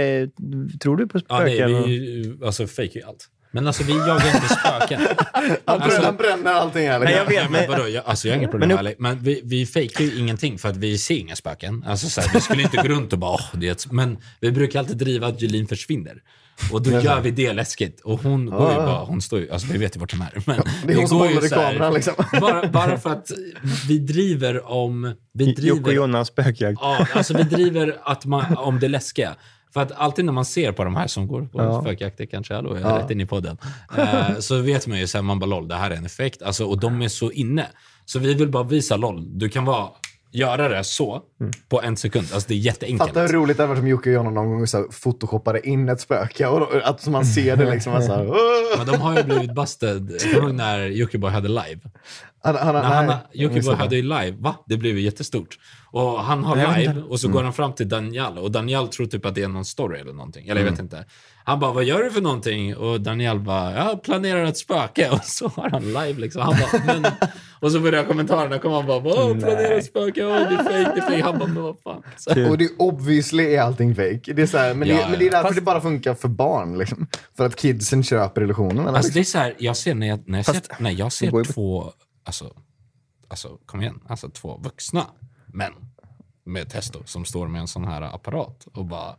Speaker 2: är, tror du på
Speaker 4: Ja, nej,
Speaker 2: spöken? och-
Speaker 4: vi alltså, fejkar ju allt. Men alltså, vi jagar inte
Speaker 2: *laughs*
Speaker 4: spöken.
Speaker 1: Han bränner,
Speaker 4: Alltså-
Speaker 1: han bränner allting här. liksom.
Speaker 4: men, vadå, jag, alltså, jag har inga problem
Speaker 1: Men
Speaker 4: men,
Speaker 1: nu-
Speaker 4: med men vi, vi fejkar ju ingenting för att vi ser inga spöken. Alltså, så här, vi skulle inte gå runt och bara åh, det är ett... Men vi brukar alltid driva att Julin försvinner. Och då
Speaker 1: Ja.
Speaker 4: gör vi det läskigt. Och hon går ju
Speaker 1: Ja.
Speaker 4: bara, hon står ju, alltså vi vet ju vart hon är. Men
Speaker 1: *laughs* det är
Speaker 4: vi
Speaker 1: hon som
Speaker 4: går ju
Speaker 1: håller i
Speaker 4: så här-
Speaker 1: kameran, liksom.
Speaker 4: Bara, bara för att vi driver om... Vi driver,
Speaker 2: Jocke och Jonas spökjakt.
Speaker 4: Ja, alltså vi driver att man, om det läskiga. För att alltid när man ser på de här som går på
Speaker 2: Ja.
Speaker 4: spökjakter, kanske, hallå, jag är
Speaker 2: Ja.
Speaker 4: rätt inne i podden, eh, så vet man ju sen man bara LOL, det här är en effekt. Alltså, och de är så inne. Så vi vill bara visa LOL, du kan vara, göra det så på en sekund. Alltså det är jätteenkelt.
Speaker 1: Mm. Fatta hur roligt det hade varit om Jocke och Jonna någon gång så här, photoshoppade in ett spöke och då- att man ser det liksom. och Så här, "Åh!"
Speaker 4: Men de har ju blivit busted. Kommer du ihåg när Jockiboi hade live?
Speaker 1: Han- han-
Speaker 4: När
Speaker 1: nej,
Speaker 4: han-
Speaker 1: jag missade
Speaker 4: Jockiboi
Speaker 1: det.
Speaker 4: hade ju live, va? Det blev ju jättestort. Och han har
Speaker 1: Nej, jag vet
Speaker 4: live
Speaker 1: inte.
Speaker 4: och så
Speaker 1: Mm.
Speaker 4: går han fram till Daniel och Daniel tror typ att det är någon story eller någonting. Eller jag vet
Speaker 1: Mm.
Speaker 4: inte. Han bara, vad gör du för någonting? Och Daniel bara, jag planerar ett spöke. *laughs* Och så har han live liksom. Han bara, men... Och så börjar kommentarerna komma. Han bara, åh, planerar ett spöke. Åh, det är fake, det är fake. Han bara, men vad fan. Så här.
Speaker 1: Och det är obviously är allting fake. Det är så här, men,
Speaker 4: Ja,
Speaker 1: det, men det är
Speaker 4: ja.
Speaker 1: därför det bara funkar för barn. Liksom. För att kidsen köper illusionerna.
Speaker 4: Alltså
Speaker 1: liksom.
Speaker 4: det är så här, jag ser när jag, när jag
Speaker 1: Fast-
Speaker 4: ser, när jag
Speaker 1: det går ju på-
Speaker 4: ser två, alltså, alltså kom igen, alltså två vuxna män med testo som står med en sån här apparat och bara...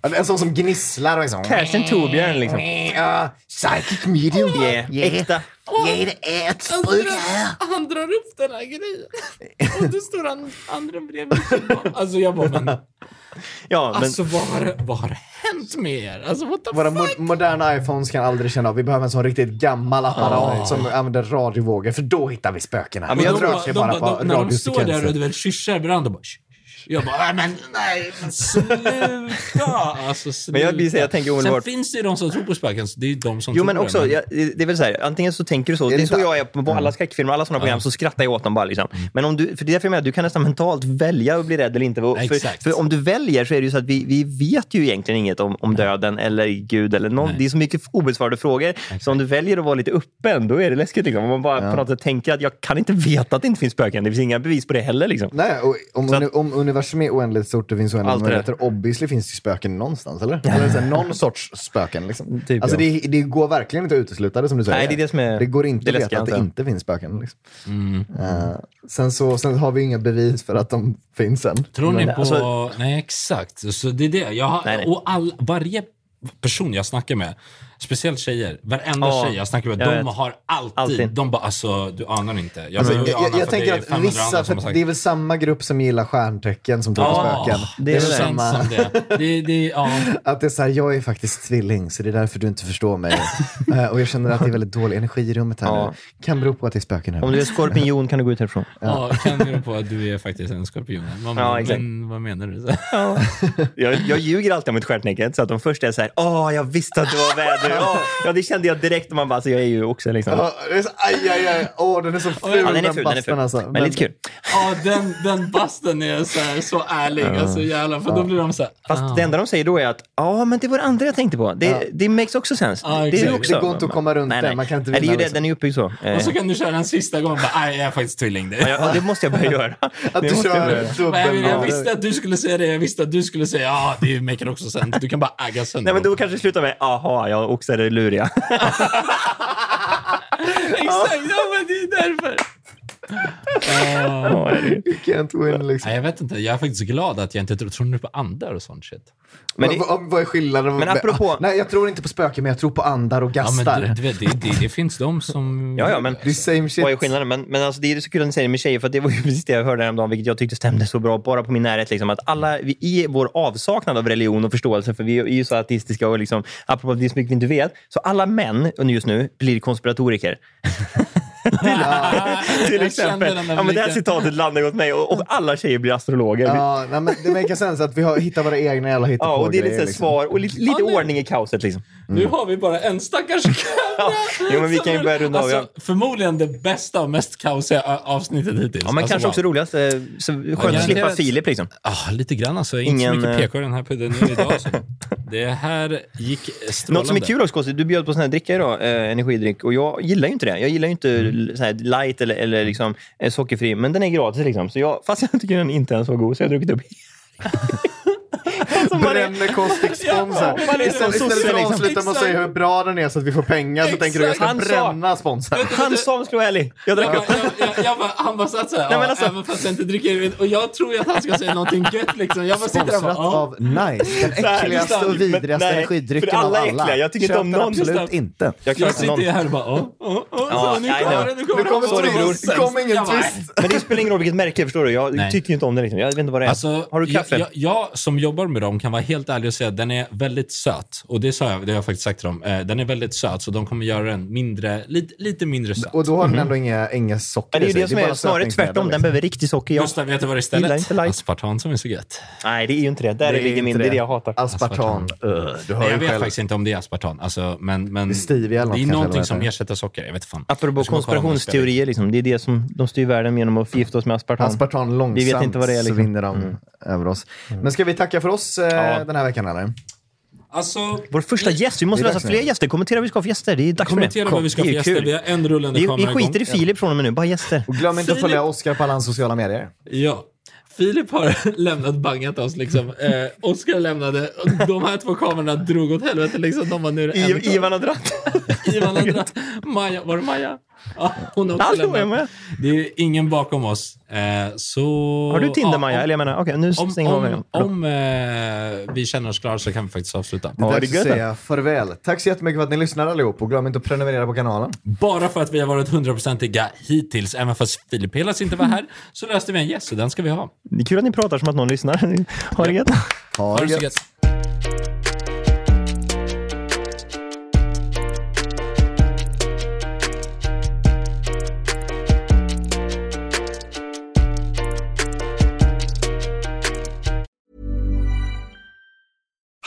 Speaker 1: Alltså, En sån som gnisslar och liksom...
Speaker 4: Kanske en Torbjörn, liksom.
Speaker 1: Ja, psychic medium.
Speaker 2: Yeah, äkta.
Speaker 1: Yeah, det är ett spöke här.
Speaker 4: Han drar upp den här grejen. Och då står han andra bredvid. Alltså jag
Speaker 1: *laughs*
Speaker 4: bara, men,
Speaker 2: ja,
Speaker 1: men-
Speaker 4: alltså vad har, det- vad har det hänt med er? Alltså what the
Speaker 1: Våra mo- moderna iPhones kan aldrig känna av. Vi behöver en sån riktigt gammal apparat
Speaker 4: Ah.
Speaker 1: som använder radiovågor, för då hittar vi spökena.
Speaker 4: Och
Speaker 1: De
Speaker 4: de
Speaker 1: rör
Speaker 4: bara-
Speaker 1: sig
Speaker 4: de
Speaker 1: bara
Speaker 4: bara-
Speaker 1: på
Speaker 4: de- När de står där
Speaker 1: radiosekvenser.
Speaker 4: och du väl kyssar varandra, bara, "Shh, shh, Jag bara, "Nej, men nej, men sluta! *laughs* Alltså, sluta.
Speaker 2: Men jag blir så- jag tänker omedelbart-
Speaker 4: Sen finns det ju de som tror på spöken, så det är ju de som
Speaker 2: Jo,
Speaker 4: tror
Speaker 2: men
Speaker 4: på
Speaker 2: också,
Speaker 4: det.
Speaker 2: jag, det är väl så här, antingen så tänker du så.
Speaker 4: Är
Speaker 2: Det är,
Speaker 4: det
Speaker 2: så
Speaker 4: inte-
Speaker 2: jag är på, på alla skräckfilmer, alla sådana program, så skrattar jag åt dem bara. Liksom. Men om du, för det är därför jag menar, du kan nästan mentalt välja att bli rädd eller inte. För,
Speaker 4: Exakt.
Speaker 2: för om du väljer så är det ju så att vi, vi vet ju egentligen inget om, om döden eller Gud. Eller någon, det är så mycket obesvarade frågor. Så om du väljer att vara lite öppen, då är det läskigt. Liksom. Om man bara på något sätt tänker att jag kan inte veta att det inte finns spöken. Det finns inga bevis på det heller. Liksom.
Speaker 4: Mm.
Speaker 1: Nej, och om, uni- om universum är oändligt stort, det finns oändliga
Speaker 2: Allt det
Speaker 1: möjligheter. Obviously finns det ju spöken någonstans, eller? eller så här, någon sorts spöken. Liksom.
Speaker 2: *laughs* Typ,
Speaker 1: alltså,
Speaker 2: ja.
Speaker 1: det, det går verkligen inte att utesluta det, som du säger.
Speaker 2: Nej, det är det som är-
Speaker 1: det går inte
Speaker 2: det
Speaker 1: att
Speaker 2: läskiga,
Speaker 1: veta att det
Speaker 2: antar jag.
Speaker 1: inte finns spöken. Liksom.
Speaker 4: Mm.
Speaker 1: Eh, sen, så, sen har vi inga bevis för att de finns än. Alltså,
Speaker 4: Tror ni
Speaker 1: Men-
Speaker 4: på... nej, exakt. Så det är det. Jag har, Och all, varje person jag snackar med, speciellt tjejer, varenda
Speaker 1: Ja,
Speaker 4: tjej jag snackar med,
Speaker 1: jag
Speaker 4: de
Speaker 1: vet.
Speaker 4: har alltid,
Speaker 1: Alltid.
Speaker 4: De bara alltså, du anar inte. Jag,
Speaker 1: Alltså,
Speaker 4: bara,
Speaker 1: jag,
Speaker 4: "Jo, anar,
Speaker 1: jag,
Speaker 4: Mm. för
Speaker 1: jag tänker
Speaker 4: det är
Speaker 1: att
Speaker 4: 500 andra
Speaker 1: vissa,
Speaker 4: som har
Speaker 1: för
Speaker 4: sagt
Speaker 1: det är väl samma grupp som gillar stjärntecken som tror på
Speaker 4: Ja,
Speaker 1: spöken.
Speaker 4: det
Speaker 1: väl
Speaker 4: känns som det. Det- det- ja.
Speaker 1: Att det är så här, jag är faktiskt tvilling så det är därför du inte förstår
Speaker 2: *laughs*
Speaker 1: mig. Eh, och jag känner att det är väldigt dålig energi i rummet här
Speaker 2: Ja.
Speaker 1: nu. Kan bero på att det är spöken här.
Speaker 2: Om du är skorpion kan du gå ut härifrån.
Speaker 4: Ja, kan du på att du är faktiskt en skorpion? Man,
Speaker 2: Ja,
Speaker 4: bara,
Speaker 2: exakt.
Speaker 4: men vad menar du?
Speaker 2: *laughs* Jag, jag ljuger alltid om ett stjärntecken, så att de första är så här, åh, jag visste att det var väder. Åh, ja, det kände jag direkt. Och man bara, så jag är ju också liksom.
Speaker 1: Ja, det är så, aj, aj, aj. Åh, den är så ful,
Speaker 2: Ja, den är ful, den är ful.
Speaker 1: bastan, alltså.
Speaker 2: Men, lite kul.
Speaker 4: *laughs* Ja, den, den basten är så, här, så ärlig.
Speaker 2: Ja.
Speaker 4: Alltså jävlar, för då
Speaker 2: Ja.
Speaker 4: blir de så här...
Speaker 2: Fast
Speaker 4: ah.
Speaker 2: det enda de säger då är att, ja, men det var det andra jag tänkte på. Det,
Speaker 4: Ja.
Speaker 2: det makes också sense.
Speaker 4: Ja,
Speaker 2: det, är
Speaker 4: exakt.
Speaker 2: också.
Speaker 4: Det går inte att komma runt
Speaker 2: nej,
Speaker 4: det.
Speaker 2: nej.
Speaker 4: Man kan inte
Speaker 2: Nej, det är ju
Speaker 4: vinna,
Speaker 2: det,
Speaker 4: liksom.
Speaker 2: den är ju uppbyggd så. Eh,
Speaker 4: Och så kan du köra en sista gång och bara, nej, jag är faktiskt tvilling. Det,
Speaker 2: Ja, ja, det
Speaker 4: *laughs*
Speaker 2: måste jag börja göra. Det måste jag börja göra.
Speaker 4: Nej, men Jag visste att du skulle säga det, jag visste att du skulle säga ja, det maker också sense. Du kan bara agga sönder
Speaker 2: Nej, men då kanske det slutar med, aha, jag och oxar är luriga.
Speaker 4: *laughs* Exakt, ja men det är därför.
Speaker 2: Ja, herregud.
Speaker 1: You can't win liksom.
Speaker 4: Nej, Eh, jag vet inte, jag är faktiskt glad att jag inte tror, tror ni på andar och sånt shit.
Speaker 1: Men vad, vad är skillnaden?
Speaker 4: Men apropå-
Speaker 1: Ah, Nej, jag tror inte på spöken, men jag tror på andar och
Speaker 4: Ja, men
Speaker 1: gastar.
Speaker 4: du, du vet, det, det, det finns de som... *laughs*
Speaker 2: Ja, ja, men
Speaker 1: det är same shit.
Speaker 2: vad är skillnaden? Men, men alltså, det är ju så kul att ni säger det med tjejer, för att det var ju precis det jag hörde häromdagen, vilket jag tyckte stämde så bra, bara på min närhet. Liksom, att alla, vi, I vår avsaknad av religion och förståelse, för vi är ju så ateistiska och liksom, apropå att det är så mycket vi inte vet, så alla män just nu blir konspiratoriker. till, till
Speaker 4: jag
Speaker 2: exempel.
Speaker 4: kände den där
Speaker 2: Ja, men det här
Speaker 4: blicken.
Speaker 2: citatet landade åt mig och, och alla tjejer blir astrologer.
Speaker 1: Ja, nej, men det makes sense att vi har, hittar våra egna jävla
Speaker 2: Ja,
Speaker 1: hittepågrejer.
Speaker 2: och det är lite
Speaker 1: liksom.
Speaker 2: svar och lite, lite ordning i kaoset. Liksom.
Speaker 4: Nu har vi bara en
Speaker 2: *laughs*
Speaker 4: stackars kamera.
Speaker 2: Jo, men vi kan ju börja runda av,
Speaker 4: Alltså, Förmodligen det bästa och mest kaosiga ö, avsnittet hittills.
Speaker 2: Ja, men
Speaker 4: Alltså,
Speaker 2: kanske
Speaker 4: wow.
Speaker 2: också roligast. eh, Så skönt att
Speaker 4: garanterat.
Speaker 2: slippa Filip. Liksom.
Speaker 4: Ah, lite grann alltså. Inte
Speaker 2: Ingen,
Speaker 4: så mycket
Speaker 2: eh,
Speaker 4: PK i den här podden nu idag.
Speaker 2: *laughs*
Speaker 4: Alltså. Det här gick strålande.
Speaker 2: Något som är kul också, Kossi, du bjöd på sån här dricka idag, eh, energidryck, och jag gillar ju inte det. Jag gillar ju inte
Speaker 4: Mm.
Speaker 2: l- sån här light eller, eller liksom, eh, sockerfri, men den är gratis. Liksom. Så jag, *laughs* fast jag tycker den inte ens var god, så jag har druckit upp
Speaker 4: Alltså,
Speaker 1: Bränner Caustic Spons
Speaker 4: *laughs*
Speaker 1: här.
Speaker 2: Ja, man är
Speaker 1: Istället,
Speaker 2: som
Speaker 1: istället för
Speaker 2: sosse,
Speaker 1: att avsluta
Speaker 2: liksom.
Speaker 1: med att säga hur bra den är så att vi får pengar så tänker du jag ska
Speaker 2: Han sa-
Speaker 1: bränna sponsorn.
Speaker 2: *laughs* Han sa om vi skulle vara ärlig. Jag drack upp.
Speaker 4: Jag, jag bara, han bara satt såhär,
Speaker 2: Nej, men
Speaker 4: ja,
Speaker 2: alltså-
Speaker 4: även fast jag inte dricker Och jag tror ju att han ska säga någonting gött liksom. Jag bara sitter där och bara,
Speaker 1: Sponsrat
Speaker 4: ja.
Speaker 1: av Nice, den
Speaker 4: Så här,
Speaker 1: äckligaste
Speaker 4: lyssna,
Speaker 1: och vidrigaste
Speaker 4: men nej,
Speaker 1: energidrycken
Speaker 4: för alla
Speaker 1: av
Speaker 4: är
Speaker 1: alla.
Speaker 4: äckliga. Jag tycker inte
Speaker 1: Köp
Speaker 2: om
Speaker 1: den
Speaker 2: någon.
Speaker 1: absolut
Speaker 2: Lyssna.
Speaker 1: inte.
Speaker 2: Jag klarar
Speaker 4: Jag
Speaker 2: inte någon.
Speaker 4: sitter ju här och bara, åh, åh, åh.
Speaker 2: Ja,
Speaker 4: Så Nu
Speaker 2: I
Speaker 4: kommer
Speaker 2: know.
Speaker 4: det, nu kommer det. Sorry, bror.
Speaker 2: Det kom ingen
Speaker 4: Jag bara,
Speaker 2: twist. Men det spelar ingen roll vilket märke, förstår du? Jag
Speaker 4: Nej.
Speaker 2: tycker ju inte om det. Liksom. Jag vet inte vad det är.
Speaker 4: Alltså,
Speaker 2: har du kaffe?
Speaker 4: Jag, jag, jag som jobbar med dem kan vara helt ärlig och säga att den är väldigt söt. Och det sa jag, det har jag faktiskt sagt till dem. Eh, den är väldigt söt, så de kommer göra den mindre, lite, lite mindre söt.
Speaker 1: Och då har den ändå inga, inga socker
Speaker 4: Men det är
Speaker 1: i
Speaker 4: ju
Speaker 1: sig.
Speaker 4: det som är
Speaker 1: bara
Speaker 4: snarare
Speaker 1: sötningsmedel,
Speaker 4: tvärtom. Den
Speaker 1: liksom.
Speaker 2: behöver riktig socker. Jag
Speaker 4: Gustav, vet du vad det är
Speaker 2: gillar
Speaker 4: istället?
Speaker 2: inte light.
Speaker 4: Aspartam som är så gött.
Speaker 2: Nej, det är ju inte det. Där
Speaker 4: Det är
Speaker 2: ligger min...
Speaker 4: inte
Speaker 2: Det är det
Speaker 4: det. Alltså-
Speaker 2: jag hatar. Alltså-
Speaker 4: Aspartam.
Speaker 1: Ugh, du hör
Speaker 4: Nej,
Speaker 1: ju
Speaker 4: jag vet
Speaker 1: själv.
Speaker 4: faktiskt inte om det är aspartam. Alltså, men, men, det är
Speaker 1: stevia eller något
Speaker 4: Det är
Speaker 1: kanske, eller
Speaker 4: någonting
Speaker 1: vad
Speaker 4: som
Speaker 1: heter det?
Speaker 4: ersätter socker. Jag vet fan.
Speaker 2: Apropå
Speaker 4: Jag ska bara kolla om det spelar in.
Speaker 2: konspirationsteorier, liksom. det är det som de styr världen genom att förgifta oss med aspartam.
Speaker 1: Aspartam långsamt
Speaker 2: Vi vet inte vad det är. Liksom.
Speaker 1: svinner de över oss. Men ska vi tacka för oss eh,
Speaker 2: Ja.
Speaker 1: den här veckan eller?
Speaker 4: Alltså,
Speaker 2: Vår första gäst. Vi måste
Speaker 1: Det är
Speaker 2: lösa
Speaker 1: dags
Speaker 2: fler
Speaker 1: nu.
Speaker 2: gäster. Kommentera vad vi ska ha för gäster. Det är dags
Speaker 1: Kommentera
Speaker 2: för det.
Speaker 1: vad vi ska ha
Speaker 2: Det är
Speaker 1: för
Speaker 2: ju
Speaker 1: gäster.
Speaker 2: kul.
Speaker 1: Vi har en rullande
Speaker 2: vi, Vi
Speaker 1: kamera
Speaker 2: skiter i
Speaker 1: igång.
Speaker 2: Filip från och med nu. Bara gäster.
Speaker 1: Och glöm inte att
Speaker 4: Filip-
Speaker 1: följa Oscar på alla hans sociala medier.
Speaker 4: Ja. Filip har *laughs* lämnat bangat oss liksom. Eh, Oskar lämnade. Och De här två kamerorna drog åt helvete liksom. De var nu är det en
Speaker 2: I,
Speaker 4: kvar.
Speaker 2: Ivan har dratt.
Speaker 4: Ivan har dratt. Maja, var det Maja? Ja, hon har också
Speaker 2: Hallå, är
Speaker 4: lämnat. Det är ingen bakom oss. Eh, så...
Speaker 2: Har du Tinder,
Speaker 4: ja,
Speaker 2: Maja? Eller jag menar, okej, nu
Speaker 4: om,
Speaker 2: stänger vi av
Speaker 4: om,
Speaker 2: igen.
Speaker 4: om eh, vi känner oss klara så kan vi faktiskt avsluta.
Speaker 1: Det är dags att säga farväl. Tack så jättemycket för att ni lyssnade allihop och glöm inte att prenumerera på kanalen.
Speaker 4: Bara för att vi har varit hundraprocentiga hittills, även fast Filip Helas inte var här, så löste vi en gäst och den ska vi ha.
Speaker 2: Det är kul att ni pratar som att någon lyssnar. *laughs* Ha det gött.
Speaker 1: Ha
Speaker 4: det så gött.